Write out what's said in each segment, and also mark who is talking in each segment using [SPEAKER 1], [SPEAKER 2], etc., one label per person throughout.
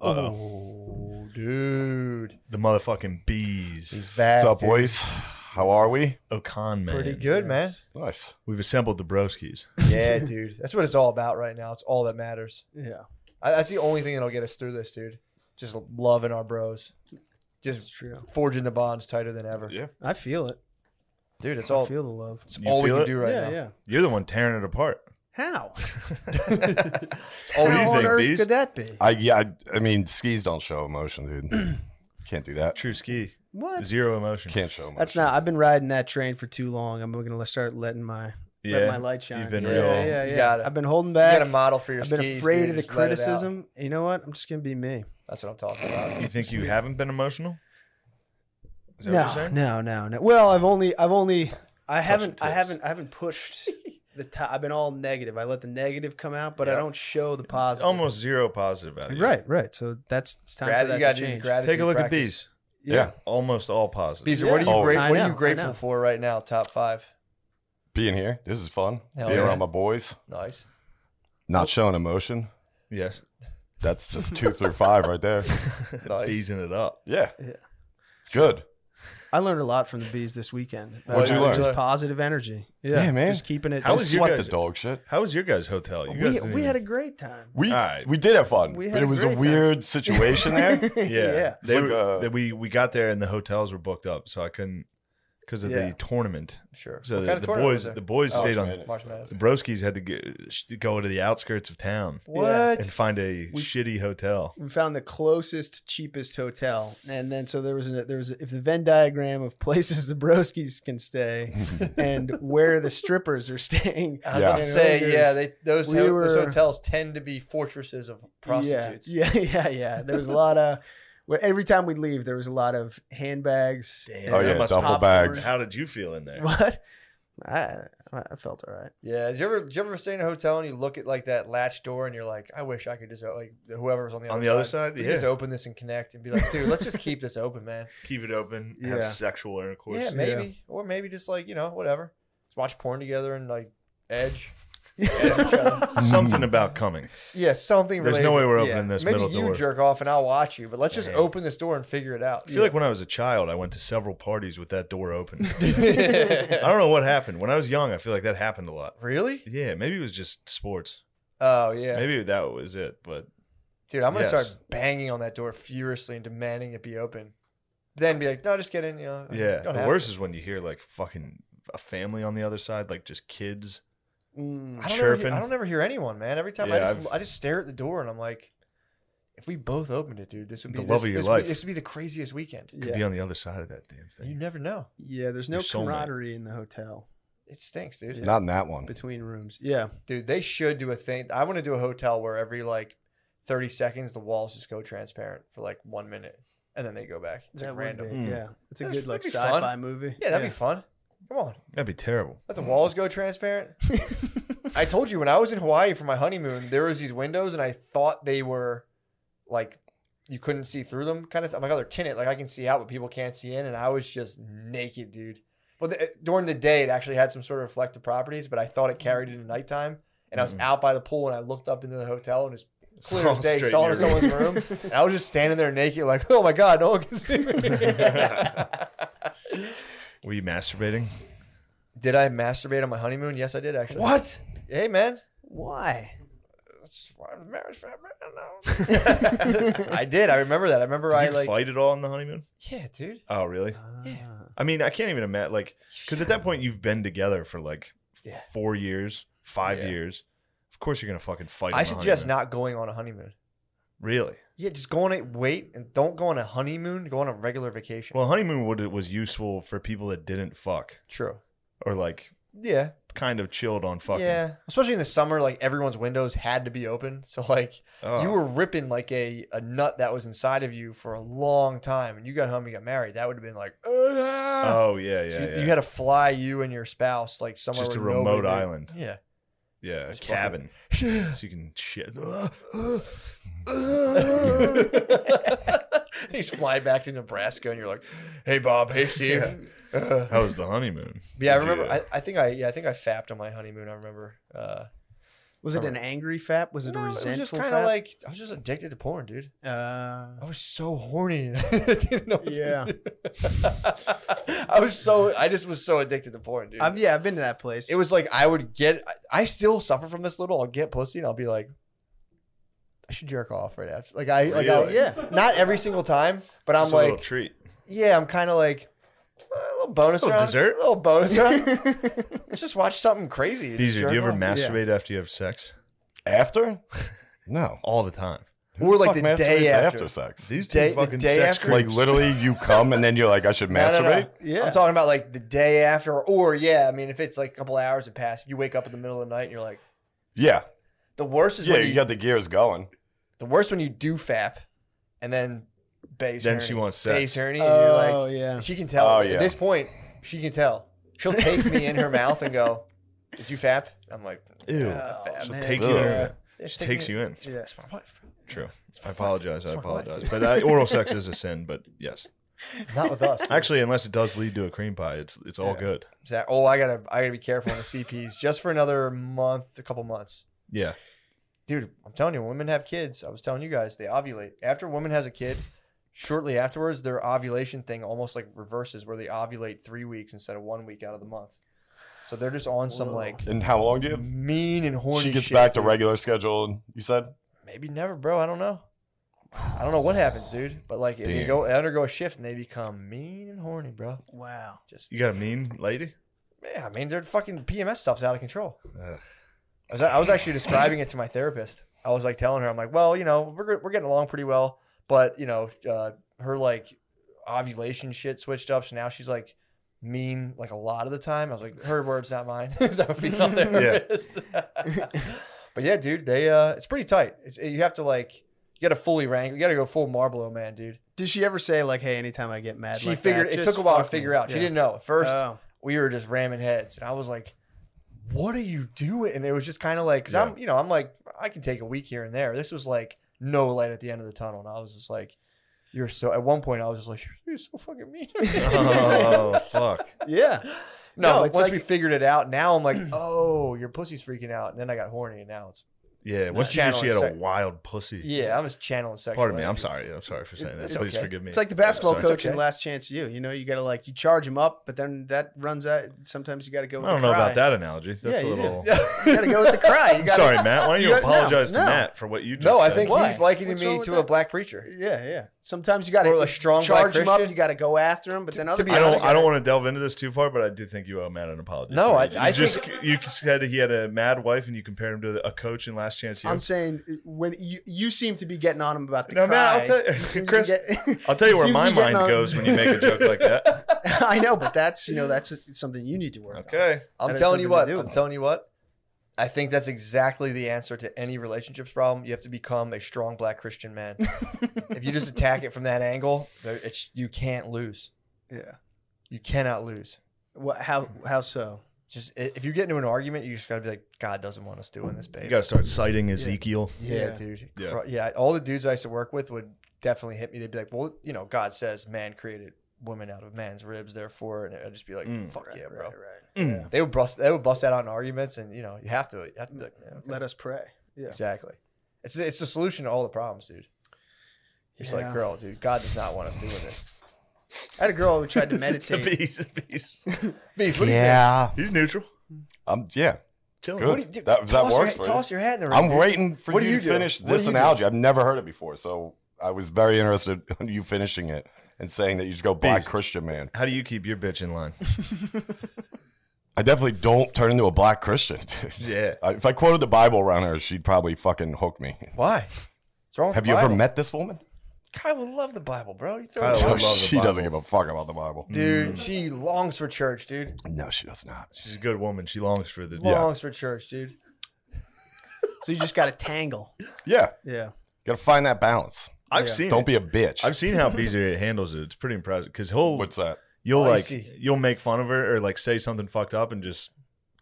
[SPEAKER 1] Uh-oh.
[SPEAKER 2] Oh, dude.
[SPEAKER 1] The motherfucking bees.
[SPEAKER 2] He's
[SPEAKER 3] What's
[SPEAKER 2] back.
[SPEAKER 3] up,
[SPEAKER 2] dude.
[SPEAKER 3] boys? How are we?
[SPEAKER 1] Okan man.
[SPEAKER 2] Pretty good, man.
[SPEAKER 3] Nice.
[SPEAKER 1] We've assembled the broskies.
[SPEAKER 2] Yeah, dude. That's what it's all about right now. It's all that matters.
[SPEAKER 4] Yeah,
[SPEAKER 2] I, that's the only thing that'll get us through this, dude. Just loving our bros.
[SPEAKER 4] it's
[SPEAKER 2] Just
[SPEAKER 4] true.
[SPEAKER 2] forging the bonds tighter than ever.
[SPEAKER 3] Yeah.
[SPEAKER 4] I feel it.
[SPEAKER 2] Dude, it's
[SPEAKER 4] I
[SPEAKER 2] all
[SPEAKER 4] feel the love.
[SPEAKER 2] it's
[SPEAKER 1] You
[SPEAKER 2] all we
[SPEAKER 1] feel
[SPEAKER 2] can
[SPEAKER 1] it?
[SPEAKER 2] do right
[SPEAKER 4] yeah,
[SPEAKER 2] now.
[SPEAKER 4] yeah.
[SPEAKER 1] You're the one tearing it apart.
[SPEAKER 4] How?
[SPEAKER 2] It's all we
[SPEAKER 1] do Oh,
[SPEAKER 4] How
[SPEAKER 1] you
[SPEAKER 4] on
[SPEAKER 1] think,
[SPEAKER 2] can do.
[SPEAKER 4] earth
[SPEAKER 1] Beast?
[SPEAKER 4] could that be?
[SPEAKER 3] I yeah. I, I mean, skis don't show emotion, dude. Can't do that.
[SPEAKER 1] True ski.
[SPEAKER 4] What?
[SPEAKER 1] Zero emotion.
[SPEAKER 3] Can't show emotion.
[SPEAKER 4] That's not. I've been riding that train for too long. I'm gonna start letting my
[SPEAKER 1] yeah.
[SPEAKER 4] let my light shine.
[SPEAKER 1] You've been
[SPEAKER 4] yeah,
[SPEAKER 1] real.
[SPEAKER 4] Yeah, yeah,
[SPEAKER 2] You
[SPEAKER 4] yeah.
[SPEAKER 2] gotta-
[SPEAKER 4] I've been holding
[SPEAKER 2] You got
[SPEAKER 4] back.
[SPEAKER 2] a model for your
[SPEAKER 4] I've been
[SPEAKER 2] skis,
[SPEAKER 4] afraid
[SPEAKER 2] dude.
[SPEAKER 4] of the
[SPEAKER 2] Just let it out.
[SPEAKER 4] criticism. You know what? I'm just gonna be me.
[SPEAKER 2] That's what I'm talking about.
[SPEAKER 1] You think you haven't been emotional? Is that what you're
[SPEAKER 4] No,
[SPEAKER 1] saying?
[SPEAKER 4] no, no, no. Well, I've only, I've only, I haven't, I
[SPEAKER 1] tips.
[SPEAKER 4] haven't, I haven't pushed the top. I've been all negative. I let the negative come out, but I
[SPEAKER 2] Yeah.
[SPEAKER 4] don't show the positive.
[SPEAKER 1] Almost zero positive out of you.
[SPEAKER 4] Right, right. So that's it's time
[SPEAKER 2] Grat-
[SPEAKER 4] for that
[SPEAKER 2] you got
[SPEAKER 4] to
[SPEAKER 2] to do the
[SPEAKER 4] change.
[SPEAKER 2] gratitude.
[SPEAKER 1] Take a look at
[SPEAKER 2] practice.
[SPEAKER 1] bees.
[SPEAKER 4] yeah.
[SPEAKER 3] Yeah.
[SPEAKER 1] Almost all positive.
[SPEAKER 2] Bees,
[SPEAKER 4] Yeah.
[SPEAKER 2] what are you
[SPEAKER 3] Oh,
[SPEAKER 2] grateful?
[SPEAKER 4] I
[SPEAKER 2] What
[SPEAKER 4] know,
[SPEAKER 2] are
[SPEAKER 4] I
[SPEAKER 2] you grateful
[SPEAKER 4] know.
[SPEAKER 2] for right now? Top five.
[SPEAKER 3] being here. This is fun.
[SPEAKER 2] Hell
[SPEAKER 3] being
[SPEAKER 2] yeah.
[SPEAKER 3] around my boys.
[SPEAKER 2] Nice.
[SPEAKER 3] Not showing emotion.
[SPEAKER 1] Yes.
[SPEAKER 3] That's just two through five right there.
[SPEAKER 2] Nice.
[SPEAKER 1] Beesing it up.
[SPEAKER 3] Yeah.
[SPEAKER 4] Yeah.
[SPEAKER 3] It's good.
[SPEAKER 4] I learned a lot from the bees this weekend. about
[SPEAKER 3] What'd you learn?
[SPEAKER 4] Just positive energy. Yeah,
[SPEAKER 3] Yeah, man.
[SPEAKER 4] Just keeping it.
[SPEAKER 1] How
[SPEAKER 3] How
[SPEAKER 1] was
[SPEAKER 3] was
[SPEAKER 1] you
[SPEAKER 3] sweat
[SPEAKER 1] guys-
[SPEAKER 3] the dog shit.
[SPEAKER 1] How was your guys' hotel? You guys
[SPEAKER 4] we,
[SPEAKER 1] didn't
[SPEAKER 4] we had a
[SPEAKER 1] even-
[SPEAKER 4] great time.
[SPEAKER 3] We
[SPEAKER 1] All right.
[SPEAKER 3] we did have fun,
[SPEAKER 4] We
[SPEAKER 3] but
[SPEAKER 4] had
[SPEAKER 3] it
[SPEAKER 4] a
[SPEAKER 3] was a
[SPEAKER 4] great time.
[SPEAKER 3] weird situation there.
[SPEAKER 1] yeah. They
[SPEAKER 3] Like,
[SPEAKER 1] were,
[SPEAKER 3] uh,
[SPEAKER 1] that we we got there and the hotels were booked up, so I couldn't because of the
[SPEAKER 4] Yeah.
[SPEAKER 1] tournament.
[SPEAKER 2] Sure.
[SPEAKER 1] So
[SPEAKER 2] What
[SPEAKER 1] the,
[SPEAKER 2] kind of
[SPEAKER 1] the
[SPEAKER 2] tournament was
[SPEAKER 1] boys
[SPEAKER 2] there?
[SPEAKER 1] the boys
[SPEAKER 3] Oh,
[SPEAKER 1] stayed
[SPEAKER 3] March
[SPEAKER 1] on.
[SPEAKER 3] Madness.
[SPEAKER 2] March Madness.
[SPEAKER 1] The broskies had to get, sh- go to the outskirts of town
[SPEAKER 2] What?
[SPEAKER 1] and find a
[SPEAKER 4] We-
[SPEAKER 1] shitty hotel.
[SPEAKER 4] we found the closest cheapest hotel and then so there was a there was a, if the venn diagram of places the broskies can stay and where the strippers are staying
[SPEAKER 2] I was
[SPEAKER 3] Yeah.
[SPEAKER 2] about to say,
[SPEAKER 4] Rangers.
[SPEAKER 2] yeah, they, those,
[SPEAKER 4] We
[SPEAKER 2] ho- those
[SPEAKER 4] were-
[SPEAKER 2] hotels tend to be fortresses of prostitutes.
[SPEAKER 4] yeah yeah yeah, yeah. there was a lot of well, every time we'd leave there was a lot of handbags and
[SPEAKER 3] Oh,
[SPEAKER 1] that
[SPEAKER 3] yeah,
[SPEAKER 1] must-
[SPEAKER 3] duffel
[SPEAKER 4] popcorn.
[SPEAKER 3] bags.
[SPEAKER 1] How did you feel in there?
[SPEAKER 4] what I, I felt all right
[SPEAKER 2] Yeah. Did you ever, did you ever stay in a hotel and you look at like that latch door and you're like, I wish I could just, like, whoever was on the
[SPEAKER 1] on
[SPEAKER 2] other
[SPEAKER 1] the other
[SPEAKER 2] side,
[SPEAKER 1] side,
[SPEAKER 2] we
[SPEAKER 1] yeah.
[SPEAKER 2] just open this and connect and be like, dude, let's just keep this open, man.
[SPEAKER 1] Keep it open.
[SPEAKER 4] Yeah.
[SPEAKER 1] Have sexual intercourse.
[SPEAKER 2] Yeah, maybe. Or maybe just like, you know, whatever. Just watch porn together and like edge. edge each other.
[SPEAKER 1] Something about coming.
[SPEAKER 2] Yeah, something
[SPEAKER 1] There's
[SPEAKER 2] related.
[SPEAKER 1] no way we're
[SPEAKER 4] Yeah.
[SPEAKER 1] opening this
[SPEAKER 2] Maybe
[SPEAKER 1] middle
[SPEAKER 2] you
[SPEAKER 1] door.
[SPEAKER 2] jerk off and I'll watch you, but let's just
[SPEAKER 1] Yeah.
[SPEAKER 2] open this door and figure it out.
[SPEAKER 1] I feel like when I was a child, I went to several parties with that door open. I
[SPEAKER 2] Yeah.
[SPEAKER 1] don't know what happened. When I was young, I feel like that happened a lot.
[SPEAKER 2] really?
[SPEAKER 1] Yeah, maybe it was just sports.
[SPEAKER 2] Oh yeah.
[SPEAKER 1] Maybe that was it. But
[SPEAKER 2] Dude, I'm gonna
[SPEAKER 1] Yes.
[SPEAKER 2] start banging on that door furiously and demanding it be open. Then be like, no, just get in. You know,
[SPEAKER 1] yeah,
[SPEAKER 2] Uh, don't
[SPEAKER 1] the
[SPEAKER 2] have
[SPEAKER 1] worst
[SPEAKER 2] to."
[SPEAKER 1] is when you hear like fucking a family on the other side, like just kids.
[SPEAKER 4] Mm.
[SPEAKER 2] I don't ever hear-
[SPEAKER 1] chirping.
[SPEAKER 2] I don't ever hear anyone, man. Every time I
[SPEAKER 1] Yeah,
[SPEAKER 2] just
[SPEAKER 1] I've-
[SPEAKER 2] i just stare at the door and I'm like, if we both opened it, dude, this would be
[SPEAKER 1] The love
[SPEAKER 2] this,
[SPEAKER 1] of your
[SPEAKER 2] this would be-
[SPEAKER 1] life.
[SPEAKER 2] this would be the craziest weekend.
[SPEAKER 1] Could
[SPEAKER 4] yeah
[SPEAKER 1] be on the other side of that damn
[SPEAKER 2] You
[SPEAKER 1] thing.
[SPEAKER 2] never know.
[SPEAKER 4] yeah there's no
[SPEAKER 1] Your soulmate.
[SPEAKER 4] camaraderie in the hotel
[SPEAKER 2] It stinks, dude.
[SPEAKER 3] Not in that one.
[SPEAKER 4] between rooms yeah
[SPEAKER 2] Dude, they should do a thing. I want to do a hotel where every like 30 seconds the walls just go transparent for like one minute and then they go back. It's
[SPEAKER 4] That
[SPEAKER 2] like
[SPEAKER 4] would
[SPEAKER 2] random.
[SPEAKER 4] be-
[SPEAKER 1] Mm.
[SPEAKER 4] yeah it's a
[SPEAKER 2] That'd-
[SPEAKER 4] good like
[SPEAKER 2] that'd be fun.
[SPEAKER 4] sci-fi movie
[SPEAKER 2] Yeah, that'd be fun. Come on.
[SPEAKER 1] That'd be terrible.
[SPEAKER 2] Let the walls go transparent. I told you when I was in Hawaii for my honeymoon, there was these windows and I thought they were like you couldn't see through them kind of thing. I'm like, oh, they're tinted. Like I can see out, but people can't see in. And I was just naked, dude. Well, the, during the day, it actually had some sort of reflective properties, but I thought it carried it in nighttime. And I was
[SPEAKER 1] Mm.
[SPEAKER 2] out by the pool and I looked up into the hotel and it's clear
[SPEAKER 1] All
[SPEAKER 2] as day,
[SPEAKER 1] straight
[SPEAKER 2] saw
[SPEAKER 1] in
[SPEAKER 2] it in
[SPEAKER 1] your
[SPEAKER 2] someone's room. And I was just standing there naked, like, oh my God, no one can see me.
[SPEAKER 1] Were you masturbating?
[SPEAKER 2] did I masturbate on my honeymoon? Yes, I did, actually.
[SPEAKER 4] what
[SPEAKER 2] Hey, man.
[SPEAKER 4] why
[SPEAKER 2] That's why I'm marriage fat man. No. I did. I remember that. I remember
[SPEAKER 1] Did
[SPEAKER 2] I
[SPEAKER 1] you
[SPEAKER 2] like.
[SPEAKER 1] fight at all on the honeymoon?
[SPEAKER 2] Yeah, dude.
[SPEAKER 1] Oh, really?
[SPEAKER 4] Ah.
[SPEAKER 1] I mean, I can't even imagine. Like, because at that point, you've been together for like
[SPEAKER 2] Yeah.
[SPEAKER 1] four years, five
[SPEAKER 2] Yeah.
[SPEAKER 1] years. Of course, you're gonna fucking fight.
[SPEAKER 2] I
[SPEAKER 1] on the
[SPEAKER 2] suggest
[SPEAKER 1] honeymoon.
[SPEAKER 2] not going on a honeymoon.
[SPEAKER 1] Really?
[SPEAKER 2] Yeah, just go on a wait and don't go on a honeymoon. Go on a regular vacation.
[SPEAKER 1] Well, honeymoon would was useful for people that didn't fuck
[SPEAKER 2] true.
[SPEAKER 1] or like
[SPEAKER 2] Yeah,
[SPEAKER 1] kind of chilled on fucking.
[SPEAKER 2] yeah. Especially in the summer, like everyone's windows had to be open, so like
[SPEAKER 1] Oh.
[SPEAKER 2] you were ripping like a, a nut that was inside of you for a long time, and you got home, you got married. That would have been like, "Ah."
[SPEAKER 1] Oh yeah, yeah.
[SPEAKER 2] So you,
[SPEAKER 1] yeah.
[SPEAKER 2] you had to fly you and your spouse like somewhere
[SPEAKER 1] Just a
[SPEAKER 2] where nobody
[SPEAKER 1] remote
[SPEAKER 2] knew.
[SPEAKER 1] island.
[SPEAKER 2] Yeah,
[SPEAKER 1] Yeah, a
[SPEAKER 2] Just
[SPEAKER 1] cabin.
[SPEAKER 2] fucking-
[SPEAKER 1] So you can shit.
[SPEAKER 2] He's flying back to Nebraska, and you're like, "Hey, Bob. Hey, Steve." Uh,
[SPEAKER 1] How was the honeymoon?
[SPEAKER 2] but yeah, I
[SPEAKER 1] Did
[SPEAKER 2] remember.
[SPEAKER 1] you-
[SPEAKER 2] I, I think I yeah, I think I fapped on my honeymoon. I remember. Uh,
[SPEAKER 4] Was it an angry fap? Was it
[SPEAKER 2] No,
[SPEAKER 4] a
[SPEAKER 2] was just
[SPEAKER 4] resentful
[SPEAKER 2] kind
[SPEAKER 4] fap?
[SPEAKER 2] of like I was just addicted to porn, dude.
[SPEAKER 4] uh,
[SPEAKER 2] I was so horny. I didn't know. What
[SPEAKER 4] Yeah.
[SPEAKER 2] To do. I was so. I just was so addicted to porn, dude.
[SPEAKER 4] I've, yeah, I've been to that place.
[SPEAKER 2] it was like I would get. I- I still suffer from this little. I'll get pussy and I'll be like, I should jerk off right after. Like I like I,
[SPEAKER 1] Really?
[SPEAKER 4] yeah.
[SPEAKER 2] Not every single time, but I'm
[SPEAKER 1] Just a
[SPEAKER 2] like,
[SPEAKER 1] little treat.
[SPEAKER 2] yeah, I'm kind of like uh, a little bonus
[SPEAKER 1] Little
[SPEAKER 2] round,
[SPEAKER 1] dessert?
[SPEAKER 2] a little bonus round. Let's just watch something crazy. Just
[SPEAKER 1] Beezer, do
[SPEAKER 2] jerk
[SPEAKER 1] you ever
[SPEAKER 2] off.
[SPEAKER 1] masturbate after you have sex?
[SPEAKER 3] After? No.
[SPEAKER 1] All the time.
[SPEAKER 3] Who
[SPEAKER 2] Or like
[SPEAKER 3] fuck
[SPEAKER 2] the
[SPEAKER 3] masturbates
[SPEAKER 2] day after.
[SPEAKER 3] sex.
[SPEAKER 1] These
[SPEAKER 2] Day-
[SPEAKER 1] two
[SPEAKER 2] the
[SPEAKER 1] fucking
[SPEAKER 2] day
[SPEAKER 1] sex
[SPEAKER 2] after?
[SPEAKER 3] Like
[SPEAKER 1] creeps.
[SPEAKER 3] literally, you come and then you're like, I should
[SPEAKER 2] No, no,
[SPEAKER 3] masturbate.
[SPEAKER 2] no.
[SPEAKER 4] Yeah.
[SPEAKER 2] I'm talking about like the day after, or, or yeah, I mean, if it's like a couple hours have passed, if you wake up in the middle of the night and you're like,
[SPEAKER 3] Yeah,
[SPEAKER 2] the worst is
[SPEAKER 3] yeah.
[SPEAKER 2] when
[SPEAKER 3] You
[SPEAKER 2] you,
[SPEAKER 3] got the gears going.
[SPEAKER 2] the worst when you do fap, and then Bay's
[SPEAKER 1] Then
[SPEAKER 2] hernia.
[SPEAKER 1] she wants sex.
[SPEAKER 2] Bay's hernia, and you're like,
[SPEAKER 4] oh, yeah.
[SPEAKER 2] she can tell.
[SPEAKER 3] Oh,
[SPEAKER 2] At
[SPEAKER 3] yeah.
[SPEAKER 2] this point, she can tell. She'll take me in her mouth and go, "Did you fap?" I'm like,
[SPEAKER 1] Ew.
[SPEAKER 2] "Yeah, I fapped."
[SPEAKER 1] She'll
[SPEAKER 4] Oh, man.
[SPEAKER 1] take
[SPEAKER 3] Ugh.
[SPEAKER 1] you in.
[SPEAKER 2] Yeah,
[SPEAKER 1] She takes you in.
[SPEAKER 4] Yeah.
[SPEAKER 2] It's my wife.
[SPEAKER 1] True. I apologize. I
[SPEAKER 2] It's my wife.
[SPEAKER 1] apologize. But uh, oral sex is a sin, but yes.
[SPEAKER 2] Not with us. Actually,
[SPEAKER 1] Actually, unless it does lead to a cream pie, it's it's all
[SPEAKER 2] Yeah.
[SPEAKER 1] good.
[SPEAKER 2] oh, I gotta, I gotta be careful on the CPs just for another month, a couple months.
[SPEAKER 1] Yeah.
[SPEAKER 2] dude i'm telling you women have kids i was telling you guys they ovulate after a woman has a kid shortly afterwards their ovulation thing almost like reverses where they ovulate three weeks instead of one week out of the month so they're just on some
[SPEAKER 4] Whoa.
[SPEAKER 2] like
[SPEAKER 3] And how long do you? Have?
[SPEAKER 2] mean and horny
[SPEAKER 3] She gets
[SPEAKER 2] shit,
[SPEAKER 3] back to
[SPEAKER 2] dude.
[SPEAKER 3] regular schedule. You said
[SPEAKER 2] maybe never bro i don't know i don't know what happens dude but like if they
[SPEAKER 3] Damn.
[SPEAKER 2] go they undergo a shift and they become mean and horny bro
[SPEAKER 4] Wow.
[SPEAKER 2] just
[SPEAKER 1] You got a mean lady?
[SPEAKER 2] yeah i mean their fucking pms stuff's out of control
[SPEAKER 1] Ugh.
[SPEAKER 2] I was, I was actually describing it to my therapist. I was like telling her, I'm like, well, you know, we're, we're getting along pretty well, but you know, uh, her like ovulation shit switched up, so now she's like mean like a lot of the time. I was like, her words, not mine. As a female therapist. but yeah, dude, they uh, it's pretty tight. It's, you have to like, you got to fully rank. You got to go full Marlboro man, dude.
[SPEAKER 4] Did she ever say, like, hey, anytime I get mad,
[SPEAKER 2] she
[SPEAKER 4] like
[SPEAKER 2] figured
[SPEAKER 4] that,
[SPEAKER 2] it
[SPEAKER 4] just
[SPEAKER 2] took a while to
[SPEAKER 4] fuck me?
[SPEAKER 2] figure out. She
[SPEAKER 4] Yeah.
[SPEAKER 2] didn't know at first
[SPEAKER 4] Oh.
[SPEAKER 2] we were just ramming heads and i was like what are you doing and it was just kind of like because i'm you know i'm like i can take a week here and there this was like no light at the end of the tunnel and i was just like you're so at one point i was just like you're so fucking mean
[SPEAKER 1] Oh fuck.
[SPEAKER 4] Yeah.
[SPEAKER 2] no,
[SPEAKER 4] No,
[SPEAKER 2] but
[SPEAKER 4] it's
[SPEAKER 2] once
[SPEAKER 4] like-
[SPEAKER 2] we figured it out now i'm like oh your pussy's freaking out and then i got horny and now it's
[SPEAKER 1] Yeah. Once you
[SPEAKER 2] channel
[SPEAKER 1] she had
[SPEAKER 2] is
[SPEAKER 1] a
[SPEAKER 2] sec-
[SPEAKER 1] wild pussy.
[SPEAKER 2] yeah i'm just channeling sexual
[SPEAKER 1] Pardon me. I'm
[SPEAKER 2] energy.
[SPEAKER 1] sorry. I'm sorry for saying that.
[SPEAKER 2] It's
[SPEAKER 1] Please
[SPEAKER 2] okay.
[SPEAKER 1] forgive me.
[SPEAKER 4] It's like the basketball
[SPEAKER 1] Sorry.
[SPEAKER 2] It's
[SPEAKER 4] coach in
[SPEAKER 2] okay.
[SPEAKER 4] Last Chance You. You know, you got to, like, you charge him up, but then that runs out. Sometimes you got to go with
[SPEAKER 1] I don't
[SPEAKER 4] the
[SPEAKER 1] know
[SPEAKER 4] cry.
[SPEAKER 1] about that analogy. That's
[SPEAKER 4] Yeah,
[SPEAKER 1] a
[SPEAKER 4] you
[SPEAKER 1] little.
[SPEAKER 4] You got to go with the cry. You
[SPEAKER 1] I'm
[SPEAKER 4] gotta,
[SPEAKER 1] sorry, Matt. Why don't you,
[SPEAKER 4] you gotta- no,
[SPEAKER 1] apologize
[SPEAKER 4] no.
[SPEAKER 1] to Matt for what you just
[SPEAKER 2] no i
[SPEAKER 1] said?
[SPEAKER 2] think
[SPEAKER 4] Why?
[SPEAKER 2] he's likening
[SPEAKER 4] What's wrong
[SPEAKER 2] me
[SPEAKER 4] with
[SPEAKER 2] to a
[SPEAKER 4] that?
[SPEAKER 2] black preacher
[SPEAKER 4] Yeah, yeah. Sometimes you got
[SPEAKER 2] Or
[SPEAKER 4] to
[SPEAKER 2] a strong
[SPEAKER 4] charge
[SPEAKER 2] black
[SPEAKER 4] him up.
[SPEAKER 2] Christian?
[SPEAKER 4] You got to go after him, but then other
[SPEAKER 2] to be
[SPEAKER 1] I
[SPEAKER 4] times
[SPEAKER 1] don't.
[SPEAKER 4] you
[SPEAKER 1] I don't
[SPEAKER 4] gotta-
[SPEAKER 1] want to delve into this too far, but I do think you owe Matt an apology.
[SPEAKER 2] No,
[SPEAKER 1] for
[SPEAKER 2] I-
[SPEAKER 1] it. You
[SPEAKER 2] I think-
[SPEAKER 1] just you said he had a mad wife, and you compared him to a coach in Last Chance. You.
[SPEAKER 4] I'm saying uh, when you you seem to be getting on him about the
[SPEAKER 1] No,
[SPEAKER 4] cry.
[SPEAKER 1] Matt, I'll tell you-
[SPEAKER 4] seem to
[SPEAKER 1] Chris,
[SPEAKER 4] get-
[SPEAKER 1] I'll tell you
[SPEAKER 4] you
[SPEAKER 1] where
[SPEAKER 4] seem to
[SPEAKER 1] my
[SPEAKER 4] be getting
[SPEAKER 1] mind
[SPEAKER 4] on-
[SPEAKER 1] goes when you make a joke like that.
[SPEAKER 4] I know, but that's you know that's something you need to work. on.
[SPEAKER 1] Okay.
[SPEAKER 2] I'm
[SPEAKER 4] That has
[SPEAKER 2] telling you
[SPEAKER 4] nothing
[SPEAKER 2] what.
[SPEAKER 4] to do
[SPEAKER 2] I'm
[SPEAKER 4] with
[SPEAKER 2] telling you what. I think that's exactly the answer to any relationships problem. You have to become a strong black Christian man. if you just attack it from that angle, there- it's, you can't lose.
[SPEAKER 4] Yeah.
[SPEAKER 2] You cannot lose.
[SPEAKER 4] What? How? How so?
[SPEAKER 2] Just i- if you get into an argument, you just gotta be like, God doesn't want us doing this,
[SPEAKER 1] You
[SPEAKER 2] babe.
[SPEAKER 1] got to start citing Ezekiel.
[SPEAKER 2] yeah,
[SPEAKER 4] Yeah.
[SPEAKER 2] dude.
[SPEAKER 1] Yeah.
[SPEAKER 2] Cru- yeah. All the dudes I used to work with would definitely hit me. They'd be like, Well, you know, God says man created woman out of man's ribs, therefore, and I'd just be like,
[SPEAKER 1] Mm.
[SPEAKER 2] Fuck yeah, bro.
[SPEAKER 1] Mm.
[SPEAKER 2] They would bust. They would bust out on arguments, and you know, you have to. You have to be like, yeah, okay.
[SPEAKER 4] Let us pray. Yeah.
[SPEAKER 2] Exactly. It's it's the solution to all the problems, dude. It's like,
[SPEAKER 4] Yeah.
[SPEAKER 2] girl, dude, God does not want us doing this.
[SPEAKER 4] I had a girl who tried to meditate.
[SPEAKER 1] He's, he's,
[SPEAKER 2] Beast, what do
[SPEAKER 1] he's neutral.
[SPEAKER 3] I'm yeah.
[SPEAKER 1] Chilling.
[SPEAKER 2] you, what do
[SPEAKER 3] Good.
[SPEAKER 2] you do?
[SPEAKER 3] That- that
[SPEAKER 2] toss
[SPEAKER 3] works
[SPEAKER 2] Your,
[SPEAKER 3] for
[SPEAKER 2] hat-
[SPEAKER 3] you.
[SPEAKER 2] toss your hat in the ring.
[SPEAKER 3] I'm
[SPEAKER 2] dude.
[SPEAKER 3] waiting for
[SPEAKER 2] What do
[SPEAKER 3] you
[SPEAKER 2] you
[SPEAKER 3] to
[SPEAKER 2] do?
[SPEAKER 3] finish
[SPEAKER 2] What do
[SPEAKER 3] this
[SPEAKER 2] you do?
[SPEAKER 3] analogy. I've never heard it before, so I was very interested in you finishing it and saying that you just go black
[SPEAKER 1] Beast.
[SPEAKER 3] Christian man.
[SPEAKER 1] How do you keep your bitch in line?
[SPEAKER 3] I definitely don't turn into a black Christian. dude.
[SPEAKER 1] Yeah.
[SPEAKER 3] I- if I quoted the Bible around her, she'd probably fucking hook me.
[SPEAKER 2] Why? What's wrong with
[SPEAKER 3] Have
[SPEAKER 2] the
[SPEAKER 3] you ever
[SPEAKER 2] Bible?
[SPEAKER 3] met this woman?
[SPEAKER 2] Kyle would love the Bible, bro. You throw
[SPEAKER 1] Kyle
[SPEAKER 2] it
[SPEAKER 1] would
[SPEAKER 2] out.
[SPEAKER 1] love the
[SPEAKER 3] she
[SPEAKER 1] Bible.
[SPEAKER 3] doesn't give a fuck about the Bible.
[SPEAKER 2] Dude, she longs for church, dude.
[SPEAKER 3] No, she does not.
[SPEAKER 1] She's a good woman. She longs for the.
[SPEAKER 2] Longs for church, dude.
[SPEAKER 4] so you just got to tangle.
[SPEAKER 3] Yeah,
[SPEAKER 4] Yeah.
[SPEAKER 3] gotta find that balance.
[SPEAKER 1] I've
[SPEAKER 4] Yeah.
[SPEAKER 1] seen.
[SPEAKER 3] Don't
[SPEAKER 1] it.
[SPEAKER 3] be a bitch.
[SPEAKER 1] I've seen how Beezer handles it. It's pretty impressive because he'll
[SPEAKER 3] What's that?
[SPEAKER 4] Oh,
[SPEAKER 1] you'll
[SPEAKER 2] I
[SPEAKER 1] like
[SPEAKER 2] see.
[SPEAKER 1] you'll make fun of her or like say something fucked up and just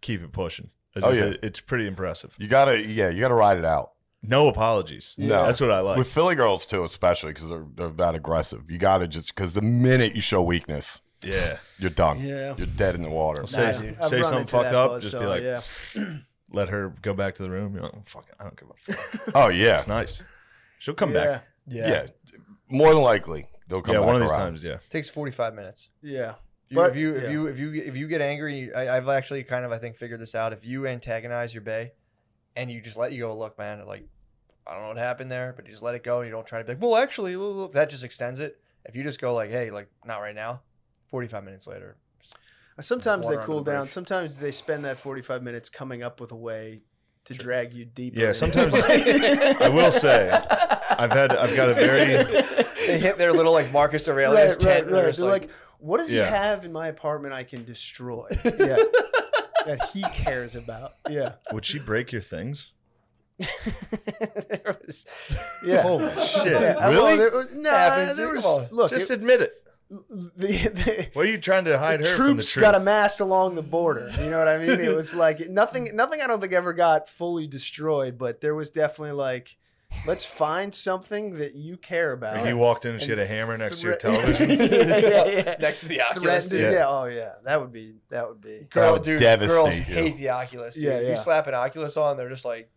[SPEAKER 1] keep it pushing. As
[SPEAKER 3] Oh,
[SPEAKER 1] if
[SPEAKER 3] yeah.
[SPEAKER 1] it- it's pretty impressive.
[SPEAKER 3] You gotta, yeah, you gotta ride it out.
[SPEAKER 1] No apologies.
[SPEAKER 3] No.
[SPEAKER 1] that's what I like.
[SPEAKER 3] With Philly girls too, especially because they're they're that aggressive. You gotta just because the minute you show weakness,
[SPEAKER 1] yeah,
[SPEAKER 3] you're done.
[SPEAKER 4] Yeah.
[SPEAKER 3] You're dead in the water.
[SPEAKER 1] say
[SPEAKER 4] Nah,
[SPEAKER 1] say
[SPEAKER 4] I've run
[SPEAKER 1] something
[SPEAKER 4] into that
[SPEAKER 1] fucked up.
[SPEAKER 4] buzz,
[SPEAKER 1] Just
[SPEAKER 4] so,
[SPEAKER 1] be like,
[SPEAKER 4] yeah.
[SPEAKER 1] let her go back to the room. You're like, oh, fuck it, I don't give a fuck.
[SPEAKER 3] Oh yeah,
[SPEAKER 1] It's nice. She'll come
[SPEAKER 4] yeah,
[SPEAKER 1] back.
[SPEAKER 3] yeah. More than likely they'll come.
[SPEAKER 1] yeah,
[SPEAKER 3] back
[SPEAKER 1] one of these
[SPEAKER 3] around.
[SPEAKER 1] times. Yeah.
[SPEAKER 2] takes 45 minutes.
[SPEAKER 4] Yeah.
[SPEAKER 2] If you-
[SPEAKER 4] But-
[SPEAKER 2] if you if
[SPEAKER 4] yeah.
[SPEAKER 2] you if you if you get angry, I, I've actually kind of I think figured this out. If you antagonize your bay, and you just let you go, look, man, like I don't know what happened there, but you just let it go, and you don't try to be like, well, actually, well, well," that just extends it. If you just go like, hey, like not right now, forty five minutes later,
[SPEAKER 4] Sometimes they
[SPEAKER 2] Water under
[SPEAKER 4] cool
[SPEAKER 2] the
[SPEAKER 4] down.
[SPEAKER 2] bridge.
[SPEAKER 4] Sometimes they spend that 45 minutes coming up with a way to drag you deeper.
[SPEAKER 1] Yeah,
[SPEAKER 4] in.
[SPEAKER 1] sometimes- I will say, I've had- I've got a very-
[SPEAKER 2] they hit their little like Marcus
[SPEAKER 4] right,
[SPEAKER 2] Aurelius
[SPEAKER 4] right,
[SPEAKER 2] tent.
[SPEAKER 4] right.
[SPEAKER 2] and they're
[SPEAKER 4] They're
[SPEAKER 2] just like,
[SPEAKER 4] like, what does
[SPEAKER 1] Yeah.
[SPEAKER 4] he have in my apartment I can destroy? Yeah. that he cares about. Yeah.
[SPEAKER 1] Would she break your things?
[SPEAKER 4] there was, yeah.
[SPEAKER 1] Holy shit.
[SPEAKER 4] Yeah, well,
[SPEAKER 1] Really?
[SPEAKER 4] there was- nah,
[SPEAKER 2] Happens.
[SPEAKER 4] there
[SPEAKER 2] Come
[SPEAKER 4] was,
[SPEAKER 2] on.
[SPEAKER 4] look,
[SPEAKER 1] Just
[SPEAKER 4] it-
[SPEAKER 1] admit it.
[SPEAKER 4] the, the,
[SPEAKER 1] What are you trying to hide her from the
[SPEAKER 4] troops
[SPEAKER 1] truth?
[SPEAKER 4] got amassed along the border. You know what I mean? It was like nothing. Nothing. I don't think ever got fully destroyed, but there was definitely like, let's find something that you care about.
[SPEAKER 1] Like you walked in and she had
[SPEAKER 4] And
[SPEAKER 1] a hammer next to your
[SPEAKER 4] threat-
[SPEAKER 1] television.
[SPEAKER 4] yeah, yeah, yeah.
[SPEAKER 2] next to the Oculus.
[SPEAKER 4] Threatened.
[SPEAKER 2] dude.
[SPEAKER 4] Yeah.
[SPEAKER 1] Yeah.
[SPEAKER 4] Oh yeah, that would be that would be.
[SPEAKER 3] That
[SPEAKER 2] Girl,
[SPEAKER 3] would
[SPEAKER 2] dude,
[SPEAKER 3] devastate
[SPEAKER 2] girls
[SPEAKER 3] you.
[SPEAKER 2] hate the Oculus. Dude.
[SPEAKER 4] Yeah,
[SPEAKER 2] If
[SPEAKER 4] yeah.
[SPEAKER 2] you slap an Oculus on, they're just like,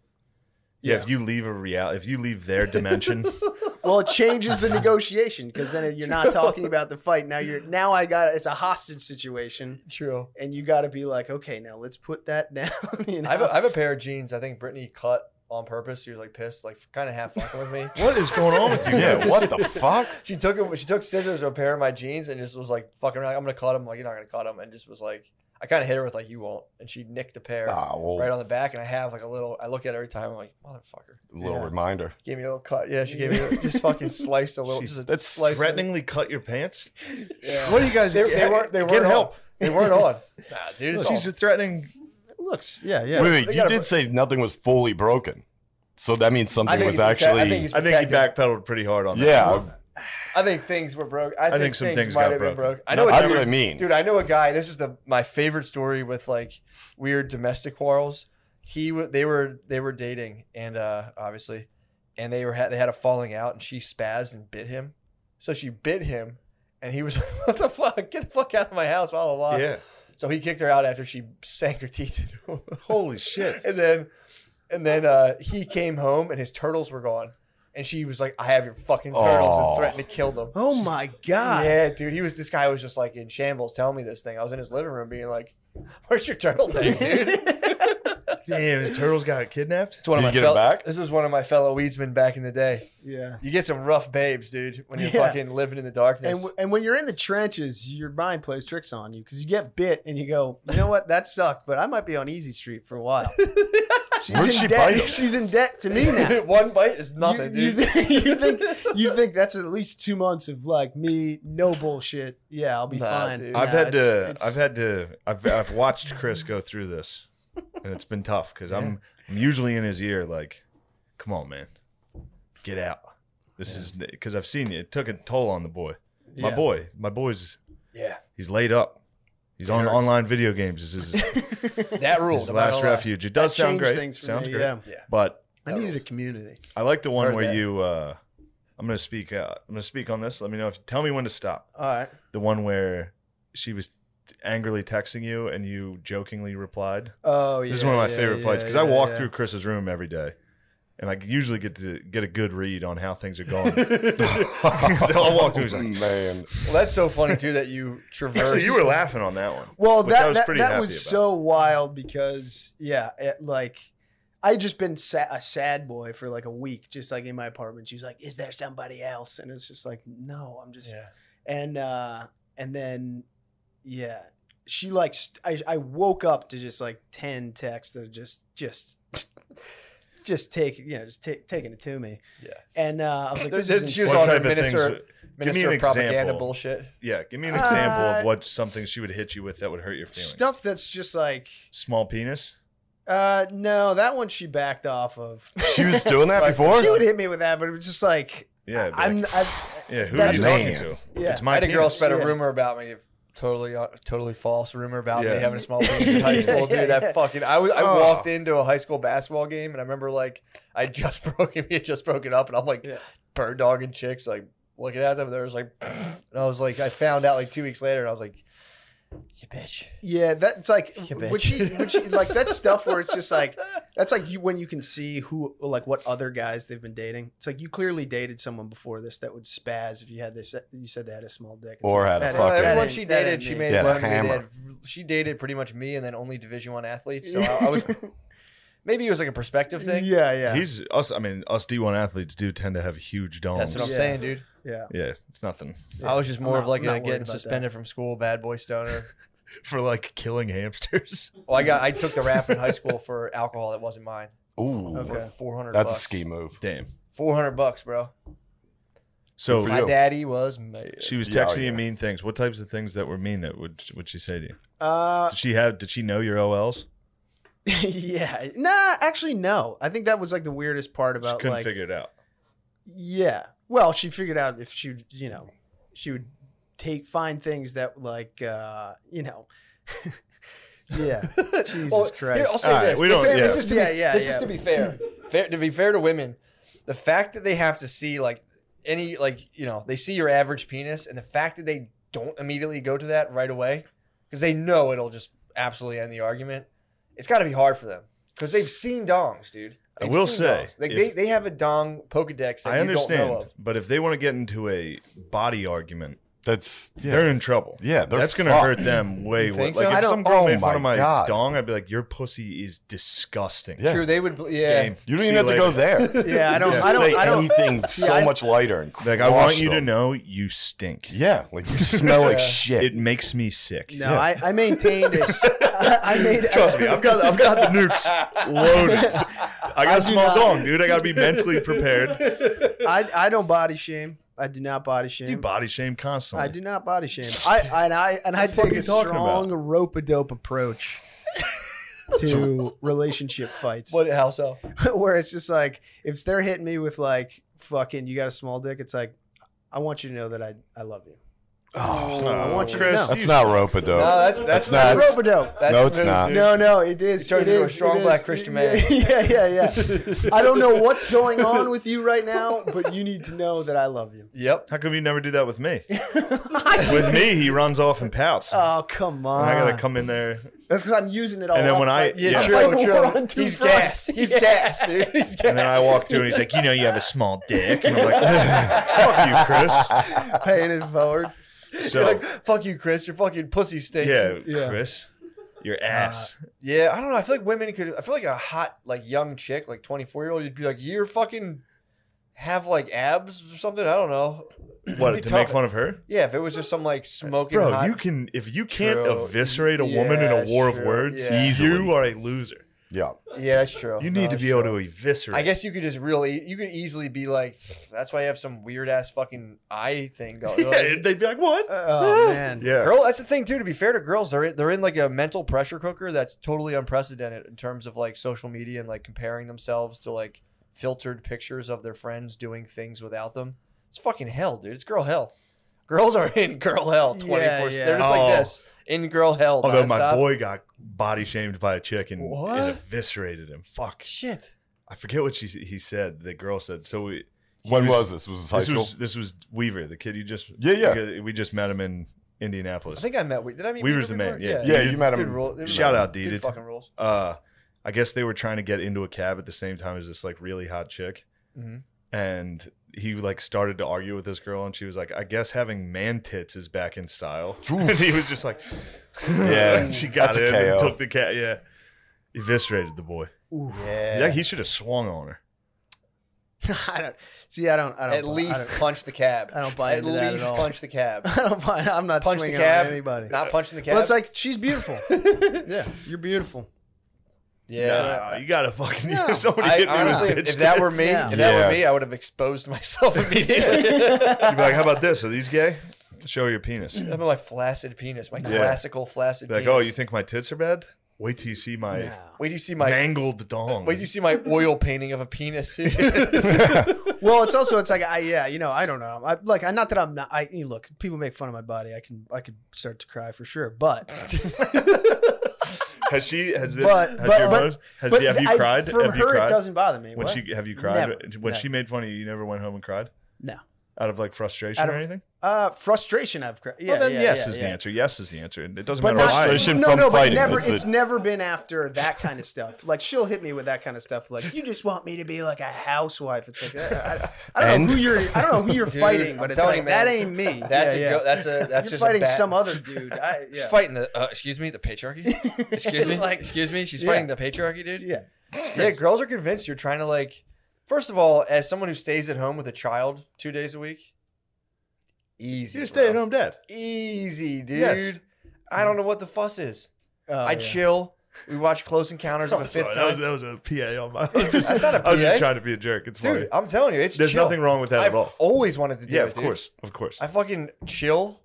[SPEAKER 1] Yeah, if you leave a real, if you leave their dimension,
[SPEAKER 4] Well, it changes the negotiation because then you're not talking about the fight. Now you're now I got it's a hostage situation,
[SPEAKER 2] true.
[SPEAKER 4] and you got to be like, okay, now let's put that down. You know?
[SPEAKER 2] I have, a, I have a pair of jeans. I think Brittany cut on purpose. She was like pissed, like kind of half fucking with me.
[SPEAKER 1] what is going on with you?
[SPEAKER 3] Yeah,
[SPEAKER 1] guys?
[SPEAKER 3] what the fuck?
[SPEAKER 2] She took it. She took scissors to a pair of my jeans and just was like fucking around. I'm gonna cut him. Like you're not gonna cut him. And just was like, I kind of hit her with like you won't. And she nicked the pair
[SPEAKER 1] Oh.
[SPEAKER 3] Ah, well,
[SPEAKER 2] right on the back. And I have like a little. I look at it every time. I'm like motherfucker.
[SPEAKER 3] little
[SPEAKER 4] Yeah.
[SPEAKER 3] reminder.
[SPEAKER 2] Gave me a little cut. Yeah, she gave me a, just fucking sliced a little.
[SPEAKER 1] Jeez,
[SPEAKER 2] just a
[SPEAKER 1] that's
[SPEAKER 2] slice of it.
[SPEAKER 1] threateningly cut your pants.
[SPEAKER 4] Yeah.
[SPEAKER 1] What are you guys?
[SPEAKER 2] They, they weren't. They
[SPEAKER 1] Get
[SPEAKER 2] weren't on.
[SPEAKER 1] help.
[SPEAKER 2] They weren't on. Nah, dude. It's
[SPEAKER 1] Look, She's
[SPEAKER 2] all-
[SPEAKER 1] a threatening.
[SPEAKER 4] looks, yeah, yeah.
[SPEAKER 3] wait,
[SPEAKER 2] they
[SPEAKER 3] wait, you
[SPEAKER 2] gotta
[SPEAKER 3] did
[SPEAKER 2] put-
[SPEAKER 3] say nothing was fully broken, so that means
[SPEAKER 2] I
[SPEAKER 3] something
[SPEAKER 2] think
[SPEAKER 3] was
[SPEAKER 2] he's protect-
[SPEAKER 3] actually.
[SPEAKER 2] I think he's
[SPEAKER 1] I think he
[SPEAKER 2] protected.
[SPEAKER 1] backpedaled pretty hard on that.
[SPEAKER 3] yeah,
[SPEAKER 2] I think things were broke. I think,
[SPEAKER 1] think some
[SPEAKER 2] things,
[SPEAKER 1] things
[SPEAKER 2] might
[SPEAKER 1] got
[SPEAKER 2] have been
[SPEAKER 1] broken.
[SPEAKER 2] broke. I know
[SPEAKER 1] Not-
[SPEAKER 2] it's
[SPEAKER 3] that's what I
[SPEAKER 2] weird.
[SPEAKER 3] mean.
[SPEAKER 2] Dude, I know a guy. This is the my favorite story with like weird domestic quarrels. He wa they were they were dating and uh obviously, and they were had they had a falling out and she spazzed and bit him, so she bit him, and he was like, "What the fuck? Get the fuck out of my house!" Blah blah blah.
[SPEAKER 1] yeah.
[SPEAKER 2] So he kicked her out after she sank her teeth into him.
[SPEAKER 1] Holy shit.
[SPEAKER 2] and then and then uh, he came home and his turtles were gone, and she was like, "I have your fucking turtles,"
[SPEAKER 3] Oh.
[SPEAKER 2] and threatened to kill them.
[SPEAKER 4] Oh my god.
[SPEAKER 2] Yeah, dude, he was this guy was just like in shambles telling me this thing. I was in his living room being like, "Where's your turtle tank, dude?"
[SPEAKER 1] Damn, his turtles got kidnapped.
[SPEAKER 2] It's one
[SPEAKER 3] Did
[SPEAKER 2] of
[SPEAKER 3] you
[SPEAKER 2] my
[SPEAKER 3] get it
[SPEAKER 2] fel-
[SPEAKER 3] back?
[SPEAKER 2] This was one of my fellow weedsmen back in the day.
[SPEAKER 4] Yeah.
[SPEAKER 2] You get some rough babes, dude, when you're
[SPEAKER 4] Yeah.
[SPEAKER 2] fucking living in the
[SPEAKER 4] And,
[SPEAKER 2] darkness.
[SPEAKER 4] w- and when you're in the trenches, your mind plays tricks on you because you get bit and you go, you know what, that sucked, but I might be on easy street for a while. She's
[SPEAKER 3] Where'd
[SPEAKER 4] in
[SPEAKER 3] she
[SPEAKER 4] debt.
[SPEAKER 3] bite him?
[SPEAKER 4] She's in debt to me now.
[SPEAKER 2] one bite is nothing,
[SPEAKER 4] you,
[SPEAKER 2] dude.
[SPEAKER 4] You, thi- you think you think that's at least two months of like me, no bullshit. Yeah, I'll be
[SPEAKER 2] Nah,
[SPEAKER 4] fine.
[SPEAKER 2] dude.
[SPEAKER 4] Nah,
[SPEAKER 1] I've had
[SPEAKER 4] it's-
[SPEAKER 1] to.
[SPEAKER 4] it's-
[SPEAKER 1] I've had to. I've I've watched Chris go through this, and it's been tough because I'm I'm usually in his ear like, "Come on, man, get out." This is because I've seen it. It took a toll on the boy. My
[SPEAKER 4] yeah.
[SPEAKER 1] boy. My boy's
[SPEAKER 2] yeah,
[SPEAKER 1] He's laid up. He's on
[SPEAKER 2] hurts.
[SPEAKER 1] online video games. This is his
[SPEAKER 2] that rules. I'm not
[SPEAKER 1] last
[SPEAKER 2] gonna lie.
[SPEAKER 1] refuge. It does
[SPEAKER 4] That
[SPEAKER 1] sound
[SPEAKER 4] changed
[SPEAKER 1] great.
[SPEAKER 4] Things for
[SPEAKER 1] sounds
[SPEAKER 4] me,
[SPEAKER 1] great.
[SPEAKER 4] Yeah.
[SPEAKER 1] But
[SPEAKER 4] I needed a community.
[SPEAKER 1] I like the one
[SPEAKER 2] Heard
[SPEAKER 1] where
[SPEAKER 2] that.
[SPEAKER 1] you. Uh, I'm gonna speak. Uh, I'm gonna speak on this. Let me know if. Tell me when to stop.
[SPEAKER 4] All right.
[SPEAKER 1] The one where she was angrily texting you and you jokingly replied.
[SPEAKER 4] Oh yeah.
[SPEAKER 1] This is one of my
[SPEAKER 4] yeah,
[SPEAKER 1] favorite fights because I
[SPEAKER 4] yeah,
[SPEAKER 1] walk
[SPEAKER 4] yeah.
[SPEAKER 1] through Chris's room every day, and I usually get to get a good read on how things are going. I'll walk through. he's like,
[SPEAKER 3] man.
[SPEAKER 2] Well, that's so funny too that you traverse.
[SPEAKER 1] Actually, you were laughing on that one.
[SPEAKER 4] Well,
[SPEAKER 1] Which I
[SPEAKER 4] that
[SPEAKER 1] was
[SPEAKER 4] that,
[SPEAKER 1] pretty
[SPEAKER 4] that
[SPEAKER 1] happy
[SPEAKER 4] was
[SPEAKER 1] about.
[SPEAKER 4] so wild because yeah, it, like I just been sa- a sad boy for like a week, just like in my apartment. She was like, "Is there somebody else?" And it's just like, "No, I'm just."
[SPEAKER 2] Yeah.
[SPEAKER 4] And uh, and then yeah, she like st- I I woke up to just like ten texts that are just just just take you know just ta- taking it to me.
[SPEAKER 2] Yeah.
[SPEAKER 4] And uh, I was like,
[SPEAKER 2] There-
[SPEAKER 4] "This
[SPEAKER 2] there-
[SPEAKER 4] is
[SPEAKER 2] she was
[SPEAKER 1] What
[SPEAKER 2] on her
[SPEAKER 1] type of things
[SPEAKER 2] minister,
[SPEAKER 1] would- me
[SPEAKER 2] minister
[SPEAKER 1] an
[SPEAKER 2] of propaganda
[SPEAKER 1] example.
[SPEAKER 2] bullshit.
[SPEAKER 1] Yeah, give me an example
[SPEAKER 4] Uh,
[SPEAKER 1] of what something she would hit you with that would hurt your feelings.
[SPEAKER 4] stuff that's just like."
[SPEAKER 1] Small penis.
[SPEAKER 4] Uh, no, that one she backed off of.
[SPEAKER 3] She was doing that
[SPEAKER 2] Like,
[SPEAKER 3] before.
[SPEAKER 4] She would hit me with that, but it was just like
[SPEAKER 1] Yeah, it'd be
[SPEAKER 4] I'm.
[SPEAKER 1] like,
[SPEAKER 4] I,
[SPEAKER 1] yeah. Who are
[SPEAKER 4] that's-
[SPEAKER 1] you talking
[SPEAKER 3] Man.
[SPEAKER 1] to?
[SPEAKER 4] Yeah.
[SPEAKER 1] It's
[SPEAKER 2] I
[SPEAKER 1] my
[SPEAKER 2] had a girl
[SPEAKER 1] penis.
[SPEAKER 2] spread a
[SPEAKER 4] Yeah.
[SPEAKER 2] rumor about me, totally, uh, totally false rumor about
[SPEAKER 1] Yeah.
[SPEAKER 2] me having a small penis in high
[SPEAKER 4] Yeah,
[SPEAKER 2] school, dude.
[SPEAKER 4] yeah,
[SPEAKER 2] that
[SPEAKER 4] yeah.
[SPEAKER 2] fucking, I was, I
[SPEAKER 1] Oh.
[SPEAKER 2] walked into a high school basketball game, and I remember like I just broken, we had just broken up, and I'm like
[SPEAKER 4] Yeah.
[SPEAKER 2] bird dogging chicks, like looking at them. There was like, and I was like, I found out like two weeks later, and I was like, You bitch.
[SPEAKER 4] Yeah, that's like
[SPEAKER 2] You
[SPEAKER 4] when she,
[SPEAKER 2] bitch.
[SPEAKER 4] when she like that's stuff where it's just like that's like you when you can see who like what other guys they've been dating. It's like you clearly dated someone before this that would spaz if you had this you said they had a small dick It's
[SPEAKER 3] Or
[SPEAKER 4] like,
[SPEAKER 3] had a
[SPEAKER 4] that ain't-
[SPEAKER 2] Well,
[SPEAKER 3] fucking-
[SPEAKER 4] that
[SPEAKER 2] everyone
[SPEAKER 4] ain't-
[SPEAKER 2] she
[SPEAKER 4] that
[SPEAKER 2] dated,
[SPEAKER 4] ain't
[SPEAKER 2] she
[SPEAKER 4] me.
[SPEAKER 2] made
[SPEAKER 3] Yeah,
[SPEAKER 2] fun of me. They
[SPEAKER 3] hammer.
[SPEAKER 2] had, she dated pretty much me and then only Division One athletes. So I, I was maybe it was like a perspective thing.
[SPEAKER 4] Yeah, yeah,
[SPEAKER 1] He's us. I mean, us D1 athletes do tend to have huge domes.
[SPEAKER 2] That's what I'm
[SPEAKER 4] Yeah.
[SPEAKER 2] saying, dude.
[SPEAKER 4] yeah.
[SPEAKER 1] yeah, it's nothing
[SPEAKER 2] I was just
[SPEAKER 4] I'm
[SPEAKER 2] more
[SPEAKER 4] not-
[SPEAKER 2] of like
[SPEAKER 4] I'm not
[SPEAKER 2] a
[SPEAKER 4] worried
[SPEAKER 2] getting
[SPEAKER 4] about that.
[SPEAKER 2] suspended from school, bad boy stoner.
[SPEAKER 1] for like killing hamsters.
[SPEAKER 2] Well, I got I took the rap in high school for alcohol that wasn't mine.
[SPEAKER 3] Ooh,
[SPEAKER 2] For
[SPEAKER 4] Okay.
[SPEAKER 2] four hundred.
[SPEAKER 3] that's a
[SPEAKER 2] bucks.
[SPEAKER 3] ski move.
[SPEAKER 1] Damn.
[SPEAKER 2] Four hundred bucks, bro.
[SPEAKER 1] So
[SPEAKER 3] For
[SPEAKER 2] My
[SPEAKER 3] you.
[SPEAKER 2] daddy was mad.
[SPEAKER 1] she was
[SPEAKER 3] Yeah, oh,
[SPEAKER 1] texting you
[SPEAKER 3] yeah.
[SPEAKER 1] mean things. What types of things that were mean that would would she say to you?
[SPEAKER 4] Uh,
[SPEAKER 1] Did she have? Did she know your OLs?
[SPEAKER 4] yeah. Nah, actually, no. I think that was like the weirdest part
[SPEAKER 1] She
[SPEAKER 4] about
[SPEAKER 1] couldn't
[SPEAKER 4] like
[SPEAKER 1] figure it out.
[SPEAKER 4] Yeah. Well, she figured out if she, would you know, she would take find things that like, uh, you know, yeah. Jesus
[SPEAKER 2] Well,
[SPEAKER 4] Christ.
[SPEAKER 2] Here, I'll say
[SPEAKER 1] All right,
[SPEAKER 2] this.
[SPEAKER 1] we
[SPEAKER 2] this,
[SPEAKER 1] don't-
[SPEAKER 2] this
[SPEAKER 1] yeah.
[SPEAKER 2] is to
[SPEAKER 4] Yeah,
[SPEAKER 2] be,
[SPEAKER 4] yeah,
[SPEAKER 2] this
[SPEAKER 4] yeah.
[SPEAKER 2] is to be fair. fair. To be fair to women, the fact that they have to see like any like you know they see your average penis, and the fact that they don't immediately go to that right away because they know it'll just absolutely end the argument. It's got to be hard for them because they've seen dongs, dude.
[SPEAKER 1] I
[SPEAKER 2] They've
[SPEAKER 1] will
[SPEAKER 2] seen
[SPEAKER 1] say,
[SPEAKER 2] dongs. like
[SPEAKER 1] if-
[SPEAKER 2] they, they have a dong Pokedex that
[SPEAKER 1] I
[SPEAKER 2] you don't know
[SPEAKER 1] understand,
[SPEAKER 2] of.
[SPEAKER 1] but if they want to get into a body argument,
[SPEAKER 3] That's yeah.
[SPEAKER 1] they're in trouble.
[SPEAKER 3] Yeah, they're
[SPEAKER 1] that's gonna
[SPEAKER 3] fucked.
[SPEAKER 1] hurt them way
[SPEAKER 2] You
[SPEAKER 1] worse.
[SPEAKER 2] think
[SPEAKER 1] Like
[SPEAKER 2] so?
[SPEAKER 1] if
[SPEAKER 2] I
[SPEAKER 3] don't-
[SPEAKER 1] some girl
[SPEAKER 3] oh
[SPEAKER 1] made fun of
[SPEAKER 3] my
[SPEAKER 1] my
[SPEAKER 3] God.
[SPEAKER 1] dong, I'd be like, "Your pussy is disgusting."
[SPEAKER 3] Yeah.
[SPEAKER 2] True, they would. Yeah,
[SPEAKER 1] Game.
[SPEAKER 3] You don't
[SPEAKER 1] See
[SPEAKER 3] even have
[SPEAKER 1] you
[SPEAKER 3] to go
[SPEAKER 1] later.
[SPEAKER 3] there.
[SPEAKER 4] yeah, I don't,
[SPEAKER 1] Yeah.
[SPEAKER 4] I don't,
[SPEAKER 3] Say
[SPEAKER 4] I don't.
[SPEAKER 3] anything
[SPEAKER 4] See,
[SPEAKER 3] so
[SPEAKER 4] I-
[SPEAKER 3] much lighter and
[SPEAKER 1] Like I want
[SPEAKER 3] crush
[SPEAKER 1] you to
[SPEAKER 3] them.
[SPEAKER 1] know you stink.
[SPEAKER 3] Yeah, like you smell like
[SPEAKER 2] Yeah.
[SPEAKER 3] shit.
[SPEAKER 1] It makes me sick.
[SPEAKER 4] No, I, I maintained a s- I made.
[SPEAKER 1] Trust me, I've got I've got the nukes loaded. I got a
[SPEAKER 4] I do
[SPEAKER 1] small
[SPEAKER 4] not-
[SPEAKER 1] dong, dude. I gotta be mentally prepared.
[SPEAKER 4] I, I don't body shame. I do not body shame.
[SPEAKER 1] You body shame constantly.
[SPEAKER 4] I do not body shame. I, I and I and I
[SPEAKER 1] What the fuck
[SPEAKER 4] take
[SPEAKER 1] are you
[SPEAKER 4] a
[SPEAKER 1] talking about?
[SPEAKER 4] strong rope a dope approach to relationship fights.
[SPEAKER 2] What? How so?
[SPEAKER 4] where it's just like if they're hitting me with like fucking you got a small dick it's like i want you to know that i i love you
[SPEAKER 3] Oh,
[SPEAKER 4] I want you to
[SPEAKER 1] Chris,
[SPEAKER 4] know.
[SPEAKER 3] that's not rope a
[SPEAKER 2] No,
[SPEAKER 3] dope.
[SPEAKER 2] that's that's,
[SPEAKER 3] That's not-
[SPEAKER 2] that's,
[SPEAKER 4] that's rope-a-dope
[SPEAKER 2] that's
[SPEAKER 3] No, it's
[SPEAKER 2] rude,
[SPEAKER 3] not.
[SPEAKER 2] dude.
[SPEAKER 4] no no it is
[SPEAKER 2] You turned
[SPEAKER 4] it
[SPEAKER 2] into a
[SPEAKER 4] is,
[SPEAKER 2] strong
[SPEAKER 4] it
[SPEAKER 2] black
[SPEAKER 4] is.
[SPEAKER 2] Christian
[SPEAKER 4] Yeah,
[SPEAKER 2] man.
[SPEAKER 4] yeah yeah yeah i don't know what's going on with you right now but you need to know that i love you
[SPEAKER 2] Yep.
[SPEAKER 1] How come you never do that with me? With me, he runs off and pouts.
[SPEAKER 4] oh come on
[SPEAKER 1] and I gotta come in there.
[SPEAKER 4] that's because i'm using it all
[SPEAKER 1] And then
[SPEAKER 4] up
[SPEAKER 1] when I-
[SPEAKER 4] front.
[SPEAKER 1] Yeah,
[SPEAKER 4] I'm
[SPEAKER 1] true,
[SPEAKER 4] fighting a war on two
[SPEAKER 2] He's
[SPEAKER 4] fronts.
[SPEAKER 2] gassed. He's
[SPEAKER 4] Yeah.
[SPEAKER 2] gassed, dude. He's gassed.
[SPEAKER 1] And then I walk through and he's like, you know you have a small dick. And I'm like, fuck you,
[SPEAKER 4] paying it forward
[SPEAKER 1] Chris.
[SPEAKER 2] You're
[SPEAKER 1] So
[SPEAKER 2] like, fuck you, Chris. Your fucking pussy stinks.
[SPEAKER 1] yeah,
[SPEAKER 4] Yeah.
[SPEAKER 1] Chris. Your ass.
[SPEAKER 2] Yeah, I don't know. I feel like women could. I feel like a hot, like young chick, like twenty four year old, you'd be like, you're fucking have like abs or something. I don't know.
[SPEAKER 1] what
[SPEAKER 2] it'd
[SPEAKER 1] to
[SPEAKER 2] be
[SPEAKER 1] make
[SPEAKER 2] tough.
[SPEAKER 1] fun of her?
[SPEAKER 2] Yeah, if it was just some like smoking
[SPEAKER 1] Bro,
[SPEAKER 2] hot.
[SPEAKER 1] you can if you can't
[SPEAKER 2] True.
[SPEAKER 1] eviscerate a woman in
[SPEAKER 2] Yeah,
[SPEAKER 1] a war
[SPEAKER 2] true.
[SPEAKER 1] of words,
[SPEAKER 2] Yeah.
[SPEAKER 1] you
[SPEAKER 3] Easily.
[SPEAKER 1] are a loser.
[SPEAKER 3] Yeah,
[SPEAKER 2] yeah, that's true.
[SPEAKER 1] You need
[SPEAKER 2] No,
[SPEAKER 1] to
[SPEAKER 2] that's
[SPEAKER 1] be able
[SPEAKER 2] true.
[SPEAKER 1] to eviscerate.
[SPEAKER 2] I guess you could just really, you could easily be like, that's why you have some weird ass fucking eye thing going.
[SPEAKER 1] Yeah,
[SPEAKER 2] Like,
[SPEAKER 1] they'd be like, what?
[SPEAKER 2] Uh,
[SPEAKER 4] oh man
[SPEAKER 1] Yeah.
[SPEAKER 2] Girl, that's the thing too. To be fair to girls, they're in, they're in like a mental pressure cooker that's totally unprecedented in terms of like social media and like comparing themselves to like filtered pictures of their friends doing things without them. It's fucking hell, dude. It's girl hell. Girls are in girl hell
[SPEAKER 4] Yeah,
[SPEAKER 2] twenty four.
[SPEAKER 4] yeah.
[SPEAKER 2] They're just
[SPEAKER 1] Oh.
[SPEAKER 2] like this in girl hell.
[SPEAKER 1] Although my
[SPEAKER 2] nonstop.
[SPEAKER 1] boy got body shamed by a chick and,
[SPEAKER 2] What?
[SPEAKER 1] and eviscerated him. Fuck.
[SPEAKER 2] shit.
[SPEAKER 1] I forget what she he said. The girl said. So we, he
[SPEAKER 3] when was, this? Was this high
[SPEAKER 1] this
[SPEAKER 3] school?
[SPEAKER 1] was this was Weaver, the kid you just
[SPEAKER 3] Yeah, yeah.
[SPEAKER 1] because We just met him in
[SPEAKER 2] I
[SPEAKER 1] Indianapolis.
[SPEAKER 2] think I met. Wea- Did I meet
[SPEAKER 1] Weaver's
[SPEAKER 2] Weaver
[SPEAKER 1] the man,
[SPEAKER 2] before?
[SPEAKER 1] yeah.
[SPEAKER 3] yeah,
[SPEAKER 1] dude.
[SPEAKER 3] you met
[SPEAKER 2] Dude,
[SPEAKER 3] him.
[SPEAKER 2] rule- dude,
[SPEAKER 1] Shout
[SPEAKER 2] rule-
[SPEAKER 1] out, D.
[SPEAKER 2] Dude,
[SPEAKER 1] Did-
[SPEAKER 2] fucking rules.
[SPEAKER 1] uh, I guess they were trying to get into a cab at the same time as this like really hot chick,
[SPEAKER 2] Mhm.
[SPEAKER 1] and he like started to argue with this girl, and she was like, "I guess having man tits is back in style," and he was just like,
[SPEAKER 3] Yeah,
[SPEAKER 1] And she got
[SPEAKER 3] that's a
[SPEAKER 1] in and
[SPEAKER 3] KO.
[SPEAKER 1] took the cat. Yeah, eviscerated the boy.
[SPEAKER 4] Oof.
[SPEAKER 2] Yeah.
[SPEAKER 1] Yeah, he should have swung on her.
[SPEAKER 4] I don't see. I don't. I don't
[SPEAKER 2] at
[SPEAKER 4] buy- I
[SPEAKER 2] least
[SPEAKER 4] don't-
[SPEAKER 2] punch the cab.
[SPEAKER 4] I don't buy
[SPEAKER 2] At
[SPEAKER 4] into that at
[SPEAKER 2] least
[SPEAKER 4] all.
[SPEAKER 2] punch the cab.
[SPEAKER 4] I don't buy. I'm not
[SPEAKER 2] Punch the
[SPEAKER 4] swinging
[SPEAKER 2] cab.
[SPEAKER 4] on anybody.
[SPEAKER 2] Not punching the cab.
[SPEAKER 4] well, it's like she's beautiful. yeah, you're beautiful.
[SPEAKER 2] yeah.
[SPEAKER 1] Nah, you gotta fucking
[SPEAKER 4] No.
[SPEAKER 1] somebody
[SPEAKER 2] I,
[SPEAKER 1] hit me
[SPEAKER 2] honestly,
[SPEAKER 1] with
[SPEAKER 2] if,
[SPEAKER 1] bitch
[SPEAKER 2] if that were
[SPEAKER 1] tits.
[SPEAKER 2] me,
[SPEAKER 4] Yeah.
[SPEAKER 2] if that were
[SPEAKER 3] Yeah.
[SPEAKER 2] me, I would have exposed myself immediately.
[SPEAKER 1] You'd be like, how about this? Are these gay? Show your penis.
[SPEAKER 2] How about my flaccid penis, my
[SPEAKER 1] Yeah.
[SPEAKER 2] classical flaccid
[SPEAKER 1] Be like,
[SPEAKER 2] penis.
[SPEAKER 1] oh, you think my tits are bad? Wait till you see my
[SPEAKER 2] Wait, do you see my?
[SPEAKER 1] mangled dong.
[SPEAKER 2] Wait, do you see my oil painting of a penis? dude?
[SPEAKER 4] Well, it's also it's like I yeah you know I don't know I like I not that I'm not I you look people make fun of my body I can I could start to cry for sure but
[SPEAKER 1] has she? Has this?
[SPEAKER 4] But-
[SPEAKER 1] has
[SPEAKER 4] but-
[SPEAKER 1] your
[SPEAKER 4] but-
[SPEAKER 1] bros- has
[SPEAKER 4] but
[SPEAKER 1] have you
[SPEAKER 4] I-
[SPEAKER 1] cried?
[SPEAKER 4] from
[SPEAKER 1] have
[SPEAKER 4] her
[SPEAKER 1] you cried?
[SPEAKER 4] it doesn't bother me
[SPEAKER 1] When
[SPEAKER 4] What?
[SPEAKER 1] she have you cried?
[SPEAKER 4] Never,
[SPEAKER 1] when
[SPEAKER 4] no.
[SPEAKER 1] she made fun of you, you never went home and cried.
[SPEAKER 4] no
[SPEAKER 1] out of like frustration
[SPEAKER 4] Out
[SPEAKER 1] or
[SPEAKER 4] of-
[SPEAKER 1] anything?
[SPEAKER 4] Uh, frustration. I've cra- yeah.
[SPEAKER 1] well, then
[SPEAKER 4] yeah,
[SPEAKER 1] yes
[SPEAKER 4] yeah,
[SPEAKER 1] is
[SPEAKER 4] yeah.
[SPEAKER 1] the answer. Yes is the answer. It doesn't
[SPEAKER 4] But
[SPEAKER 1] matter
[SPEAKER 4] not,
[SPEAKER 1] why.
[SPEAKER 3] Frustration
[SPEAKER 4] no,
[SPEAKER 3] from
[SPEAKER 4] no, but
[SPEAKER 3] fighting.
[SPEAKER 4] never.
[SPEAKER 3] That's
[SPEAKER 4] It's
[SPEAKER 3] it.
[SPEAKER 4] never been after that kind of stuff. Like she'll hit me with that kind of stuff. Like you just want me to be like a housewife. It's like uh, I, I, I don't
[SPEAKER 3] And?
[SPEAKER 4] know who you're. I don't know who you're
[SPEAKER 2] Dude,
[SPEAKER 4] fighting,
[SPEAKER 2] I'm
[SPEAKER 4] but it's
[SPEAKER 2] telling
[SPEAKER 4] like
[SPEAKER 2] you, man.
[SPEAKER 4] that ain't me.
[SPEAKER 2] That's a
[SPEAKER 4] yeah, yeah.
[SPEAKER 2] go- that's a that's
[SPEAKER 4] You're
[SPEAKER 2] just
[SPEAKER 4] fighting
[SPEAKER 2] a bad,
[SPEAKER 4] some other dude. I,
[SPEAKER 2] She's
[SPEAKER 4] yeah.
[SPEAKER 2] fighting the uh, excuse me the patriarchy. Excuse me,
[SPEAKER 4] It's like-
[SPEAKER 2] excuse me. She's
[SPEAKER 4] Yeah.
[SPEAKER 2] fighting the patriarchy, dude.
[SPEAKER 4] Yeah.
[SPEAKER 2] Yeah, girls are convinced you're trying to like. First of all, as someone who stays at home with a child two days a week, easy.
[SPEAKER 1] You're stay at
[SPEAKER 2] bro.
[SPEAKER 1] home dad.
[SPEAKER 2] Easy, dude.
[SPEAKER 1] Yes.
[SPEAKER 2] I don't know what the fuss is.
[SPEAKER 4] Oh,
[SPEAKER 2] I
[SPEAKER 4] yeah.
[SPEAKER 2] chill. We watch Close Encounters of
[SPEAKER 1] I'm
[SPEAKER 2] a Fifth
[SPEAKER 1] sorry, that, was,
[SPEAKER 2] Kind.
[SPEAKER 1] that was a PA on my. I was just,
[SPEAKER 2] That's not a
[SPEAKER 1] I was just
[SPEAKER 2] PA.
[SPEAKER 1] trying to be a jerk. It's funny.
[SPEAKER 2] Dude, I'm telling you, it's
[SPEAKER 1] There's
[SPEAKER 2] chill.
[SPEAKER 1] nothing wrong with that
[SPEAKER 2] I've
[SPEAKER 1] at all.
[SPEAKER 2] always wanted to do
[SPEAKER 1] Yeah,
[SPEAKER 2] it,
[SPEAKER 1] of
[SPEAKER 2] dude.
[SPEAKER 1] course, of course.
[SPEAKER 2] I fucking chill,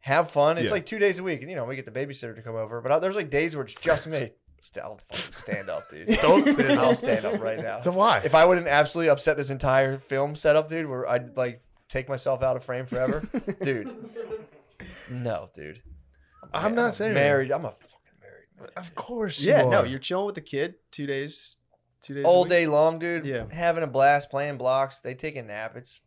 [SPEAKER 2] have fun. It's
[SPEAKER 1] Yeah.
[SPEAKER 2] like two days a week, and you know we get the babysitter to come over. But I- there's like days where it's just me. Still, I'll fucking stand up, dude.
[SPEAKER 1] Don't stand
[SPEAKER 2] I'll
[SPEAKER 1] up.
[SPEAKER 2] stand up right now.
[SPEAKER 1] So why?
[SPEAKER 2] If I wouldn't absolutely upset this entire film setup, dude, where I'd like take myself out of frame forever, dude. No, dude.
[SPEAKER 1] I'm
[SPEAKER 2] Ma-
[SPEAKER 1] not saying it.
[SPEAKER 2] married. I'm a fucking married. man.
[SPEAKER 1] of course. you
[SPEAKER 4] Yeah,
[SPEAKER 1] are.
[SPEAKER 4] no, you're chilling with the kid two days, two days, a
[SPEAKER 2] All
[SPEAKER 4] week.
[SPEAKER 2] day long, dude.
[SPEAKER 4] Yeah.
[SPEAKER 2] Having a blast, playing blocks. They take a nap. It's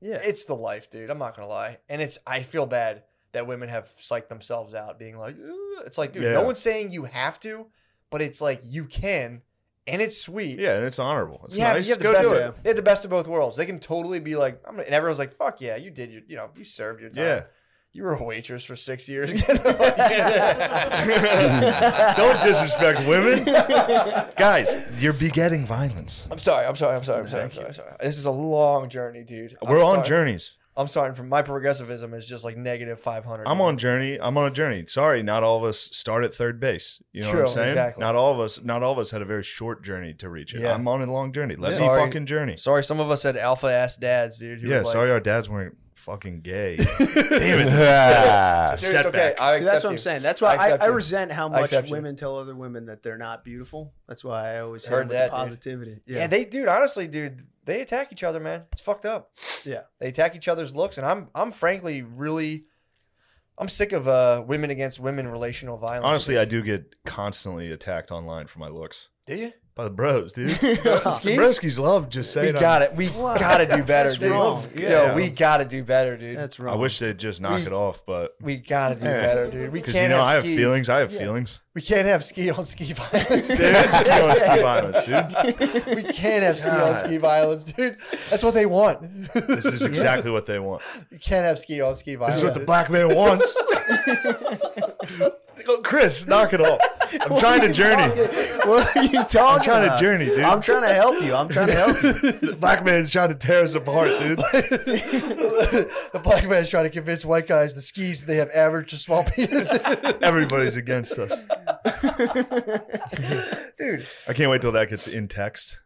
[SPEAKER 4] Yeah,
[SPEAKER 2] It's the life, dude. I'm not gonna lie, and it's I feel bad that women have psyched themselves out, being like, "Ugh." it's like, dude, no
[SPEAKER 1] Yeah.
[SPEAKER 2] one's saying you have to, but it's like you can, and it's sweet.
[SPEAKER 1] Yeah, and it's honorable. It's
[SPEAKER 2] you have,
[SPEAKER 1] nice.
[SPEAKER 2] you have the
[SPEAKER 1] Go
[SPEAKER 2] best.
[SPEAKER 1] do
[SPEAKER 2] Of,
[SPEAKER 1] it.
[SPEAKER 2] they have the best of both worlds. They can totally be like, I'm gonna, and everyone's like, fuck yeah, you did your, you know, you served your time.
[SPEAKER 1] Yeah.
[SPEAKER 2] You were a waitress for six years. Get the fuck out of here.
[SPEAKER 1] Don't disrespect women, guys. You're begetting violence.
[SPEAKER 2] I'm sorry. I'm sorry. I'm sorry. I'm sorry. I'm sorry, I'm sorry. This is a long journey, dude. I'm
[SPEAKER 1] We're on
[SPEAKER 2] sorry.
[SPEAKER 1] journeys.
[SPEAKER 2] I'm sorry. From my progressivism is just like negative 500.
[SPEAKER 1] I'm on journey. I'm on a journey. Sorry, not all of us start at third base. You know
[SPEAKER 2] True,
[SPEAKER 1] what I'm saying?
[SPEAKER 2] exactly.
[SPEAKER 1] Not all of us. Not all of us had a very short journey to reach it.
[SPEAKER 2] Yeah.
[SPEAKER 1] I'm on a long journey. Let
[SPEAKER 2] Yeah.
[SPEAKER 1] me
[SPEAKER 2] Sorry.
[SPEAKER 1] fucking journey.
[SPEAKER 2] Sorry, some of us had alpha ass dads, dude. who
[SPEAKER 1] yeah.
[SPEAKER 2] were like-
[SPEAKER 1] sorry, our dads weren't fucking gay. Damn it.
[SPEAKER 3] Yeah.
[SPEAKER 1] It's a
[SPEAKER 2] Dude, it's okay.
[SPEAKER 1] setback.
[SPEAKER 2] I accept
[SPEAKER 4] See, that's what
[SPEAKER 2] you.
[SPEAKER 4] I'm saying. That's
[SPEAKER 2] I
[SPEAKER 4] why I, I,
[SPEAKER 2] accept you.
[SPEAKER 4] resent how
[SPEAKER 2] I
[SPEAKER 4] much
[SPEAKER 2] accept you.
[SPEAKER 4] women tell other women that they're not beautiful. That's why I always hit
[SPEAKER 2] Heard
[SPEAKER 4] them with
[SPEAKER 2] that,
[SPEAKER 4] the
[SPEAKER 2] dude.
[SPEAKER 4] positivity.
[SPEAKER 2] Yeah. they, dude. Honestly, dude, they attack each other, man. It's fucked up.
[SPEAKER 4] Yeah.
[SPEAKER 2] they attack each other's looks, and I'm, I'm frankly really, I'm sick of uh, women against women relational violence.
[SPEAKER 1] Honestly, I do get constantly attacked online for my looks
[SPEAKER 2] do you?
[SPEAKER 1] by the bros, dude. The
[SPEAKER 2] Skis?
[SPEAKER 1] broskies love just
[SPEAKER 2] We
[SPEAKER 1] saying. I'm-
[SPEAKER 2] got it. We
[SPEAKER 4] What?
[SPEAKER 2] gotta do better,
[SPEAKER 4] That's
[SPEAKER 2] dude.
[SPEAKER 4] wrong.
[SPEAKER 2] Yo,
[SPEAKER 1] Yeah.
[SPEAKER 2] we gotta do better, dude.
[SPEAKER 4] that's wrong.
[SPEAKER 1] I wish they'd just knock
[SPEAKER 2] We-
[SPEAKER 1] it off, but
[SPEAKER 2] we gotta do
[SPEAKER 1] Yeah.
[SPEAKER 2] better, dude. We
[SPEAKER 1] because
[SPEAKER 2] can't
[SPEAKER 1] you know
[SPEAKER 2] have
[SPEAKER 1] I have
[SPEAKER 2] skis.
[SPEAKER 1] feelings. I have feelings.
[SPEAKER 2] We can't have ski on ski violence. dude.
[SPEAKER 1] There's ski on ski violence, dude.
[SPEAKER 2] we can't have ski on
[SPEAKER 1] God.
[SPEAKER 2] ski violence, dude. That's what they want.
[SPEAKER 1] This is exactly what they want.
[SPEAKER 2] You can't have ski on ski
[SPEAKER 1] This
[SPEAKER 2] violence.
[SPEAKER 1] is what the black man wants. Go, Chris, knock it off. I'm trying to journey.
[SPEAKER 4] what are you talking
[SPEAKER 1] I'm trying
[SPEAKER 4] about?
[SPEAKER 1] to journey, dude.
[SPEAKER 4] I'm trying to help you. I'm trying to help you.
[SPEAKER 1] the black man's trying to tear us apart, dude.
[SPEAKER 2] the black man is trying to convince white guys the skis they have average to small penises.
[SPEAKER 1] Everybody's against us.
[SPEAKER 2] Dude,
[SPEAKER 1] I can't wait till that gets in text.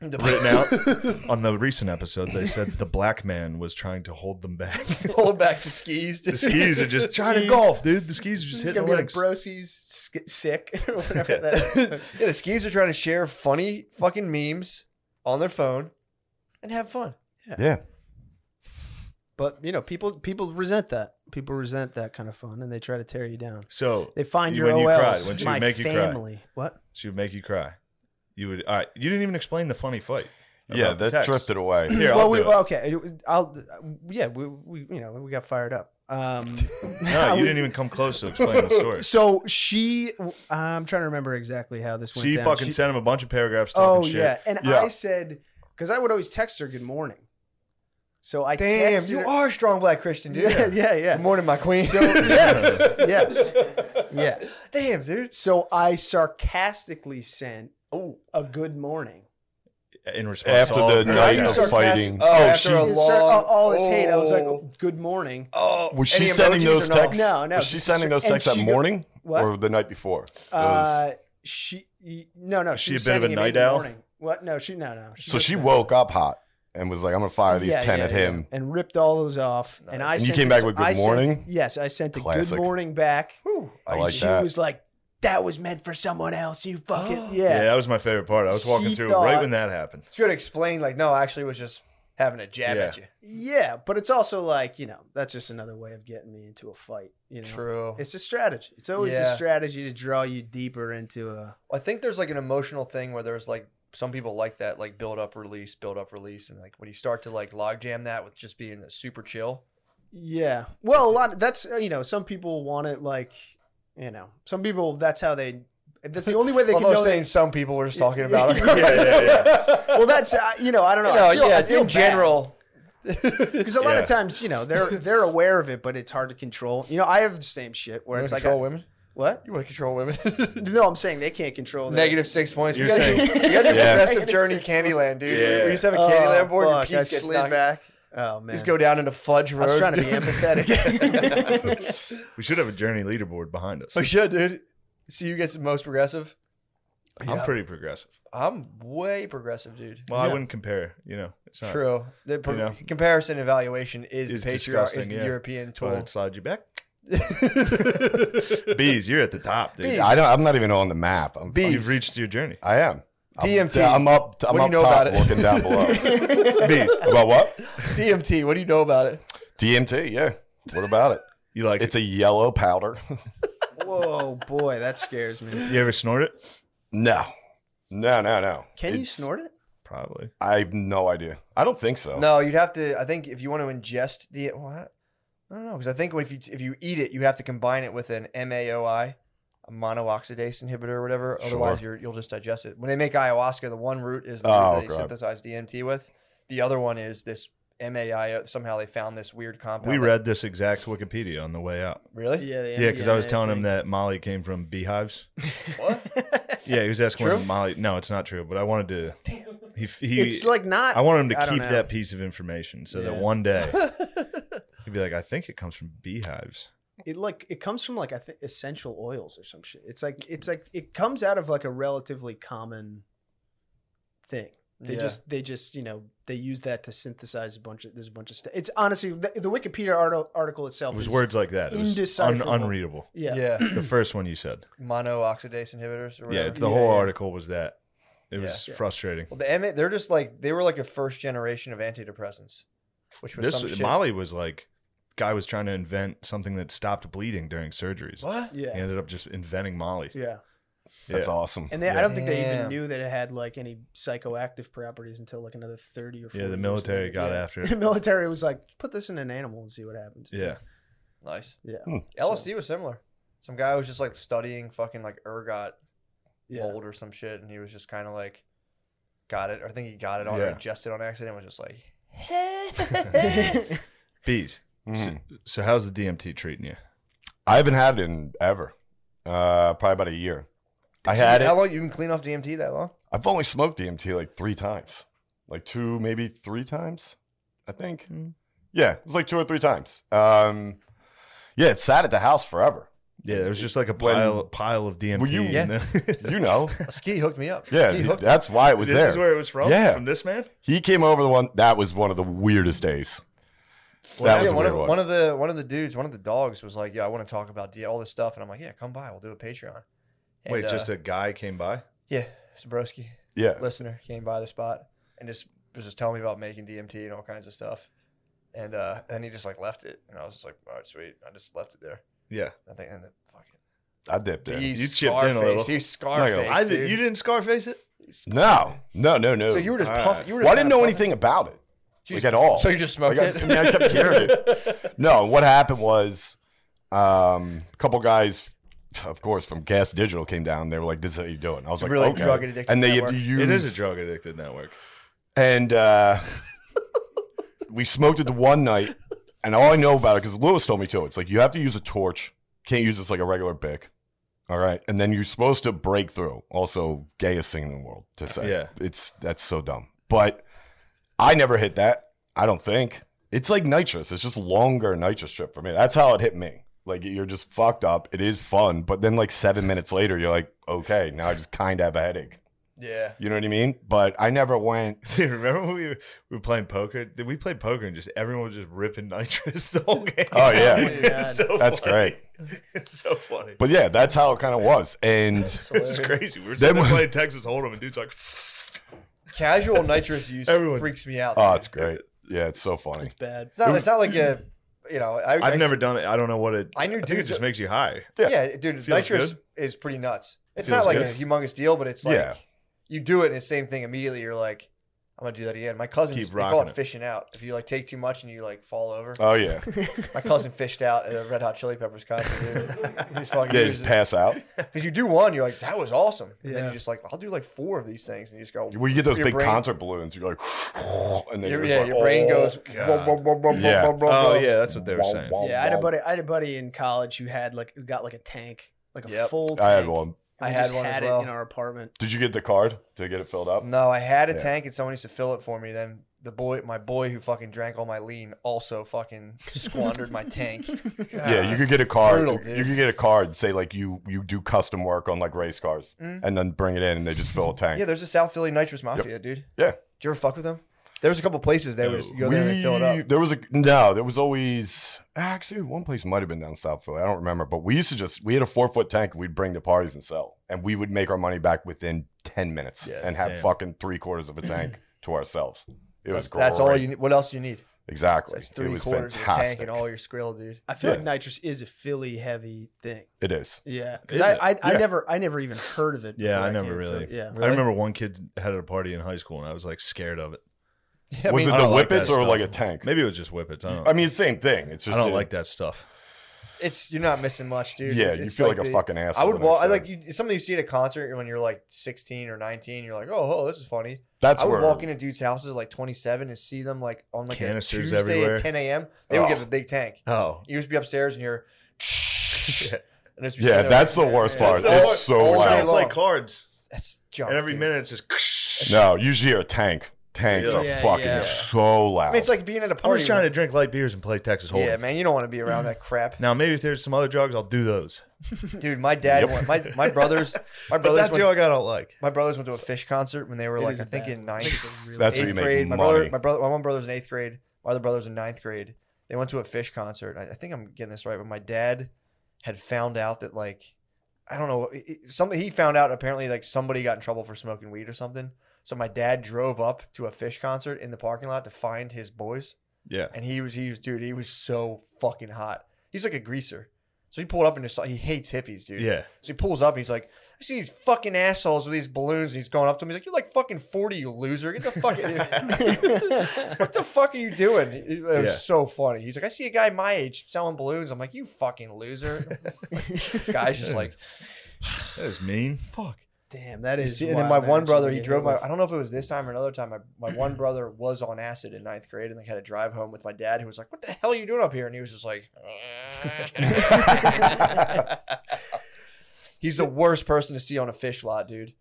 [SPEAKER 2] the
[SPEAKER 1] Written out on the recent episode, they said the black man was trying to hold them back.
[SPEAKER 2] pulling back the skis. Dude.
[SPEAKER 1] The skis are just trying to
[SPEAKER 4] skis.
[SPEAKER 1] golf, dude. The skis are just
[SPEAKER 4] It's
[SPEAKER 1] hitting
[SPEAKER 4] gonna
[SPEAKER 1] the
[SPEAKER 4] be like
[SPEAKER 1] legs.
[SPEAKER 4] brosies sk- sick or whatever
[SPEAKER 1] Yeah.
[SPEAKER 4] that.
[SPEAKER 2] yeah, the skis are trying to share funny fucking memes on their phone and have fun.
[SPEAKER 3] yeah.
[SPEAKER 4] But you know, people people resent that. People resent that kind of fun, and they try to tear you down.
[SPEAKER 1] so
[SPEAKER 4] They find
[SPEAKER 1] You-
[SPEAKER 4] your
[SPEAKER 1] when you
[SPEAKER 4] OLs.
[SPEAKER 1] cried, when she would
[SPEAKER 4] my
[SPEAKER 1] make you cry.
[SPEAKER 4] family. What?
[SPEAKER 1] she would make you cry. You would. All right. You didn't even explain the funny fight. about
[SPEAKER 3] Yeah,
[SPEAKER 1] the
[SPEAKER 3] that
[SPEAKER 1] text.
[SPEAKER 3] drifted away.
[SPEAKER 1] Here,
[SPEAKER 4] well,
[SPEAKER 1] I'll
[SPEAKER 4] we,
[SPEAKER 1] do it.
[SPEAKER 4] okay. I'll. Yeah, we, we you know we got fired up. Um,
[SPEAKER 1] No, you didn't even come close to explaining the story.
[SPEAKER 4] So she, I'm trying to remember exactly how this went.
[SPEAKER 1] She
[SPEAKER 4] down.
[SPEAKER 1] fucking sent him a bunch of paragraphs. Talking
[SPEAKER 4] Oh
[SPEAKER 1] shit.
[SPEAKER 4] yeah, and
[SPEAKER 3] Yeah.
[SPEAKER 4] I said because I would always text her good morning. So I
[SPEAKER 2] Damn,
[SPEAKER 4] texted
[SPEAKER 2] you
[SPEAKER 4] her-
[SPEAKER 2] are a strong black Christian, dude.
[SPEAKER 4] yeah yeah
[SPEAKER 2] Good
[SPEAKER 4] yeah
[SPEAKER 2] morning, my queen.
[SPEAKER 4] yes yes yes.
[SPEAKER 2] Damn, dude.
[SPEAKER 4] So I sarcastically sent
[SPEAKER 2] Oh,
[SPEAKER 4] a good morning.
[SPEAKER 1] In response
[SPEAKER 3] After
[SPEAKER 1] to all
[SPEAKER 3] the
[SPEAKER 1] of her
[SPEAKER 3] night
[SPEAKER 1] attacks.
[SPEAKER 3] of fighting.
[SPEAKER 2] Oh, after a
[SPEAKER 4] It
[SPEAKER 2] long,
[SPEAKER 4] sar- all- all this hate. I was
[SPEAKER 2] oh.
[SPEAKER 4] like, good morning.
[SPEAKER 2] oh,
[SPEAKER 3] Was she
[SPEAKER 2] Any
[SPEAKER 3] sending
[SPEAKER 2] emojis
[SPEAKER 3] those
[SPEAKER 2] or no?
[SPEAKER 3] texts?
[SPEAKER 4] No, no,
[SPEAKER 3] Was she
[SPEAKER 4] just-
[SPEAKER 3] sending those
[SPEAKER 4] and
[SPEAKER 3] texts that
[SPEAKER 4] she go-
[SPEAKER 3] morning
[SPEAKER 4] What?
[SPEAKER 3] or the night before? Those-
[SPEAKER 4] Uh, she no no she
[SPEAKER 1] she a
[SPEAKER 4] was
[SPEAKER 1] bit of a
[SPEAKER 4] sending it
[SPEAKER 1] night
[SPEAKER 4] in the
[SPEAKER 1] owl?
[SPEAKER 4] morning. What? No, she no no.
[SPEAKER 3] so
[SPEAKER 4] just
[SPEAKER 3] she
[SPEAKER 4] sent-
[SPEAKER 3] woke up hot and was like, "I'm gonna fire these
[SPEAKER 4] Yeah,
[SPEAKER 3] ten
[SPEAKER 4] yeah,
[SPEAKER 3] at
[SPEAKER 4] yeah.
[SPEAKER 3] him."
[SPEAKER 4] and ripped all those off. And I
[SPEAKER 3] And you
[SPEAKER 4] sent
[SPEAKER 3] came
[SPEAKER 4] this-
[SPEAKER 3] back with good
[SPEAKER 4] I sent-
[SPEAKER 3] morning?
[SPEAKER 4] yes, I sent a
[SPEAKER 3] Classic.
[SPEAKER 4] good morning back.
[SPEAKER 2] Whew.
[SPEAKER 3] I like
[SPEAKER 4] she
[SPEAKER 3] that.
[SPEAKER 4] was like, "That was meant for someone else." You fucking
[SPEAKER 1] Yeah,
[SPEAKER 4] yeah.
[SPEAKER 1] that was my favorite part. I was walking
[SPEAKER 4] She
[SPEAKER 1] through
[SPEAKER 4] thought-
[SPEAKER 1] right when that happened.
[SPEAKER 2] She would explain like, no, I actually was just having a jab
[SPEAKER 1] Yeah.
[SPEAKER 2] at you.
[SPEAKER 4] yeah, But it's also like you know that's just another way of getting me into a fight. You know,
[SPEAKER 2] True.
[SPEAKER 4] it's a strategy. It's always
[SPEAKER 2] Yeah.
[SPEAKER 4] a strategy to draw you deeper into a.
[SPEAKER 2] I think there's like an emotional thing where there's like some people like that, like build up, release, build up, release, and like when you start to like log jam that with just being super chill.
[SPEAKER 4] Yeah. Well, a lot. that's uh, you know, some people want it like, you know, some people that's how they. That's the only way they can
[SPEAKER 2] Although
[SPEAKER 4] know
[SPEAKER 2] saying
[SPEAKER 4] they,
[SPEAKER 2] some people were just talking about it.
[SPEAKER 4] Yeah,
[SPEAKER 1] yeah,
[SPEAKER 2] yeah.
[SPEAKER 4] Well, that's uh, you know, I don't know. I feel- I
[SPEAKER 2] yeah,
[SPEAKER 4] feel
[SPEAKER 2] in
[SPEAKER 4] bad.
[SPEAKER 2] general.
[SPEAKER 4] Because a lot
[SPEAKER 1] Yeah.
[SPEAKER 4] of times, you know, they're they're aware of it, but it's hard to control. You know, I have the same shit where it's like, I,
[SPEAKER 2] women.
[SPEAKER 4] what?
[SPEAKER 2] You want to control women?
[SPEAKER 4] No, I'm saying they can't control that.
[SPEAKER 2] Negative six points. We
[SPEAKER 1] You're
[SPEAKER 2] gotta,
[SPEAKER 1] saying-
[SPEAKER 2] do- we gotta do
[SPEAKER 3] Yeah.
[SPEAKER 2] progressive
[SPEAKER 4] Negative
[SPEAKER 2] journey
[SPEAKER 4] six
[SPEAKER 2] Candyland, dude.
[SPEAKER 1] Yeah.
[SPEAKER 2] We just have a
[SPEAKER 4] Oh,
[SPEAKER 2] Candyland board
[SPEAKER 4] fuck,
[SPEAKER 2] and
[SPEAKER 4] I
[SPEAKER 2] your piece gets
[SPEAKER 4] slid
[SPEAKER 2] knocked.
[SPEAKER 4] back. Oh man,
[SPEAKER 2] Just go down into Fudge
[SPEAKER 4] I
[SPEAKER 2] Road.
[SPEAKER 4] was trying to be
[SPEAKER 2] dude.
[SPEAKER 4] empathetic.
[SPEAKER 1] We should have a journey leaderboard behind us.
[SPEAKER 2] we should, dude. So you get the most progressive.
[SPEAKER 1] I'm pretty progressive.
[SPEAKER 2] I'm way progressive, dude.
[SPEAKER 1] Well, I
[SPEAKER 4] Yeah.
[SPEAKER 1] wouldn't compare. You know, it's not.
[SPEAKER 2] True. The pro-
[SPEAKER 1] You know.
[SPEAKER 2] comparison evaluation is,
[SPEAKER 1] Is
[SPEAKER 2] the patriarch is
[SPEAKER 1] disgusting,
[SPEAKER 2] the
[SPEAKER 1] yeah.
[SPEAKER 2] European
[SPEAKER 1] Well,
[SPEAKER 2] tool.
[SPEAKER 1] I'd slide you back. Bees, you're at the top, dude.
[SPEAKER 2] Bees.
[SPEAKER 1] I-
[SPEAKER 3] I don't. I'm not even on the map. I'm,
[SPEAKER 2] Bees.
[SPEAKER 1] You've reached your journey.
[SPEAKER 3] I am. I'm,
[SPEAKER 2] DMT.
[SPEAKER 3] I'm up. I'm
[SPEAKER 2] What do you know
[SPEAKER 3] up top,
[SPEAKER 2] about it?
[SPEAKER 3] looking down below.
[SPEAKER 1] Bees,
[SPEAKER 3] about what?
[SPEAKER 2] DMT. What do you know about it?
[SPEAKER 3] DMT. Yeah. What about it?
[SPEAKER 1] you like
[SPEAKER 3] It's
[SPEAKER 1] it?
[SPEAKER 3] a yellow powder.
[SPEAKER 4] whoa, boy, that scares me.
[SPEAKER 1] You ever snort it?
[SPEAKER 3] no. No. No. No.
[SPEAKER 4] Can you
[SPEAKER 3] It's-
[SPEAKER 4] snort it?
[SPEAKER 1] Probably.
[SPEAKER 3] I have no idea. I don't think so.
[SPEAKER 2] No, you'd have to. I think if you want to ingest the, well, I I don't know because I think if you if you eat it, you have to combine it with an MAOI, a monooxidase inhibitor or whatever. Otherwise, you're, you'll just digest it. When they make ayahuasca, the one root is the root
[SPEAKER 3] Oh,
[SPEAKER 2] that they
[SPEAKER 3] God.
[SPEAKER 2] synthesize DMT with. The other one is this MAI. uh, Somehow they found this weird compound.
[SPEAKER 1] We
[SPEAKER 2] that-
[SPEAKER 1] read this exact Wikipedia on the way out.
[SPEAKER 2] really
[SPEAKER 4] the
[SPEAKER 1] Yeah, because I was
[SPEAKER 4] MDMA
[SPEAKER 1] telling him
[SPEAKER 4] thing.
[SPEAKER 1] that Molly came from beehives.
[SPEAKER 2] what?
[SPEAKER 1] Yeah, he was asking
[SPEAKER 2] True?
[SPEAKER 1] when Molly. No, it's not true. But I wanted to. He, he,
[SPEAKER 4] it's like not.
[SPEAKER 1] I wanted him to
[SPEAKER 4] I don't
[SPEAKER 1] keep
[SPEAKER 4] know.
[SPEAKER 1] that piece of information so that
[SPEAKER 4] Yeah.
[SPEAKER 1] one day he'd be like, "I think it comes from beehives."
[SPEAKER 4] it like it comes from like I think essential oils or some shit. It's like it's like it comes out of like a relatively common thing. They
[SPEAKER 2] Yeah.
[SPEAKER 4] just they just you know they use that to synthesize a bunch of there's a bunch of stuff. It's honestly the, the Wikipedia art, article itself
[SPEAKER 1] It was
[SPEAKER 4] is
[SPEAKER 1] words like that. It was un-
[SPEAKER 4] indecipherable.
[SPEAKER 1] unreadable.
[SPEAKER 4] Yeah.
[SPEAKER 2] yeah.
[SPEAKER 1] The first one you said.
[SPEAKER 2] monooxidase inhibitors or whatever.
[SPEAKER 1] Yeah, it's the
[SPEAKER 4] Yeah,
[SPEAKER 1] whole
[SPEAKER 4] yeah.
[SPEAKER 1] article was that. It
[SPEAKER 2] Yeah.
[SPEAKER 1] was
[SPEAKER 4] Yeah.
[SPEAKER 1] frustrating.
[SPEAKER 2] Well, the MA, they're just like they were like a first generation of antidepressants, which was
[SPEAKER 1] This
[SPEAKER 2] some shit.
[SPEAKER 1] Molly was like, guy was trying to invent something that stopped bleeding during surgeries.
[SPEAKER 2] What?
[SPEAKER 4] yeah,
[SPEAKER 1] He ended up just inventing Molly.
[SPEAKER 4] yeah.
[SPEAKER 3] That's
[SPEAKER 1] yeah.
[SPEAKER 3] awesome.
[SPEAKER 4] And they,
[SPEAKER 1] Yeah.
[SPEAKER 4] I don't think they
[SPEAKER 2] Damn.
[SPEAKER 4] even knew that it had like any psychoactive properties until like another thirty or 40
[SPEAKER 1] Yeah, the
[SPEAKER 4] years
[SPEAKER 1] military
[SPEAKER 4] later.
[SPEAKER 1] got
[SPEAKER 4] Yeah.
[SPEAKER 1] after
[SPEAKER 4] The
[SPEAKER 1] it.
[SPEAKER 4] military was like, put this in an animal and see what happens.
[SPEAKER 1] Yeah.
[SPEAKER 2] Nice.
[SPEAKER 4] Yeah.
[SPEAKER 3] Hmm.
[SPEAKER 2] LSD was similar. Some guy was just like studying fucking like ergot
[SPEAKER 4] Yeah.
[SPEAKER 2] mold or some shit, and he was just kind of like, got it. I think he got it on
[SPEAKER 1] Yeah.
[SPEAKER 2] ingested on accident. Was just like,
[SPEAKER 1] Bees.
[SPEAKER 3] Mhm.
[SPEAKER 1] So, so how's the DMT treating you?
[SPEAKER 3] I haven't had it in ever. Uh, probably about a year. I had
[SPEAKER 2] how
[SPEAKER 3] it.
[SPEAKER 2] long you can clean off DMT that long?
[SPEAKER 3] I've only smoked DMT like three times, like two, maybe three times. I think.
[SPEAKER 2] Hmm.
[SPEAKER 3] Yeah, it was like two or three times. Um, yeah, it sat at the house forever.
[SPEAKER 1] Yeah, there was just like a
[SPEAKER 3] When-
[SPEAKER 1] pile pile of DMT.
[SPEAKER 3] you-
[SPEAKER 1] in
[SPEAKER 3] Yeah.
[SPEAKER 1] the-
[SPEAKER 3] You know.
[SPEAKER 2] A ski hooked me up.
[SPEAKER 3] Oh. Yeah,
[SPEAKER 2] ski
[SPEAKER 3] th-
[SPEAKER 2] hooked.
[SPEAKER 3] that's why it was
[SPEAKER 1] this
[SPEAKER 3] there.
[SPEAKER 1] is where it was from.
[SPEAKER 3] Yeah.
[SPEAKER 1] from this man.
[SPEAKER 3] he came over the one. That was one of the weirdest days. That was
[SPEAKER 2] yeah,
[SPEAKER 3] a
[SPEAKER 2] one
[SPEAKER 3] weird
[SPEAKER 2] of
[SPEAKER 3] one.
[SPEAKER 2] one of the one of the dudes, one of the dogs was like, "Yeah, I want to talk about D- all this stuff," and I'm like, "Yeah, come by, we'll do a Patreon." And,
[SPEAKER 1] Wait, just
[SPEAKER 2] uh,
[SPEAKER 1] a guy came by.
[SPEAKER 2] yeah, Zabrowski
[SPEAKER 3] yeah.
[SPEAKER 2] listener came by the spot and just was just telling me about making DMT and all kinds of stuff, and uh, and he just like left it, and I was just like, "All right, sweet," I just left it there.
[SPEAKER 1] Yeah,
[SPEAKER 2] I think and the fucking
[SPEAKER 3] I dipped in.
[SPEAKER 1] You
[SPEAKER 2] he's
[SPEAKER 1] chipped in a little.
[SPEAKER 2] Scarface, he's Scarface.
[SPEAKER 1] I did,
[SPEAKER 2] dude.
[SPEAKER 1] you didn't Scarface it.
[SPEAKER 3] No, no, no, no. Uh,
[SPEAKER 2] So you were just
[SPEAKER 1] All
[SPEAKER 2] puffing.
[SPEAKER 1] right.
[SPEAKER 2] You were
[SPEAKER 3] Well, I
[SPEAKER 2] just
[SPEAKER 3] didn't
[SPEAKER 2] kinda
[SPEAKER 3] know
[SPEAKER 2] puffing.
[SPEAKER 3] anything about it,
[SPEAKER 2] You
[SPEAKER 3] like
[SPEAKER 2] just-
[SPEAKER 3] at all.
[SPEAKER 2] So you just smoked
[SPEAKER 3] Like, I-
[SPEAKER 2] it.
[SPEAKER 3] I mean, I kept hearing no, what happened was um, a couple guys, of course, from Gas Digital came down. They were like, "This is how you do it." And I was like,
[SPEAKER 2] Really
[SPEAKER 3] okay.
[SPEAKER 2] drug addicted
[SPEAKER 3] And they
[SPEAKER 2] network.
[SPEAKER 3] had to use
[SPEAKER 1] It is a drug addicted network.
[SPEAKER 3] And uh, we smoked it the one night, and all I know about it because Lewis told me to. It's like you have to use a torch. Can't use this like a regular bic. All right, and then you're supposed to break through. Also, gayest thing in the world to say.
[SPEAKER 1] Yeah.
[SPEAKER 3] it's that's so dumb. But I never hit that. I don't think it's like nitrous. It's just longer nitrous trip for me. That's how it hit me. Like you're just fucked up. It is fun, but then like seven minutes later, you're like, okay, now I just kind of have a headache.
[SPEAKER 2] yeah.
[SPEAKER 3] You know what I mean? But I never went.
[SPEAKER 1] Dude, remember when we were, we were playing poker? Did we played poker and just everyone was just ripping nitrous the whole game?
[SPEAKER 3] Oh, yeah.
[SPEAKER 1] It's
[SPEAKER 4] Yeah.
[SPEAKER 1] so
[SPEAKER 3] That's
[SPEAKER 1] funny.
[SPEAKER 3] great.
[SPEAKER 1] It's so funny.
[SPEAKER 3] But yeah, that's how it kind of was. And
[SPEAKER 1] it was crazy. We were sitting
[SPEAKER 3] Then
[SPEAKER 1] there
[SPEAKER 3] when-
[SPEAKER 1] playing Texas Hold'em, and dude's like,
[SPEAKER 2] Casual nitrous use
[SPEAKER 1] Everyone-
[SPEAKER 2] freaks me out.
[SPEAKER 3] oh,
[SPEAKER 2] dude.
[SPEAKER 3] it's great. Yeah, it's so funny.
[SPEAKER 4] It's bad.
[SPEAKER 2] it's not. It's not like a. You know, I,
[SPEAKER 1] "I've
[SPEAKER 2] I-
[SPEAKER 1] never done it. I don't know what it.
[SPEAKER 2] I knew
[SPEAKER 1] I think it
[SPEAKER 2] dudes-
[SPEAKER 1] just makes you high."
[SPEAKER 2] Yeah, dude,
[SPEAKER 1] Feels
[SPEAKER 2] nitrous
[SPEAKER 1] good.
[SPEAKER 2] is pretty nuts. It's
[SPEAKER 1] Feels
[SPEAKER 2] not like
[SPEAKER 1] good.
[SPEAKER 2] a humongous deal, but it's like
[SPEAKER 3] Yeah.
[SPEAKER 2] you do it and it's the same thing immediately. You're like, I'm gonna do that again. My cousin,
[SPEAKER 1] Keep
[SPEAKER 2] they call
[SPEAKER 1] rocking
[SPEAKER 2] it,
[SPEAKER 1] it.
[SPEAKER 2] fishing out. If you like take too much and you like fall over.
[SPEAKER 3] Oh yeah,
[SPEAKER 2] My cousin fished out at a Red Hot Chili Peppers concert. dude. He just fucking
[SPEAKER 3] yeah. Just pass out.
[SPEAKER 2] because you do one, you're like, that was awesome. And then
[SPEAKER 4] Yeah.
[SPEAKER 2] you just like, I'll do like four of these things, and you just go.
[SPEAKER 3] Well, you get those
[SPEAKER 2] Your
[SPEAKER 3] big
[SPEAKER 2] brain-
[SPEAKER 3] concert balloons. You're like, and then
[SPEAKER 2] your,
[SPEAKER 3] you're
[SPEAKER 2] yeah,
[SPEAKER 3] just like,
[SPEAKER 2] your brain
[SPEAKER 3] oh,
[SPEAKER 2] goes.
[SPEAKER 3] God.
[SPEAKER 2] "Whoa, whoa, whoa, whoa,
[SPEAKER 3] Yeah.
[SPEAKER 2] whoa, whoa,
[SPEAKER 1] Oh
[SPEAKER 2] whoa."
[SPEAKER 1] yeah, that's what they were saying.
[SPEAKER 4] yeah, I had a buddy. I had a buddy in college who had like who got like a tank, like a
[SPEAKER 2] Yep.
[SPEAKER 4] full. Tank,
[SPEAKER 3] I had one.
[SPEAKER 4] and we
[SPEAKER 2] I had
[SPEAKER 4] just
[SPEAKER 2] one as
[SPEAKER 4] had it
[SPEAKER 2] well.
[SPEAKER 4] in our apartment.
[SPEAKER 3] Did you get the card to get it filled up?
[SPEAKER 2] No, I had a
[SPEAKER 3] Yeah.
[SPEAKER 2] tank, and someone used to fill it for me. Then the boy, my boy who fucking drank all my lean, also fucking squandered my tank.
[SPEAKER 3] Yeah, you could get a card.
[SPEAKER 2] Brutal,
[SPEAKER 3] you
[SPEAKER 2] dude.
[SPEAKER 3] could get a card. Say like you you do custom work on like race cars,
[SPEAKER 2] Mm.
[SPEAKER 3] and then bring it in, and they just fill a tank.
[SPEAKER 2] Yeah, there's a South Philly Nitrous Mafia, dude.
[SPEAKER 3] Yeah.
[SPEAKER 2] Did you ever fuck with them? There was a couple places they would just go there and they'd fill it
[SPEAKER 3] We-
[SPEAKER 2] up.
[SPEAKER 3] There was a no. There was always actually one place might have been down South Philly. I don't remember, but we used to just we had a four foot tank. We'd bring to parties and sell, and we would make our money back within ten minutes
[SPEAKER 2] Yeah,
[SPEAKER 3] and have
[SPEAKER 1] damn.
[SPEAKER 3] fucking three quarters of a tank to ourselves. It
[SPEAKER 2] That's,
[SPEAKER 3] was great.
[SPEAKER 2] that's all you. need. What else do you need?
[SPEAKER 3] exactly.
[SPEAKER 2] That's
[SPEAKER 3] it
[SPEAKER 2] three
[SPEAKER 3] was
[SPEAKER 2] quarters of a tank
[SPEAKER 3] fantastic.
[SPEAKER 2] and all your skrill, dude.
[SPEAKER 4] I feel
[SPEAKER 3] Yeah.
[SPEAKER 4] like nitrous is a Philly heavy thing.
[SPEAKER 3] it is.
[SPEAKER 4] Yeah, 'cause
[SPEAKER 1] Is
[SPEAKER 4] I,
[SPEAKER 1] it?
[SPEAKER 4] I, I
[SPEAKER 3] Yeah.
[SPEAKER 4] never I never even heard of it.
[SPEAKER 1] Yeah,
[SPEAKER 4] before
[SPEAKER 1] I never
[SPEAKER 4] came to
[SPEAKER 1] really-
[SPEAKER 4] Philly. Yeah,
[SPEAKER 1] I remember one kid had a party in high school, and I was like scared of it.
[SPEAKER 2] Yeah, I
[SPEAKER 3] was
[SPEAKER 2] mean,
[SPEAKER 3] it
[SPEAKER 1] I
[SPEAKER 3] the
[SPEAKER 1] don't like
[SPEAKER 3] whippets
[SPEAKER 1] that
[SPEAKER 3] or
[SPEAKER 1] stuff.
[SPEAKER 3] like a tank?
[SPEAKER 1] Maybe it was just whippets. I don't.
[SPEAKER 3] I mean, it's same thing. It's
[SPEAKER 1] I
[SPEAKER 3] just
[SPEAKER 1] don't
[SPEAKER 3] it-
[SPEAKER 1] like that stuff.
[SPEAKER 2] it's you're not missing much, dude.
[SPEAKER 3] yeah,
[SPEAKER 2] It's-
[SPEAKER 3] you
[SPEAKER 2] it's
[SPEAKER 3] feel like, a
[SPEAKER 2] the-
[SPEAKER 3] fucking asshole.
[SPEAKER 2] I would
[SPEAKER 3] the next
[SPEAKER 2] walk. I
[SPEAKER 3] day.
[SPEAKER 2] like you, it's something you see at a concert when you're like 16 or 19. You're like, oh, oh this is funny.
[SPEAKER 3] That's
[SPEAKER 2] I would
[SPEAKER 3] where
[SPEAKER 2] walk into dudes' houses like 27 and see them like on like a
[SPEAKER 1] Canisters
[SPEAKER 2] Tuesday
[SPEAKER 1] everywhere.
[SPEAKER 2] at 10 a.m. They would
[SPEAKER 3] Oh.
[SPEAKER 2] give a big tank.
[SPEAKER 1] Oh,
[SPEAKER 2] You just be upstairs and you're. And it's
[SPEAKER 3] Yeah, that's the worst part.
[SPEAKER 1] That's the
[SPEAKER 3] It's so
[SPEAKER 2] all day
[SPEAKER 1] I
[SPEAKER 3] loud.
[SPEAKER 1] play
[SPEAKER 2] long.
[SPEAKER 1] cards,
[SPEAKER 2] That's junk.
[SPEAKER 1] and
[SPEAKER 2] Oh,
[SPEAKER 1] every
[SPEAKER 2] dude.
[SPEAKER 1] minute it's just.
[SPEAKER 3] No, usually you're a tank. Tanks
[SPEAKER 1] Yeah.
[SPEAKER 3] are
[SPEAKER 4] Yeah,
[SPEAKER 3] fucking
[SPEAKER 4] yeah.
[SPEAKER 3] so
[SPEAKER 2] I
[SPEAKER 3] loud.
[SPEAKER 2] mean, it's like being at a
[SPEAKER 1] I'm
[SPEAKER 2] party.
[SPEAKER 1] just trying to
[SPEAKER 2] with-
[SPEAKER 1] drink light beers and play Texas Hold'em.
[SPEAKER 2] yeah, man, you don't want to be around that crap,
[SPEAKER 1] Now maybe if there's some other drugs, I'll do those.
[SPEAKER 2] dude. My dad, went,
[SPEAKER 3] Yep.
[SPEAKER 2] my my brothers, my
[SPEAKER 1] But
[SPEAKER 2] brothers
[SPEAKER 1] that
[SPEAKER 2] went.
[SPEAKER 1] drug I don't like.
[SPEAKER 2] My brothers went to a fish concert when they were
[SPEAKER 4] It
[SPEAKER 2] like,
[SPEAKER 4] is
[SPEAKER 2] I
[SPEAKER 4] a
[SPEAKER 2] think
[SPEAKER 4] bad-
[SPEAKER 2] in ninth
[SPEAKER 4] I think it's a
[SPEAKER 3] That's
[SPEAKER 4] really bad-
[SPEAKER 3] what
[SPEAKER 2] eighth
[SPEAKER 3] you make
[SPEAKER 2] grade. My
[SPEAKER 3] money.
[SPEAKER 2] brother, my brother, my one brother's in eighth grade. My other brother's in ninth grade. They went to a fish concert. I, I think I'm getting this right, but my dad had found out that like I don't know something. He found out apparently like somebody got in trouble for smoking weed or something. So my dad drove up to a fish concert in the parking lot to find his boys,
[SPEAKER 1] Yeah.
[SPEAKER 2] and he was he was dude he was so fucking hot. He's like a greaser. So he pulled up and just he hates hippies, dude.
[SPEAKER 1] Yeah.
[SPEAKER 2] So he pulls up. He's like, I see these fucking assholes with these balloons. And he's going up to him. He's like, You're like fucking 40, you loser. Get the fuck What the fuck are you doing? It it was
[SPEAKER 1] Yeah.
[SPEAKER 2] so funny. He's like, I see a guy my age selling balloons. I'm like, You fucking loser. Guy's just like,
[SPEAKER 1] That was mean.
[SPEAKER 2] Fuck.
[SPEAKER 4] Damn, that
[SPEAKER 2] You
[SPEAKER 4] is.
[SPEAKER 2] see- and then
[SPEAKER 4] wild
[SPEAKER 2] my
[SPEAKER 4] energy
[SPEAKER 2] one brother,
[SPEAKER 4] to
[SPEAKER 2] he
[SPEAKER 4] get
[SPEAKER 2] drove
[SPEAKER 4] hit
[SPEAKER 2] my,
[SPEAKER 4] with.
[SPEAKER 2] I don't know if it was this time or another time. My, my one brother was on acid in ninth grade and like had to drive home with my dad who was like, What the hell are you doing up here? And he was just like, He's the worst person to see on a fish lot, dude.